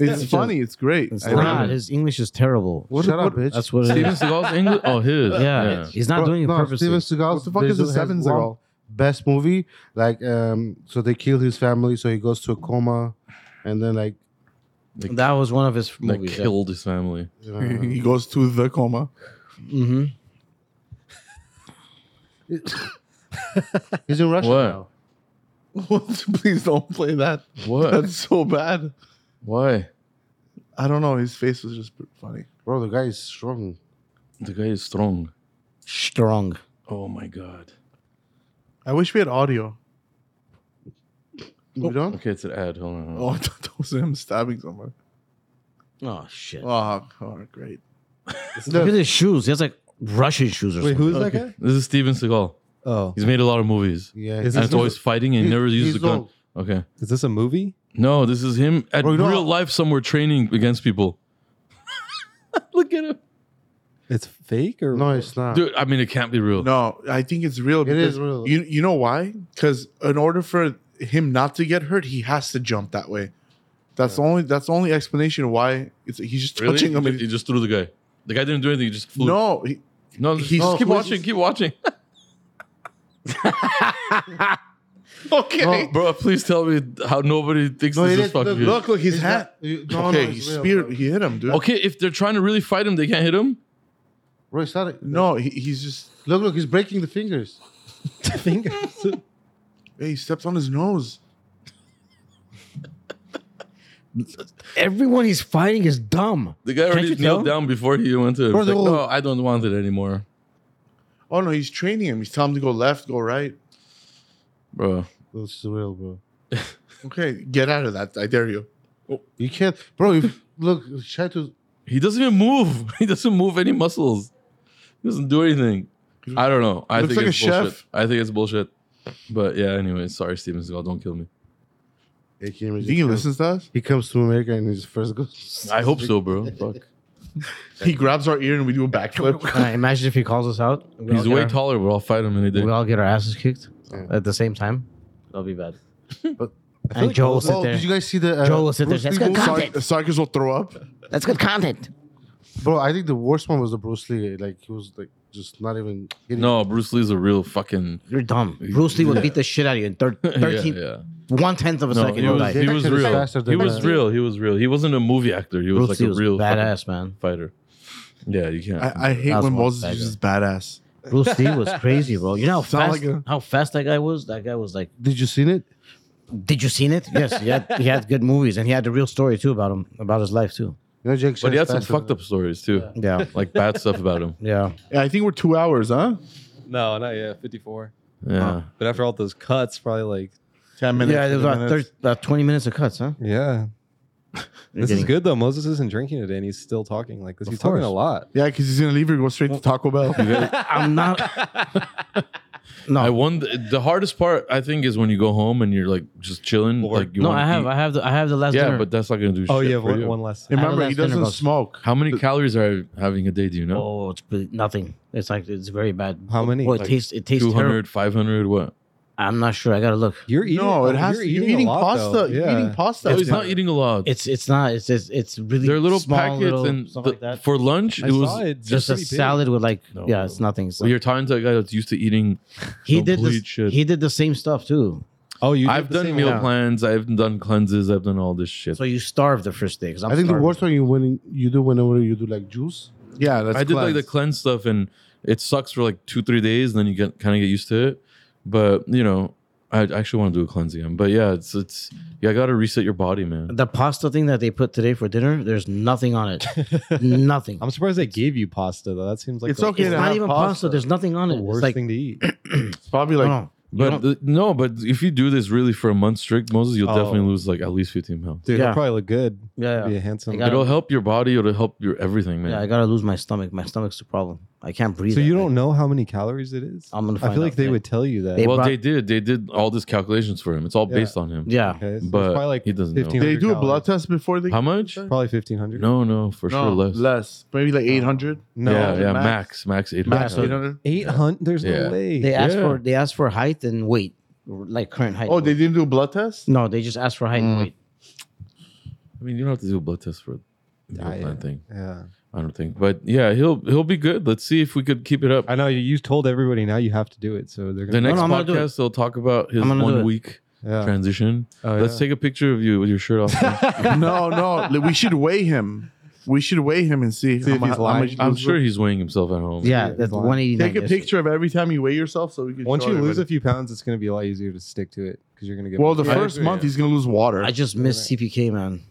Speaker 2: it's funny. It's great.
Speaker 4: It's
Speaker 2: I love
Speaker 4: not.
Speaker 2: it.
Speaker 4: His English is terrible.
Speaker 6: what, Shut up, bitch.
Speaker 4: That's what it
Speaker 1: Steven
Speaker 4: is.
Speaker 1: Seagal's English. Oh, his.
Speaker 4: Yeah, he's not
Speaker 6: Bro,
Speaker 4: doing it
Speaker 6: no,
Speaker 4: purposely.
Speaker 6: Steven Seagal.
Speaker 2: What the fuck is the seven Seagal?
Speaker 6: Best movie, like um, so they kill his family, so he goes to a coma, and then like
Speaker 4: that was one of his
Speaker 1: That
Speaker 4: movies. Yeah.
Speaker 1: killed his family.
Speaker 6: uh,
Speaker 2: he goes to the <laughs> coma.
Speaker 4: hmm
Speaker 6: he's in Russia
Speaker 1: What?
Speaker 6: now.
Speaker 2: Please don't play that.
Speaker 1: What?
Speaker 2: That's so bad.
Speaker 1: Why?
Speaker 2: I don't know. His face was just funny.
Speaker 6: Bro, the guy is strong.
Speaker 1: The guy is strong.
Speaker 4: Strong.
Speaker 1: Oh my god.
Speaker 2: I wish we had audio.
Speaker 6: You don't?
Speaker 1: Okay, it's an ad. Hold on. hold on.
Speaker 2: Oh, <laughs> I thought that was him stabbing someone.
Speaker 4: Oh shit!
Speaker 2: Oh, God, great.
Speaker 4: Look at his shoes. He has like Russian shoes or
Speaker 3: Wait,
Speaker 4: something.
Speaker 3: who is that guy?
Speaker 1: This is Steven Seagal.
Speaker 3: Oh,
Speaker 1: He's made a lot of movies.
Speaker 6: Yeah,
Speaker 3: Is
Speaker 1: and
Speaker 3: this
Speaker 1: it's always fighting and he never
Speaker 6: he's
Speaker 1: uses the gun.
Speaker 6: old.
Speaker 1: Okay.
Speaker 3: is this a movie?
Speaker 1: No, this is him at
Speaker 6: Bro, you know-
Speaker 1: real life somewhere training against people. Look at him.
Speaker 3: It's fake or
Speaker 6: No,
Speaker 3: <laughs>
Speaker 6: it's not.
Speaker 1: Dude, I mean, it can't be real.
Speaker 2: No, I think it's real.
Speaker 6: It is
Speaker 2: because
Speaker 6: real.
Speaker 2: You, you know why? Because in order for him not to get hurt, he has to jump that way. That's the only that's the only explanation why it's, he's just
Speaker 1: really?
Speaker 2: touching him.
Speaker 1: He,
Speaker 2: and-
Speaker 1: he just threw the guy. The guy didn't do anything. He just flew.
Speaker 2: no, he-
Speaker 1: no
Speaker 2: he's-
Speaker 1: just keep
Speaker 2: no,
Speaker 1: watching. Keep watching.
Speaker 2: okay.
Speaker 1: Bro, please tell me how nobody thinks
Speaker 6: No,
Speaker 1: this
Speaker 6: it
Speaker 1: is
Speaker 6: is-
Speaker 1: fucking
Speaker 6: look,
Speaker 1: good.
Speaker 2: Look, look, his
Speaker 6: It's
Speaker 2: hat.
Speaker 6: not- you- no,
Speaker 2: okay,
Speaker 6: no,
Speaker 2: he
Speaker 6: it's real,
Speaker 2: speared.
Speaker 6: bro.
Speaker 2: He hit him, dude.
Speaker 1: Okay, if they're trying to really fight him, they can't hit him.
Speaker 6: Bro, it's not. A,
Speaker 2: No, he, he's just.
Speaker 6: Look, look, he's breaking the fingers.
Speaker 4: <laughs>
Speaker 2: Hey, he stepped on his nose.
Speaker 4: Everyone he's fighting is dumb.
Speaker 1: The guy
Speaker 4: Can't
Speaker 1: already
Speaker 4: you
Speaker 1: knelt
Speaker 4: tell?
Speaker 1: down before he went to. It. He's
Speaker 6: First
Speaker 1: Like,
Speaker 6: of
Speaker 1: no,
Speaker 6: all-
Speaker 1: I don't want it anymore,
Speaker 2: Oh no, he's training him. He's telling him to go left, go right.
Speaker 1: bro.
Speaker 6: That's surreal, bro.
Speaker 2: Okay, get out of that. I dare you.
Speaker 6: You can't, bro. If, <laughs> look, try to.
Speaker 1: He doesn't even move. <laughs> He doesn't move any muscles. He doesn't do anything. I don't know. I
Speaker 2: Looks
Speaker 1: think
Speaker 2: like
Speaker 1: it's
Speaker 2: a chef.
Speaker 1: bullshit. I think it's bullshit. But yeah, anyway, sorry, Steven Seagal, don't kill me.
Speaker 6: Hey, can you
Speaker 2: You
Speaker 6: imagine?
Speaker 2: think he listens to us?
Speaker 6: He comes to America and his first goes.
Speaker 1: I hope so,
Speaker 4: <laughs>
Speaker 1: bro. Fuck.
Speaker 2: He grabs our ear and we do a
Speaker 6: <laughs>
Speaker 2: backflip.
Speaker 4: Can I imagine if he calls us out? We all
Speaker 1: He's
Speaker 4: get
Speaker 1: way
Speaker 4: our-
Speaker 1: taller, but I'll fight him any day.
Speaker 4: We all get our asses kicked
Speaker 6: Yeah.
Speaker 4: at the same time. That'll be <laughs> bad.
Speaker 6: But-
Speaker 4: and
Speaker 6: <laughs>
Speaker 4: Joel will
Speaker 6: Oh,
Speaker 4: sit there.
Speaker 6: did you guys see the? Uh,
Speaker 4: Joel will sit there.
Speaker 6: Bruce
Speaker 4: That's
Speaker 6: Lee
Speaker 4: good
Speaker 6: movie?
Speaker 2: Sar-
Speaker 4: content.
Speaker 2: Sarkis will throw up.
Speaker 4: That's good content.
Speaker 6: Bro, I think the worst one was the Bruce Lee. eh, Like he was like just not even. Hitting.
Speaker 1: No, Bruce Lee's a real fucking.
Speaker 4: You're dumb. Bruce Lee will beat the shit out of you in <laughs> thir- 13,
Speaker 1: <laughs> Yeah, yeah.
Speaker 4: one tenth of a
Speaker 1: No,
Speaker 4: second.
Speaker 1: he
Speaker 4: You'll
Speaker 1: was,
Speaker 4: die.
Speaker 1: he was
Speaker 6: That shit is faster
Speaker 1: real.
Speaker 6: than
Speaker 1: He was
Speaker 6: that.
Speaker 1: real. He was real. He wasn't a movie actor. He was
Speaker 4: Bruce
Speaker 1: like
Speaker 4: Lee
Speaker 1: a
Speaker 4: was
Speaker 1: real fucking
Speaker 4: badass, man.
Speaker 1: fighter. Yeah, you can't.
Speaker 2: I, I hate
Speaker 4: That's
Speaker 2: when
Speaker 4: one
Speaker 2: Moses
Speaker 4: bad
Speaker 2: uses badass.
Speaker 4: Bruce Lee was crazy, bro. You know how
Speaker 2: Sound
Speaker 4: fast,
Speaker 2: like a-
Speaker 4: how fast that guy was? That guy was like,
Speaker 6: Did you seen it?
Speaker 4: did you seen it? Yes, he had, he had good movies and he had a real story too about him, about his life too.
Speaker 6: You know, Jake
Speaker 1: but he had
Speaker 6: Chan's
Speaker 1: some
Speaker 6: faster
Speaker 1: fucked
Speaker 6: than-
Speaker 1: up stories too,
Speaker 4: Yeah.
Speaker 1: like bad stuff about him.
Speaker 4: Yeah.
Speaker 2: Yeah, I think we're two hours, huh?
Speaker 3: No, not yet. 54.
Speaker 1: Yeah.
Speaker 3: But after all those cuts, probably like,
Speaker 2: Ten minutes.
Speaker 4: Yeah, there was
Speaker 2: three
Speaker 4: about,
Speaker 2: minutes.
Speaker 4: 30, about 20 minutes of cuts, huh?
Speaker 3: yeah. <laughs> This is
Speaker 4: Getting-
Speaker 3: good though. Moses isn't drinking today and he's still talking like this.
Speaker 4: Of
Speaker 3: He's
Speaker 4: course.
Speaker 3: talking a lot.
Speaker 2: Yeah, because he's gonna leave here, go straight to Taco Bell.
Speaker 4: I'm not. no.
Speaker 1: I won. The, the hardest part, I think, is when you go home and you're like just chilling.
Speaker 3: Bored.
Speaker 1: Like you
Speaker 4: no,
Speaker 1: wanna
Speaker 4: I have,
Speaker 1: eat.
Speaker 4: I have the, I have the last
Speaker 1: yeah,
Speaker 4: dinner.
Speaker 1: but that's not gonna do.
Speaker 3: Oh,
Speaker 1: shit
Speaker 3: you have
Speaker 1: for
Speaker 3: one,
Speaker 1: you.
Speaker 3: one last.
Speaker 2: And
Speaker 4: I
Speaker 2: remember,
Speaker 4: have
Speaker 2: he
Speaker 4: last dinner
Speaker 2: doesn't
Speaker 4: goes-
Speaker 2: smoke.
Speaker 1: How many calories are I having a day? Do you know?
Speaker 4: Oh, it's pretty- nothing. It's like it's very bad.
Speaker 3: How many?
Speaker 4: Well, it
Speaker 3: Like
Speaker 4: tastes it tastes terrible.
Speaker 1: 200, 500, what?
Speaker 4: I'm not sure. I gotta look.
Speaker 3: You're eating.
Speaker 2: No, it has.
Speaker 3: You're
Speaker 2: to You're
Speaker 3: eating,
Speaker 2: eating,
Speaker 3: a lot,
Speaker 2: pasta.
Speaker 3: Though.
Speaker 2: You're
Speaker 3: Yeah.
Speaker 2: eating pasta.
Speaker 1: So Oh, he's not eating a lot.
Speaker 4: It's it's not. It's it's, it's really
Speaker 1: They're little
Speaker 4: small,
Speaker 1: packets
Speaker 4: little
Speaker 1: and
Speaker 4: stuff
Speaker 1: the-
Speaker 4: like that.
Speaker 1: for lunch
Speaker 3: I
Speaker 1: it was.
Speaker 3: saw it. They're
Speaker 4: just a
Speaker 3: pretty big.
Speaker 4: salad with like
Speaker 1: No.
Speaker 4: yeah, it's nothing. So
Speaker 1: Well, you're talking to a guy that's used to eating.
Speaker 4: he
Speaker 1: some
Speaker 4: did this,
Speaker 1: bleach shit.
Speaker 4: he did the same stuff too.
Speaker 3: Oh, you. did
Speaker 1: I've
Speaker 3: the
Speaker 1: done
Speaker 3: same
Speaker 1: meal
Speaker 3: one.
Speaker 1: plans. I've done cleanses. I've done all this shit.
Speaker 4: So you starve the first day. Because
Speaker 6: I think the worst one you when you do whenever you do like juice.
Speaker 2: yeah, that's.
Speaker 1: I did like the cleanse
Speaker 2: cleanse.
Speaker 1: stuff, and it sucks for like two, three days, and then you get kind of get used to it. But you know, I actually want to do a cleanse again. But yeah, it's it's yeah, I got to reset your body, man.
Speaker 4: the pasta thing that they put today for dinner. There's nothing on it. nothing.
Speaker 3: I'm surprised they gave you pasta though. That seems like
Speaker 2: It's
Speaker 3: the,
Speaker 2: okay
Speaker 4: it's
Speaker 2: to
Speaker 4: not
Speaker 2: have
Speaker 4: even pasta.
Speaker 2: pasta.
Speaker 4: There's nothing on
Speaker 3: the
Speaker 4: it.
Speaker 3: worst
Speaker 4: It's like
Speaker 3: thing to
Speaker 4: <clears throat>
Speaker 3: eat.
Speaker 2: It's probably like
Speaker 4: no,
Speaker 1: But the, no, but if you do this really for a month strict, Moses, you'll
Speaker 3: Oh.
Speaker 1: definitely lose like at least fifteen pounds.
Speaker 3: Dude,
Speaker 4: Yeah.
Speaker 3: it'll probably look good.
Speaker 4: yeah,
Speaker 3: Be
Speaker 4: yeah.
Speaker 3: a handsome.
Speaker 4: They got
Speaker 1: It'll help your body. It'll help your everything, man.
Speaker 4: yeah, I gotta lose my stomach. My stomach's the problem. I can't breathe.
Speaker 3: So
Speaker 4: at
Speaker 3: you
Speaker 4: night.
Speaker 3: don't know how many calories it is?
Speaker 4: I'm gonna.
Speaker 3: I
Speaker 4: Find
Speaker 3: feel like
Speaker 4: out
Speaker 3: they
Speaker 4: today.
Speaker 3: would tell you that.
Speaker 4: They-
Speaker 1: well,
Speaker 4: brought-
Speaker 1: they did. They did all these calculations for him. It's all
Speaker 3: Yeah.
Speaker 1: based on him.
Speaker 4: Yeah.
Speaker 3: Okay, so it's
Speaker 1: But
Speaker 3: probably like
Speaker 1: he doesn't know.
Speaker 3: 1500
Speaker 2: they do a blood
Speaker 3: calories.
Speaker 2: test before they.
Speaker 1: How much?
Speaker 3: Probably fifteen hundred.
Speaker 1: No, no, for sure
Speaker 2: No,
Speaker 1: less.
Speaker 2: Maybe like eight hundred.
Speaker 3: no.
Speaker 1: yeah, yeah, max,
Speaker 2: max.
Speaker 1: max eight.
Speaker 2: Max
Speaker 1: hundred.
Speaker 2: eight hundred.
Speaker 3: eight hundred. There's
Speaker 1: Yeah.
Speaker 3: no way.
Speaker 4: They asked
Speaker 1: Yeah.
Speaker 4: for they asked for height and weight, like current height.
Speaker 2: Oh, they didn't do a blood
Speaker 4: <laughs>
Speaker 2: test.
Speaker 4: no, they just asked for height and
Speaker 2: Mm.
Speaker 4: weight.
Speaker 1: I mean, you don't have to do a blood test for the
Speaker 3: Ah, yeah.
Speaker 1: plan thing.
Speaker 3: yeah,
Speaker 1: I don't think, but yeah, he'll he'll be good. Let's see if we could keep it up.
Speaker 3: I know. You, you told everybody now you have to do it, so they're
Speaker 1: The
Speaker 3: gonna.
Speaker 1: next
Speaker 4: no, I'm gonna do it.
Speaker 1: podcast, they'll talk about his
Speaker 4: I'm gonna do
Speaker 1: one
Speaker 4: it.
Speaker 1: week
Speaker 3: yeah.
Speaker 1: transition.
Speaker 3: Oh,
Speaker 1: Let's
Speaker 3: yeah.
Speaker 1: take a picture of you with your shirt off.
Speaker 4: <laughs>
Speaker 1: man.
Speaker 2: no, no. li- We should weigh him. We should weigh him and see,
Speaker 3: See if he's lying.
Speaker 2: he
Speaker 1: I'm
Speaker 2: loses.
Speaker 1: sure he's weighing himself at home.
Speaker 4: Yeah,
Speaker 3: Yeah,
Speaker 4: that's
Speaker 3: it's long.
Speaker 4: one eighty nine.
Speaker 2: Take a picture of every time you weigh yourself, so we can.
Speaker 3: Once
Speaker 2: show
Speaker 3: you lose a
Speaker 2: everybody.
Speaker 3: few pounds, it's gonna be a lot easier to stick to it because you're gonna get.
Speaker 2: well, the
Speaker 1: I
Speaker 2: first
Speaker 1: agree,
Speaker 2: month
Speaker 1: yeah.
Speaker 2: he's gonna lose water.
Speaker 4: I just missed CPK, man.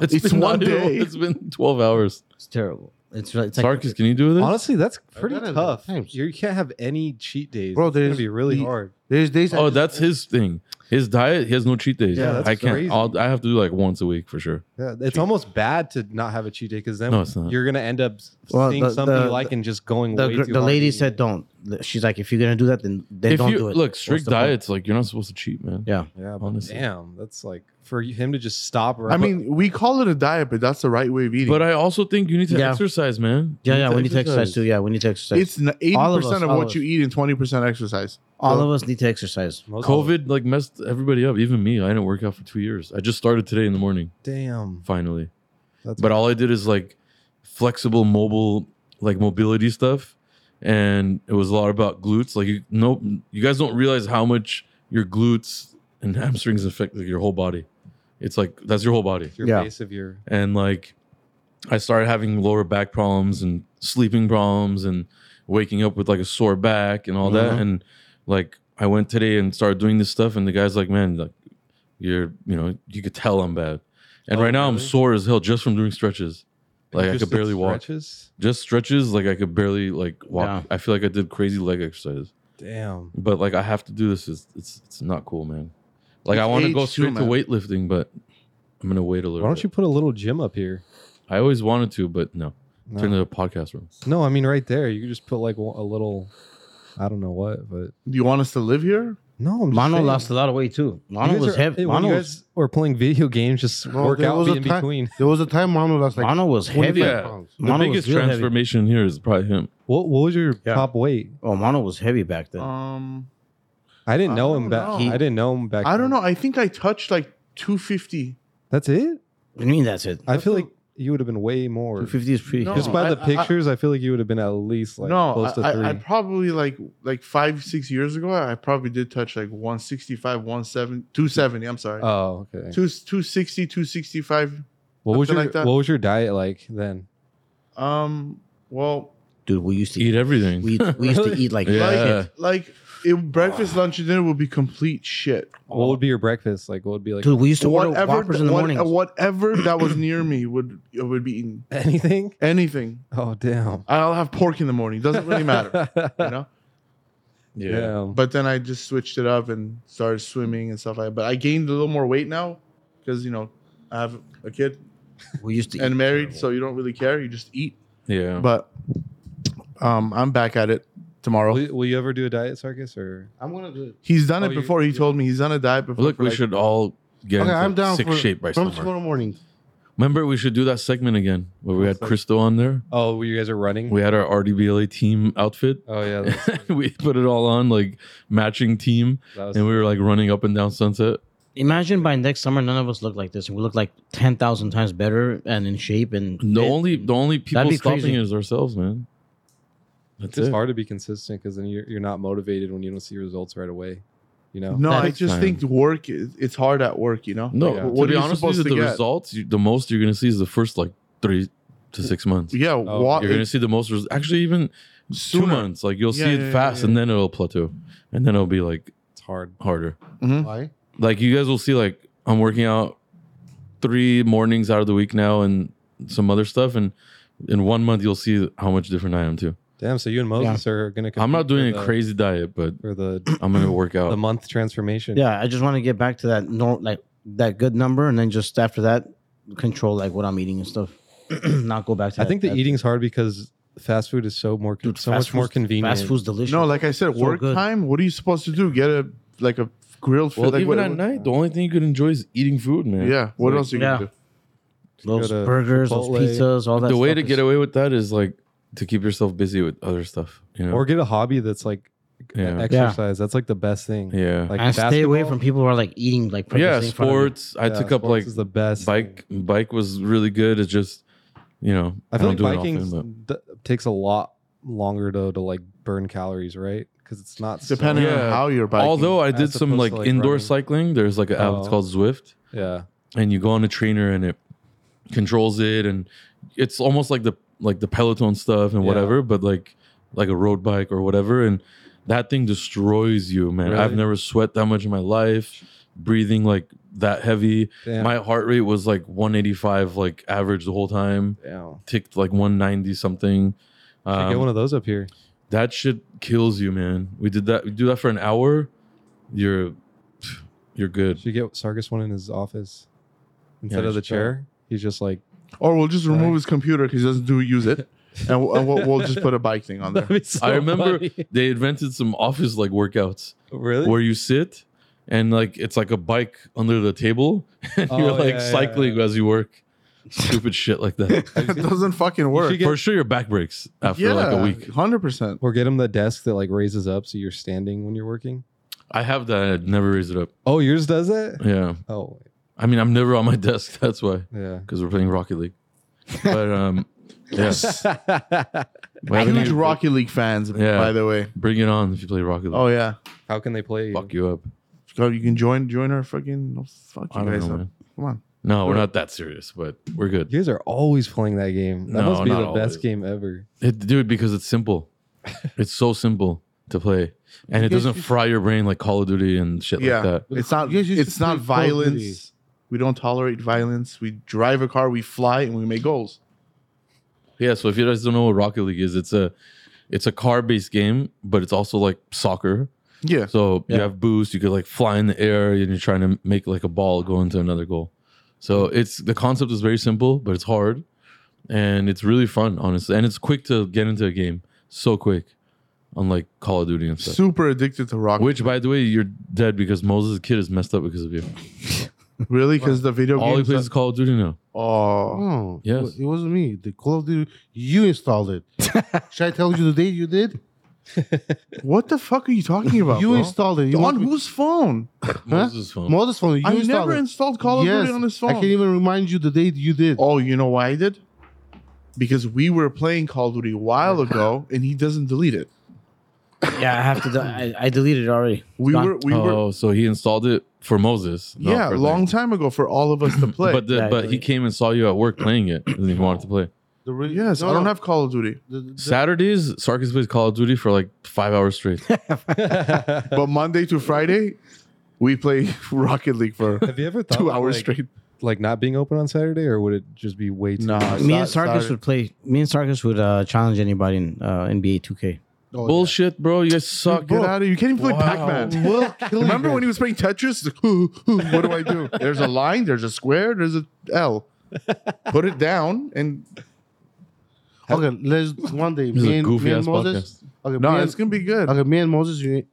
Speaker 2: It's
Speaker 1: been
Speaker 2: one
Speaker 1: not even-
Speaker 2: day.
Speaker 1: It's been 12 hours.
Speaker 4: It's terrible. It's it's like
Speaker 1: Sarkis, can you do this?
Speaker 3: honestly, that's
Speaker 6: I've
Speaker 3: pretty
Speaker 6: done it
Speaker 3: tough.
Speaker 6: times.
Speaker 3: You can't have any cheat days,
Speaker 6: Bro,
Speaker 3: It's gonna
Speaker 6: there's
Speaker 3: be really
Speaker 6: the-
Speaker 3: hard.
Speaker 6: There's days. I
Speaker 1: Oh,
Speaker 6: just-
Speaker 1: that's his thing. His diet. He has no cheat days.
Speaker 3: Yeah, that's
Speaker 1: I can't.
Speaker 3: crazy.
Speaker 1: I'll, I have to do like once a week for sure.
Speaker 3: Yeah, it's almost bad to not have a cheat day because then
Speaker 1: No, it's not.
Speaker 3: you're gonna end up
Speaker 4: Well,
Speaker 3: seeing
Speaker 4: the-
Speaker 3: something you
Speaker 4: the-
Speaker 3: like and just going.
Speaker 4: the
Speaker 3: way
Speaker 4: gr-
Speaker 3: too
Speaker 4: the
Speaker 3: hard
Speaker 4: lady
Speaker 3: eating.
Speaker 4: said don't. She's like, if you're gonna do that, then then
Speaker 1: if
Speaker 4: don't
Speaker 1: you
Speaker 4: do it.
Speaker 1: look
Speaker 4: What's
Speaker 1: strict
Speaker 4: the point?
Speaker 1: diets, like you're not supposed to cheat, man.
Speaker 4: Yeah.
Speaker 3: Yeah, but
Speaker 1: Honestly.
Speaker 3: damn, that's like for him to just stop. Right
Speaker 2: I mean, we call it a diet, but that's the right way of eating.
Speaker 1: But I also think you need to
Speaker 4: Yeah.
Speaker 1: exercise, man.
Speaker 4: Yeah, yeah. We need to exercise too. Yeah, we need to exercise.
Speaker 2: it's eighty
Speaker 4: All of us,
Speaker 2: percent of
Speaker 4: all
Speaker 2: what
Speaker 4: of
Speaker 2: you
Speaker 4: us.
Speaker 2: eat and twenty percent exercise.
Speaker 4: All of us need to exercise.
Speaker 3: Most-
Speaker 1: COVID like messed everybody up, even me. I didn't work out for two years. I just started today in the morning,
Speaker 3: Damn,
Speaker 1: finally.
Speaker 3: that's
Speaker 1: But all I did is like flexible, mobile, like mobility stuff, and it was a lot about glutes. Like you, no, you guys don't realize how much your glutes and hamstrings affect like, your whole body. It's like that's your whole body,
Speaker 3: your
Speaker 4: Yeah.
Speaker 3: base of your
Speaker 1: and like I started having lower back problems and sleeping problems and waking up with like a sore back and all that.
Speaker 4: Mhm.
Speaker 1: And like I went today and started doing this stuff, and the guy's like, "Man, like you're, you know, you could tell I'm bad." And
Speaker 3: Oh,
Speaker 1: right now I'm
Speaker 3: really?
Speaker 1: sore as hell just from doing stretches. Like I could barely walk.
Speaker 3: Stretches?
Speaker 1: Just stretches, like I could barely like walk.
Speaker 4: Yeah.
Speaker 1: I feel like I did crazy leg exercises.
Speaker 3: Damn.
Speaker 1: But like I have to do this. It's it's, it's not cool, man. Like
Speaker 2: It's
Speaker 1: I want to
Speaker 2: age
Speaker 1: go
Speaker 2: too,
Speaker 1: straight to
Speaker 2: man.
Speaker 1: weightlifting, but I'm gonna wait a little
Speaker 3: Why don't you put a little gym up here?
Speaker 1: I always wanted to, but no.
Speaker 3: No.
Speaker 1: Turn to the podcast room.
Speaker 3: No, I mean right there. You could just put like wa- a little, I don't know what, but
Speaker 2: Do you want us to live here?
Speaker 3: no. I'm
Speaker 4: Mono
Speaker 3: just
Speaker 4: lost a lot of weight too. Mono was heavy.
Speaker 3: When
Speaker 4: Mono
Speaker 3: you
Speaker 4: was,
Speaker 3: guys were playing video games, just
Speaker 6: No,
Speaker 3: work
Speaker 6: there
Speaker 3: out
Speaker 6: was a
Speaker 3: in
Speaker 6: time-
Speaker 3: between.
Speaker 6: There was a time Manu lost like
Speaker 4: Mono was heavy.
Speaker 6: 25
Speaker 1: Yeah.
Speaker 6: pounds.
Speaker 1: The
Speaker 4: Mono was
Speaker 1: biggest
Speaker 4: real heavy.
Speaker 1: transformation here is probably him.
Speaker 3: What What was your
Speaker 4: Yeah.
Speaker 3: top weight?
Speaker 4: Oh, Mono was heavy back then.
Speaker 2: Um,
Speaker 3: I didn't
Speaker 2: I
Speaker 3: know him
Speaker 2: don't
Speaker 3: back.
Speaker 2: know.
Speaker 3: I didn't know him back.
Speaker 2: I don't
Speaker 3: then.
Speaker 2: know. I think I touched like 250.
Speaker 3: That's it.
Speaker 4: I mean, that's it.
Speaker 3: I feel
Speaker 2: a-
Speaker 3: like you would have been way more.
Speaker 4: 250 is pretty.
Speaker 2: No.
Speaker 3: Just by
Speaker 2: I-
Speaker 3: the
Speaker 2: I- I-
Speaker 3: pictures, I, feel like you would have been at least like
Speaker 2: no,
Speaker 3: close to
Speaker 2: I,
Speaker 3: three.
Speaker 2: I, I probably like like five six years ago. I probably did touch like 165, 170, 270. I'm sorry,
Speaker 3: oh, okay.
Speaker 2: two 260, 265.
Speaker 3: What was
Speaker 2: something
Speaker 3: your
Speaker 2: like that.
Speaker 3: What was your diet like then?
Speaker 2: Um, well,
Speaker 4: <laughs> Dude, we used to
Speaker 1: Eat
Speaker 4: eat.
Speaker 1: everything. <laughs>
Speaker 4: We, we used to eat like
Speaker 1: Yeah.
Speaker 4: buckets.
Speaker 2: like like it, breakfast, lunch, and dinner would be complete shit.
Speaker 3: What would be your breakfast like? What would be like
Speaker 4: Dude, we used to order
Speaker 2: Whatever,
Speaker 4: Whoppers in the
Speaker 2: what- uh,
Speaker 4: morning.
Speaker 2: whatever that was near me would it would be eaten.
Speaker 3: anything? <laughs>
Speaker 2: Anything.
Speaker 3: Oh damn!
Speaker 2: I'll have pork in the morning. Doesn't
Speaker 1: <laughs>
Speaker 2: really
Speaker 3: <laughs>
Speaker 2: matter, you know.
Speaker 3: Damn.
Speaker 2: But then I just switched it up and started swimming and stuff like that. But I gained a little more weight now because, you know, I have a kid
Speaker 4: we used to eat.
Speaker 2: and married, so you don't really care. You just eat.
Speaker 1: Yeah.
Speaker 2: But um, I'm back at it tomorrow.
Speaker 3: Will, will you ever do a diet circus or?
Speaker 6: I'm gonna do it.
Speaker 2: He's done
Speaker 3: Oh,
Speaker 2: it
Speaker 3: you-
Speaker 2: before. He
Speaker 3: you-
Speaker 2: told me he's done a diet before.
Speaker 1: Look,
Speaker 2: for
Speaker 1: we
Speaker 2: like-
Speaker 1: should all get
Speaker 6: Okay,
Speaker 1: into
Speaker 6: I'm down
Speaker 1: sick
Speaker 6: for
Speaker 1: shape by
Speaker 6: from
Speaker 1: summer.
Speaker 6: tomorrow morning.
Speaker 1: Remember, we should do that segment again where we had Cristo on there.
Speaker 3: Oh, you guys are running.
Speaker 1: We had our RDBLA team outfit. <laughs>
Speaker 3: oh yeah, that
Speaker 1: we put it all on, like matching team,
Speaker 3: that was,
Speaker 1: and we were like running up and down Sunset.
Speaker 4: Imagine by next summer, none of us look like this, and we look like ten thousand times better and in shape. And
Speaker 1: The
Speaker 4: fit.
Speaker 1: only the only people
Speaker 4: be
Speaker 1: stopping
Speaker 4: crazy.
Speaker 1: is ourselves, man. That's
Speaker 3: it's just
Speaker 1: it.
Speaker 3: hard to be consistent because then you're you're not motivated when you don't see results right away. You know.
Speaker 2: No,
Speaker 4: That
Speaker 2: I
Speaker 4: is
Speaker 2: just
Speaker 1: fine.
Speaker 2: think work, is, it's hard at work, you know?
Speaker 1: No,
Speaker 3: Yeah.
Speaker 1: to
Speaker 2: What
Speaker 1: be
Speaker 2: are you
Speaker 1: honest with
Speaker 2: supposed
Speaker 1: you,
Speaker 2: to
Speaker 1: the
Speaker 2: get?
Speaker 1: results, you, the most you're gonna see is the first like three to six months.
Speaker 2: Yeah.
Speaker 3: Oh,
Speaker 2: wa-
Speaker 1: You're gonna
Speaker 2: it-
Speaker 1: see the most. Res- Actually, even
Speaker 2: Sooner.
Speaker 1: two months. Like you'll
Speaker 2: Yeah,
Speaker 1: see it
Speaker 2: yeah, yeah,
Speaker 1: fast,
Speaker 2: yeah.
Speaker 1: and then it'll plateau, and then it'll be like
Speaker 3: It's hard.
Speaker 1: harder.
Speaker 2: Mhm.
Speaker 6: Why?
Speaker 1: like you guys will see like I'm working out three mornings out of the week now and some other stuff and in one month you'll see how much different I am too.
Speaker 3: Damn. So you and Moses are gonna.
Speaker 1: I'm not
Speaker 3: compete
Speaker 1: doing
Speaker 3: for
Speaker 1: a
Speaker 3: the-
Speaker 1: crazy diet, but
Speaker 3: for the
Speaker 1: <clears throat> I'm gonna work
Speaker 3: the
Speaker 1: out.
Speaker 3: month transformation.
Speaker 4: yeah, I just want to get back to that normal, like that good number, and then just after that, control like what I'm eating and stuff. <clears throat> Not go back to.
Speaker 3: I think the eating's hard because fast food is so more con- so much more convenient.
Speaker 4: Fast food's delicious.
Speaker 2: No, like I said,
Speaker 4: So
Speaker 2: work
Speaker 4: good.
Speaker 2: time. What are you supposed to do? Get a like a grilled
Speaker 1: well,
Speaker 2: food. Like,
Speaker 1: even
Speaker 2: what-
Speaker 1: at night, the only thing you could enjoy is eating food, man.
Speaker 2: Yeah. What
Speaker 1: Like,
Speaker 2: else are you
Speaker 4: Yeah.
Speaker 2: gonna do?
Speaker 4: those
Speaker 3: Go to
Speaker 4: burgers, those
Speaker 3: Chipotle.
Speaker 4: pizzas, all that.
Speaker 1: The way
Speaker 4: stuff
Speaker 1: to
Speaker 4: is-
Speaker 1: get away with that is like to keep yourself busy with other stuff. You know.
Speaker 3: Or get a hobby that's like e,
Speaker 1: Yeah.
Speaker 3: exercise. That's like the best thing.
Speaker 1: yeah.
Speaker 3: Like
Speaker 4: and stay away
Speaker 3: basketball?
Speaker 4: from people who are like eating like
Speaker 1: yeah.
Speaker 4: purposely in front of you.
Speaker 1: Sports. I
Speaker 3: Yeah,
Speaker 1: took up
Speaker 3: sports
Speaker 1: like
Speaker 3: is the best
Speaker 1: bike. Bike was really good. It's just you know
Speaker 3: I feel
Speaker 1: don't
Speaker 3: like
Speaker 1: do it
Speaker 3: biking
Speaker 1: often,
Speaker 3: d- takes a lot longer though to like burn calories, right? Because it's not so-
Speaker 2: Depending
Speaker 1: Yeah.
Speaker 2: on how you're biking.
Speaker 1: Although I
Speaker 3: as
Speaker 1: did some
Speaker 3: opposed
Speaker 1: like,
Speaker 3: to, like,
Speaker 1: indoor
Speaker 3: running.
Speaker 1: cycling. There's like an app it's
Speaker 3: Oh.
Speaker 1: called Zwift,
Speaker 3: yeah,
Speaker 1: and you go on a trainer and it controls it, and it's almost like the like the Peloton stuff and
Speaker 3: Yeah.
Speaker 1: whatever, but like like a road bike or whatever, and that thing destroys you, man. I've
Speaker 3: Really?
Speaker 1: never sweat that much in my life, breathing like that heavy.
Speaker 3: damn.
Speaker 1: My heart rate was like 185, like average the whole time.
Speaker 3: Damn.
Speaker 1: Ticked like 190 something.
Speaker 3: Should get
Speaker 1: Um,
Speaker 3: one of those up here.
Speaker 1: that shit kills you, man. We did that. We do that for an hour. You're, you're good.
Speaker 3: Should get Sargus one in his office instead
Speaker 1: Yeah,
Speaker 3: of the
Speaker 1: you should try.
Speaker 3: chair. He's just like
Speaker 2: Or we'll just remove
Speaker 3: Right.
Speaker 2: his computer because he doesn't do
Speaker 1: <laughs>
Speaker 2: use it, and we'll, and we'll, we'll just put a bike thing <laughs> on there.
Speaker 3: That'd be so
Speaker 1: I remember <laughs>
Speaker 3: funny.
Speaker 1: they invented some office like workouts
Speaker 3: really.
Speaker 1: where you sit and like it's like a bike under the table <laughs> and you're
Speaker 3: Oh,
Speaker 1: like
Speaker 3: yeah, yeah,
Speaker 1: cycling
Speaker 3: yeah.
Speaker 1: as you work. Stupid shit like that.
Speaker 3: <laughs>
Speaker 2: It doesn't fucking work.
Speaker 3: get-
Speaker 1: For sure, your back breaks after
Speaker 2: yeah,
Speaker 1: like a week.
Speaker 2: hundred percent.
Speaker 3: or get him the desk that like raises up so you're standing when you're working.
Speaker 1: I have that. I'd never raise it up.
Speaker 3: Oh, yours does
Speaker 1: <laughs>
Speaker 3: that?
Speaker 1: Yeah.
Speaker 3: Oh,
Speaker 1: I mean, I'm never on my <laughs> desk. That's why.
Speaker 3: yeah.
Speaker 1: Because we're playing Rocket League. But
Speaker 3: <laughs>
Speaker 1: um, yes.
Speaker 2: Huge Rocket League fans,
Speaker 1: Yeah.
Speaker 2: by the way.
Speaker 1: Bring it on if you play Rocket League.
Speaker 2: Oh yeah,
Speaker 3: How can they play?
Speaker 1: Fuck you up.
Speaker 2: so you can join join our fucking. No, fuck
Speaker 1: I
Speaker 2: you
Speaker 1: don't
Speaker 2: guys
Speaker 1: know,
Speaker 2: up.
Speaker 1: man.
Speaker 2: Come on.
Speaker 1: No, we're not that serious, but we're good.
Speaker 3: You guys are always playing that game. That
Speaker 1: No,
Speaker 3: must be the
Speaker 1: not always.
Speaker 3: best game
Speaker 1: <laughs>
Speaker 3: ever. <laughs>
Speaker 1: It, dude, because it's
Speaker 2: <laughs>
Speaker 1: simple. it's so simple to play. And it
Speaker 6: guys
Speaker 1: doesn't
Speaker 6: just-
Speaker 1: fry your brain like Call of Duty and shit
Speaker 2: Yeah.
Speaker 1: like that.
Speaker 2: It's not.
Speaker 6: You guys used to
Speaker 2: It's not
Speaker 6: play Call of Duty.
Speaker 2: violence. We don't tolerate violence. We drive a car. We fly, and we make goals.
Speaker 1: Yeah, so if you guys don't know what Rocket League is, it's a it's a car based game, but it's also like soccer.
Speaker 2: Yeah.
Speaker 1: So you
Speaker 4: Yeah.
Speaker 1: have boost, you could like fly in the air, and you're trying to make like a ball go into another goal. So it's the concept is very simple, but it's hard, and it's really fun, honestly. And it's quick to get into a game, so quick, unlike Call of Duty and stuff.
Speaker 2: Super addicted to rock.
Speaker 1: Which, by the way, you're dead because Moses' kid is messed up because of you.
Speaker 2: really? Because the video
Speaker 1: All he
Speaker 2: games.
Speaker 1: plays is Call of Duty now.
Speaker 2: oh,
Speaker 6: Oh,
Speaker 1: Yes.
Speaker 6: it wasn't me. The Call of Duty, you installed
Speaker 2: <laughs>
Speaker 6: it. Should I tell you the date you did?
Speaker 2: what the fuck are you
Speaker 6: <laughs>
Speaker 2: talking about?
Speaker 6: you
Speaker 2: bro?
Speaker 6: installed it. You
Speaker 2: on
Speaker 6: want me-
Speaker 2: whose phone?
Speaker 1: Moses' phone.
Speaker 6: Mother's phone. You
Speaker 2: I
Speaker 6: installed
Speaker 2: never
Speaker 6: it.
Speaker 2: installed Call of
Speaker 6: yes,
Speaker 2: Duty on his
Speaker 6: I
Speaker 2: phone.
Speaker 6: can't even remind you the date you did.
Speaker 2: Oh, you know why I did? Because we were playing Call of Duty a
Speaker 6: <laughs>
Speaker 2: while ago, and he doesn't delete it.
Speaker 4: Yeah, I have to. de- I, I deleted it already.
Speaker 2: We
Speaker 4: Gone.
Speaker 2: were, we were,
Speaker 1: oh, so he installed it for Moses. not
Speaker 2: yeah,
Speaker 1: for the-
Speaker 2: long time ago for all of us
Speaker 6: <laughs>
Speaker 2: to play.
Speaker 1: But the,
Speaker 4: Yeah, I
Speaker 1: but he
Speaker 4: believe.
Speaker 1: came and saw you at work playing it, and he wanted to play.
Speaker 6: The re-
Speaker 2: yes,
Speaker 6: no,
Speaker 2: I don't
Speaker 6: no.
Speaker 2: have Call of Duty,
Speaker 6: The- the-
Speaker 1: Saturdays, Sarkis plays Call of Duty for like five hours straight.
Speaker 3: Have
Speaker 2: but Monday to Friday, we play <laughs> Rocket League
Speaker 6: <laughs>
Speaker 2: for
Speaker 3: you ever thought
Speaker 2: two
Speaker 3: of,
Speaker 2: hours
Speaker 3: like,
Speaker 2: straight.
Speaker 3: like not being open on Saturday, or would it just be way too?
Speaker 2: Nah,
Speaker 3: much?
Speaker 4: Me and
Speaker 2: Sa-
Speaker 4: Sarkis
Speaker 2: Sarkis-
Speaker 4: would play. Me and Sarkis would uh, challenge anybody in uh, NBA 2K.
Speaker 6: oh, yeah.
Speaker 1: Bullshit, bro. You guys suck.
Speaker 2: Get out of here! You can't even play
Speaker 1: Wow.
Speaker 2: Pac-Man. <laughs> Remember when he was playing Tetris? what do I do? There's a line. There's a square. There's a L. Put it down and
Speaker 6: Okay, let's
Speaker 2: <laughs>
Speaker 6: one day.
Speaker 1: This is
Speaker 6: Me
Speaker 1: a
Speaker 6: and, me
Speaker 1: goofy
Speaker 6: and
Speaker 1: ass
Speaker 6: Moses.
Speaker 1: podcast.
Speaker 6: Okay,
Speaker 2: no,
Speaker 6: me
Speaker 2: it's
Speaker 6: and,
Speaker 2: gonna be good.
Speaker 6: okay, me and Moses, you,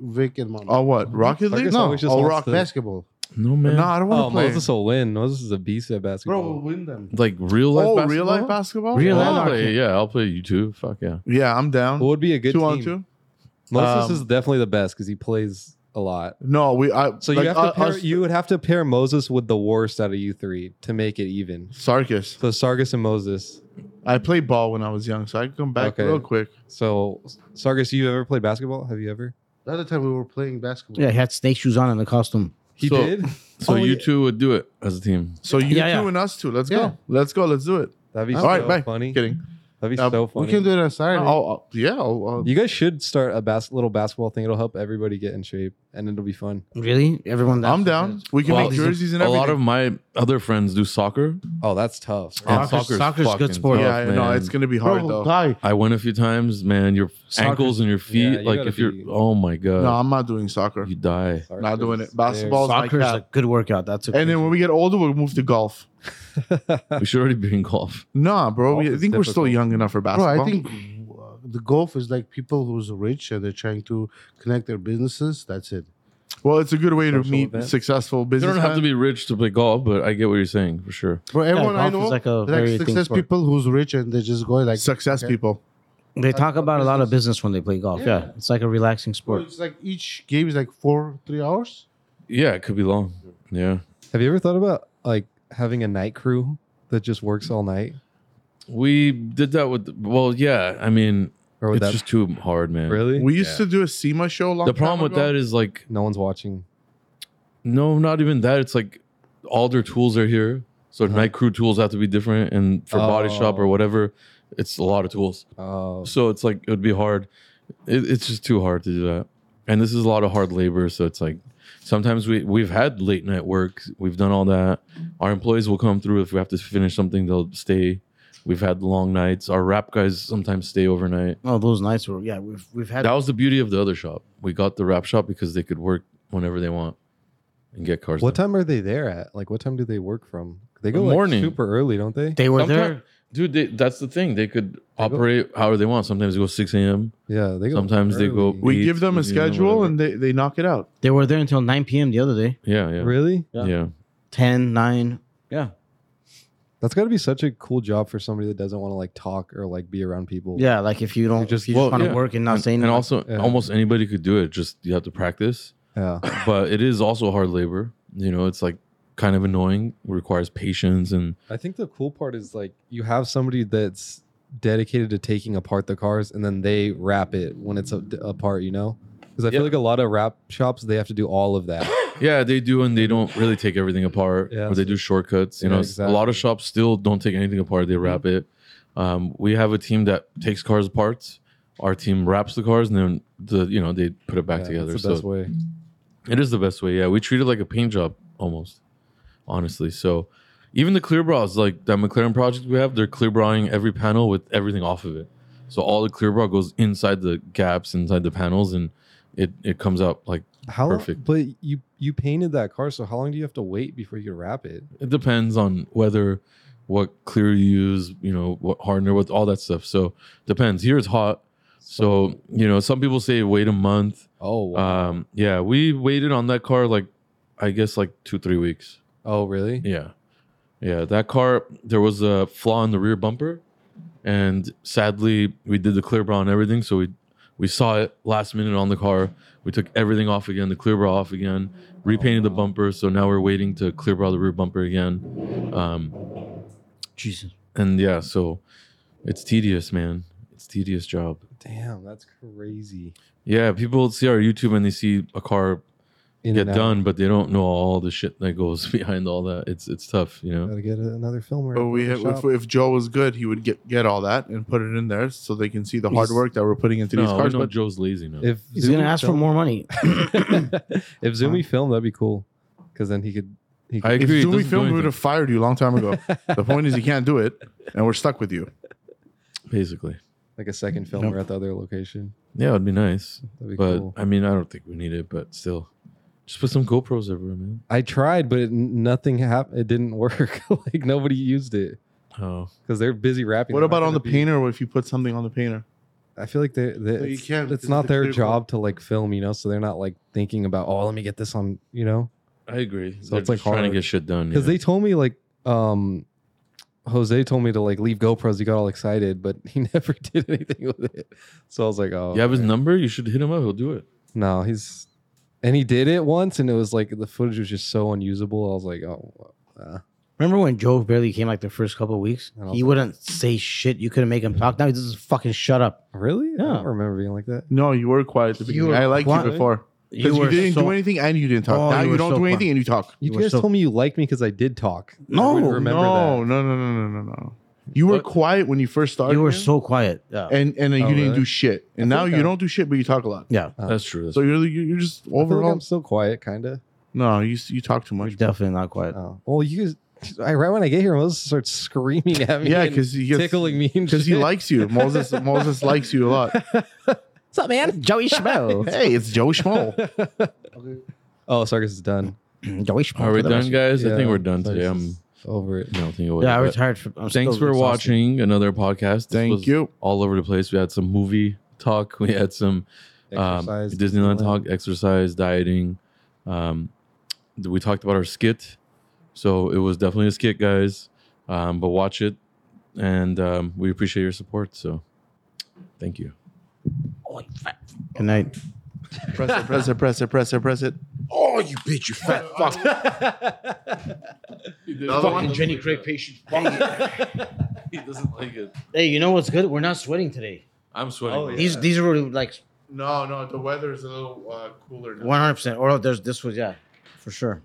Speaker 6: Vic and Mom.
Speaker 2: Oh, what Rocket
Speaker 3: Sarkis
Speaker 2: League?
Speaker 3: always just
Speaker 2: oh,
Speaker 3: wants
Speaker 2: Rock
Speaker 3: to-
Speaker 6: basketball.
Speaker 1: No man.
Speaker 2: No, I don't want to
Speaker 3: Oh,
Speaker 2: play.
Speaker 3: Moses will win. Moses is a beast at basketball.
Speaker 6: win them.
Speaker 1: Like real life.
Speaker 2: oh,
Speaker 1: basketball?
Speaker 2: real life basketball?
Speaker 4: Real life
Speaker 1: I'll
Speaker 4: Anarchy.
Speaker 1: play, yeah, I'll play you too. Fuck yeah.
Speaker 2: Yeah, I'm
Speaker 3: What
Speaker 2: down.
Speaker 3: would be a good
Speaker 2: Two
Speaker 3: team?
Speaker 2: on two.
Speaker 3: Moses
Speaker 2: Um,
Speaker 3: is definitely the best because he plays a lot.
Speaker 2: No, we. I,
Speaker 3: So you
Speaker 2: like,
Speaker 3: have to
Speaker 2: uh,
Speaker 3: pair,
Speaker 2: us-
Speaker 3: you would have to pair Moses with the worst out of you three to make it even.
Speaker 2: Sarkis.
Speaker 3: So Sargus and Moses.
Speaker 2: I played ball when I was young, so I can come back
Speaker 3: Okay.
Speaker 2: real quick.
Speaker 3: So Sargus, you ever played basketball? Have you ever?
Speaker 6: The other time we were playing basketball.
Speaker 4: Yeah, he had snake shoes on in the costume.
Speaker 3: He
Speaker 1: So-
Speaker 3: did.
Speaker 1: So
Speaker 4: Oh,
Speaker 1: you
Speaker 4: yeah.
Speaker 1: two would do it as a team.
Speaker 2: So you
Speaker 4: Yeah,
Speaker 2: two
Speaker 4: yeah.
Speaker 2: and us two. Let's
Speaker 6: Yeah.
Speaker 2: go. Let's go. Let's do it.
Speaker 3: That'd
Speaker 2: <laughs>
Speaker 3: be
Speaker 2: All
Speaker 3: so
Speaker 2: right, bye.
Speaker 3: funny.
Speaker 2: Kidding.
Speaker 3: That'd be
Speaker 2: Uh,
Speaker 3: so funny.
Speaker 6: we can do it on Saturday.
Speaker 2: I'll, I'll- yeah. I'll, I'll-
Speaker 3: you guys should start a bas- little basketball thing. It'll help everybody get in shape, and it'll be fun.
Speaker 4: Really? Everyone? that's-
Speaker 2: I'm down. We can
Speaker 1: Well,
Speaker 2: make jerseys and
Speaker 1: a
Speaker 2: everything.
Speaker 1: lot of my other friends do soccer.
Speaker 3: Oh, that's tough.
Speaker 1: and
Speaker 4: Soccer's- soccer's good
Speaker 1: fucking
Speaker 4: sport.
Speaker 1: tough,
Speaker 2: yeah, I know
Speaker 1: man.
Speaker 2: it's gonna be hard
Speaker 6: Bro,
Speaker 2: though.
Speaker 6: guy,
Speaker 1: I went a few times, man. Your
Speaker 2: Soccer-
Speaker 1: ankles and your feet,
Speaker 3: Yeah, you
Speaker 1: like
Speaker 3: gotta
Speaker 1: if you're,
Speaker 3: be-
Speaker 1: oh my god,
Speaker 2: No, I'm not doing soccer.
Speaker 1: you die.
Speaker 3: Sargus
Speaker 2: Not doing it.
Speaker 3: is
Speaker 2: Basketball-
Speaker 4: Soccer is
Speaker 2: like
Speaker 4: a good workout. That's a
Speaker 2: And then when we get older, we'll move to golf.
Speaker 1: We should already be in golf.
Speaker 2: Nah, bro. We, I
Speaker 3: Golf
Speaker 2: think
Speaker 3: is
Speaker 2: we're still
Speaker 3: difficult.
Speaker 2: young enough for
Speaker 6: bro,
Speaker 2: basketball.
Speaker 6: I think uh, the golf is like people who's rich and they're trying to connect their businesses. That's it.
Speaker 2: Well, it's a good way to
Speaker 3: Social
Speaker 2: meet
Speaker 3: event.
Speaker 2: successful
Speaker 1: You
Speaker 2: business.
Speaker 1: don't have to be rich to play golf, but I get what you're saying for sure.
Speaker 6: Bro, everyone I
Speaker 4: golf is
Speaker 6: know,
Speaker 4: like a
Speaker 6: like,
Speaker 4: very thing
Speaker 6: success
Speaker 4: sport.
Speaker 6: people who's rich and they just go like
Speaker 2: success
Speaker 6: Okay.
Speaker 2: people.
Speaker 4: they talk about a lot of business when they play golf. Yeah,
Speaker 6: Yeah.
Speaker 4: it's like a relaxing sport.
Speaker 6: It's like each game is like four, three hours.
Speaker 1: Yeah, it could be long. Yeah,
Speaker 3: Have you ever thought about like having a night crew that just works all night?
Speaker 1: we did that with. Well, yeah, I mean,
Speaker 3: Or would
Speaker 1: it's
Speaker 3: that
Speaker 1: just too hard, man.
Speaker 3: really?
Speaker 2: We used to do a SEMA show. A long
Speaker 1: The problem
Speaker 2: time
Speaker 1: with
Speaker 2: ago.
Speaker 1: that is like,
Speaker 3: no one's watching.
Speaker 1: no, not even that. It's like all their tools are here, so night crew tools have to be different, and for body shop or
Speaker 3: Oh.
Speaker 1: whatever, it's a lot of tools.
Speaker 3: Oh,
Speaker 1: So it's like it would be hard. It, it's just too hard to do that. And this is a lot of hard labor. So it's like sometimes we we've had late night work. We've done all that. Our employees will come through if we have to finish something. They'll stay. We've had long nights. Our rap guys sometimes stay overnight.
Speaker 4: Oh, those nights were yeah. We've we've had
Speaker 1: That was the beauty of the other shop. We got the rap shop because they could work whenever they want and get cars.
Speaker 3: what
Speaker 1: done.
Speaker 3: time are they there at? Like, what time do they work from? They
Speaker 1: The
Speaker 3: go like,
Speaker 1: morning.
Speaker 3: super early, don't they?
Speaker 4: they were
Speaker 1: Sometime-
Speaker 4: there.
Speaker 1: dude? They, that's the thing. They could
Speaker 3: They go-
Speaker 1: operate however they want. Sometimes they go six a.m.
Speaker 3: Yeah, they go
Speaker 1: Sometimes they go-
Speaker 3: early.
Speaker 2: we
Speaker 1: Eight,
Speaker 2: give them a
Speaker 1: you know,
Speaker 2: schedule
Speaker 1: whatever.
Speaker 2: and they, they knock it out.
Speaker 4: They were there until 9 p.m. the other day.
Speaker 1: Yeah, yeah,
Speaker 3: really.
Speaker 1: yeah.
Speaker 4: Yeah. 10, 9. Yeah,
Speaker 3: That's got to be such a cool job for somebody that doesn't want to like talk or like be around people.
Speaker 4: yeah. Like if you don't,
Speaker 3: just-
Speaker 4: just, you
Speaker 1: well,
Speaker 4: just want to
Speaker 1: yeah.
Speaker 4: work and not
Speaker 1: And,
Speaker 4: say
Speaker 1: and
Speaker 4: anything.
Speaker 1: also,
Speaker 3: Yeah.
Speaker 1: almost anybody could do it. Just you have to practice.
Speaker 3: yeah.
Speaker 1: but it is also hard labor. You know, it's like kind of annoying. requires patience and
Speaker 3: I think the cool part is like you have somebody that's dedicated to taking apart the cars and then they wrap it when it's a- apart, you know? Because I
Speaker 1: Yeah.
Speaker 3: feel like a lot of wrap shops, they have to do all of that.
Speaker 1: yeah, they do, and they don't really take everything apart,
Speaker 3: Yeah.
Speaker 1: or they do shortcuts. You
Speaker 3: Yeah,
Speaker 1: know, a lot
Speaker 3: exactly. Mm-hmm.
Speaker 1: of shops still don't take anything apart; they wrap it. Um, we have a team that takes cars apart. Our team wraps the cars, and then the you know they put it back
Speaker 3: Yeah,
Speaker 1: together.
Speaker 3: That's the best
Speaker 1: So
Speaker 3: way.
Speaker 1: it is the best way. Yeah, we treat it like a paint job almost. honestly. So even the clear bras, like that McLaren project we have, they're clear brawing every panel with everything off of it. So all the clear bra goes inside the gaps, inside the panels, and it it comes out like
Speaker 3: How
Speaker 1: Perfect.
Speaker 3: But you you painted that car, so how long do you have to wait before you can wrap it?
Speaker 1: it depends on whether what clear you use, you know, what hardener, what all that stuff. So depends. Here it's hot. So, you know, some people say wait a month.
Speaker 3: Oh, wow.
Speaker 1: Um, yeah, we waited on that car like I guess like two, three weeks.
Speaker 3: oh, really?
Speaker 1: Yeah. Yeah. That car, there was a flaw in the rear bumper. And sadly, we did the clear bra and everything. So we we saw it last minute on the car. We took everything off again, the clear bra off again, repainted the bumper. So now we're waiting to clear bra the rear bumper again. Um,
Speaker 4: Jesus.
Speaker 1: and yeah, so it's tedious, man. It's tedious job.
Speaker 3: Damn, that's crazy.
Speaker 1: Yeah, people see our YouTube and they see a car
Speaker 3: In
Speaker 1: get
Speaker 3: and out.
Speaker 1: done, but they don't know all the shit that goes <laughs> behind all that. It's it's tough, you know.
Speaker 3: Gotta get another filmer.
Speaker 2: But we, if, if Joe was good, he would get, get all that and put it in there so they can see the hard
Speaker 3: He's-
Speaker 2: work that we're putting into
Speaker 1: No,
Speaker 2: these cars.
Speaker 1: we know
Speaker 2: But
Speaker 1: Joe's lazy now.
Speaker 3: if
Speaker 4: He's gonna
Speaker 3: Zumi
Speaker 4: ask for
Speaker 3: filmed-
Speaker 4: more money.
Speaker 3: <laughs>
Speaker 4: <coughs>
Speaker 3: if Zoomy filmed, that'd be cool, because then he could. He
Speaker 1: I
Speaker 2: if
Speaker 3: could
Speaker 1: agree. it
Speaker 2: we
Speaker 1: doesn't do
Speaker 2: filmed, we would
Speaker 1: anything,
Speaker 2: have fired you a long time ago. the point is, you can't do it, and we're stuck with you.
Speaker 1: basically.
Speaker 3: <laughs> like a second filmer at the other location.
Speaker 1: Yeah, it'd be nice,
Speaker 3: That'd be
Speaker 1: but
Speaker 3: cool.
Speaker 1: I mean, I don't think we need it. But still, just put some GoPros everywhere, man.
Speaker 3: I tried, but it, nothing happened. It didn't <laughs> work. like nobody used it
Speaker 1: Oh,
Speaker 3: because they're busy wrapping.
Speaker 2: What
Speaker 3: They're not
Speaker 2: about on
Speaker 3: gonna
Speaker 2: the
Speaker 3: be-
Speaker 2: painter? If you put something on the painter,
Speaker 3: I feel like they they
Speaker 6: No, you
Speaker 3: it's,
Speaker 6: can't,
Speaker 3: it's
Speaker 6: because
Speaker 3: not
Speaker 6: the
Speaker 3: their
Speaker 6: clear
Speaker 3: job to like film, you know. So they're not like thinking about oh, let me get this on, you know.
Speaker 1: I agree.
Speaker 3: So
Speaker 1: So
Speaker 3: it's,
Speaker 1: it's
Speaker 3: like,
Speaker 1: like trying
Speaker 3: hard.
Speaker 1: to get shit done.
Speaker 3: Because
Speaker 1: yeah.
Speaker 3: they told me like um, Jose told me to like leave GoPros. He got all excited, but <laughs> he never did anything with it. So I was like, oh,
Speaker 1: you have his
Speaker 3: okay.
Speaker 1: number. You should hit him up. He'll do it.
Speaker 3: no, he's and he did it once, and it was like the footage was just so unusable. I was like, oh, uh,
Speaker 4: Remember when Joe barely came like the first couple of weeks?
Speaker 3: I don't
Speaker 4: He
Speaker 3: think-
Speaker 4: wouldn't say shit. You couldn't make him talk. Now he just fucking shut up.
Speaker 3: really? I
Speaker 4: Yeah.
Speaker 3: don't remember being like that.
Speaker 2: no, you were quiet at the
Speaker 4: You
Speaker 2: beginning.
Speaker 4: were
Speaker 2: I liked
Speaker 4: quiet.
Speaker 2: you before because you,
Speaker 4: were
Speaker 2: didn't
Speaker 4: so-
Speaker 2: do anything and you didn't talk.
Speaker 4: Oh,
Speaker 2: now
Speaker 4: you
Speaker 2: you,
Speaker 4: were
Speaker 2: don't
Speaker 4: so
Speaker 2: do
Speaker 4: quiet.
Speaker 2: anything and you talk.
Speaker 3: You,
Speaker 4: You were
Speaker 3: guys
Speaker 4: so-
Speaker 3: told me you liked me because I did talk. I
Speaker 4: No,
Speaker 3: wouldn't remember
Speaker 2: no,
Speaker 3: that.
Speaker 2: no, no, no, no, no, no. You were
Speaker 1: What?
Speaker 2: quiet when you first started.
Speaker 4: You were
Speaker 2: man,
Speaker 4: so quiet. Yeah.
Speaker 2: and and uh, you
Speaker 3: Oh,
Speaker 2: didn't
Speaker 3: really?
Speaker 2: do shit. And
Speaker 3: I
Speaker 2: now
Speaker 3: think
Speaker 2: you
Speaker 3: I-
Speaker 2: don't do shit, but you talk a lot.
Speaker 4: yeah.
Speaker 3: Uh,
Speaker 1: That's true. That's
Speaker 2: So you're you're you're just
Speaker 3: I feel like
Speaker 2: overall.
Speaker 3: I'm still quiet, kind of.
Speaker 2: No, you you talk too much.
Speaker 4: Definitely not quiet.
Speaker 3: Oh. Well, you guys, I, right when I get here, Moses starts
Speaker 2: <laughs>
Speaker 3: screaming at me.
Speaker 2: Yeah,
Speaker 3: and
Speaker 2: because he gets,
Speaker 3: tickling me
Speaker 2: <laughs> because he likes you. <laughs> Moses Moses likes you a lot.
Speaker 4: What's up, man? Joey Schmo.
Speaker 2: Hey, it's Joe Schmo.
Speaker 3: Oh, Sarkis is done.
Speaker 4: <coughs> Joey Schmo.
Speaker 1: Are we done, guys? I
Speaker 3: Yeah,
Speaker 1: think we're done
Speaker 3: Sarkis
Speaker 1: today. I'm
Speaker 3: is over it.
Speaker 1: melting away.
Speaker 4: Yeah, I
Speaker 1: But
Speaker 4: retired. From, I'm
Speaker 1: Thanks
Speaker 4: still
Speaker 1: for
Speaker 4: exhausted.
Speaker 1: watching another podcast. This was
Speaker 2: Thank you.
Speaker 1: All over the place. We had some movie talk. <laughs> We had some um,
Speaker 3: Exercise,
Speaker 1: Disneyland talk, exercise, dieting. Um, th- we talked about our skit, so it was definitely a skit, guys. Um, but watch it, and um, we appreciate your support. So, thank you.
Speaker 4: Good night.
Speaker 2: Press it, press it, press it, press it, press it.
Speaker 6: Oh, you bitch, you fat fuck.
Speaker 2: Another one?
Speaker 4: Jenny Craig patient.
Speaker 1: <laughs> He doesn't like it.
Speaker 4: Hey, you know what's good? We're not sweating today.
Speaker 1: I'm sweating.
Speaker 3: Oh, yeah.
Speaker 4: These these were like
Speaker 2: No, no, the weather's a little uh, cooler now.
Speaker 4: 100 percent. Or there's this was yeah, for sure.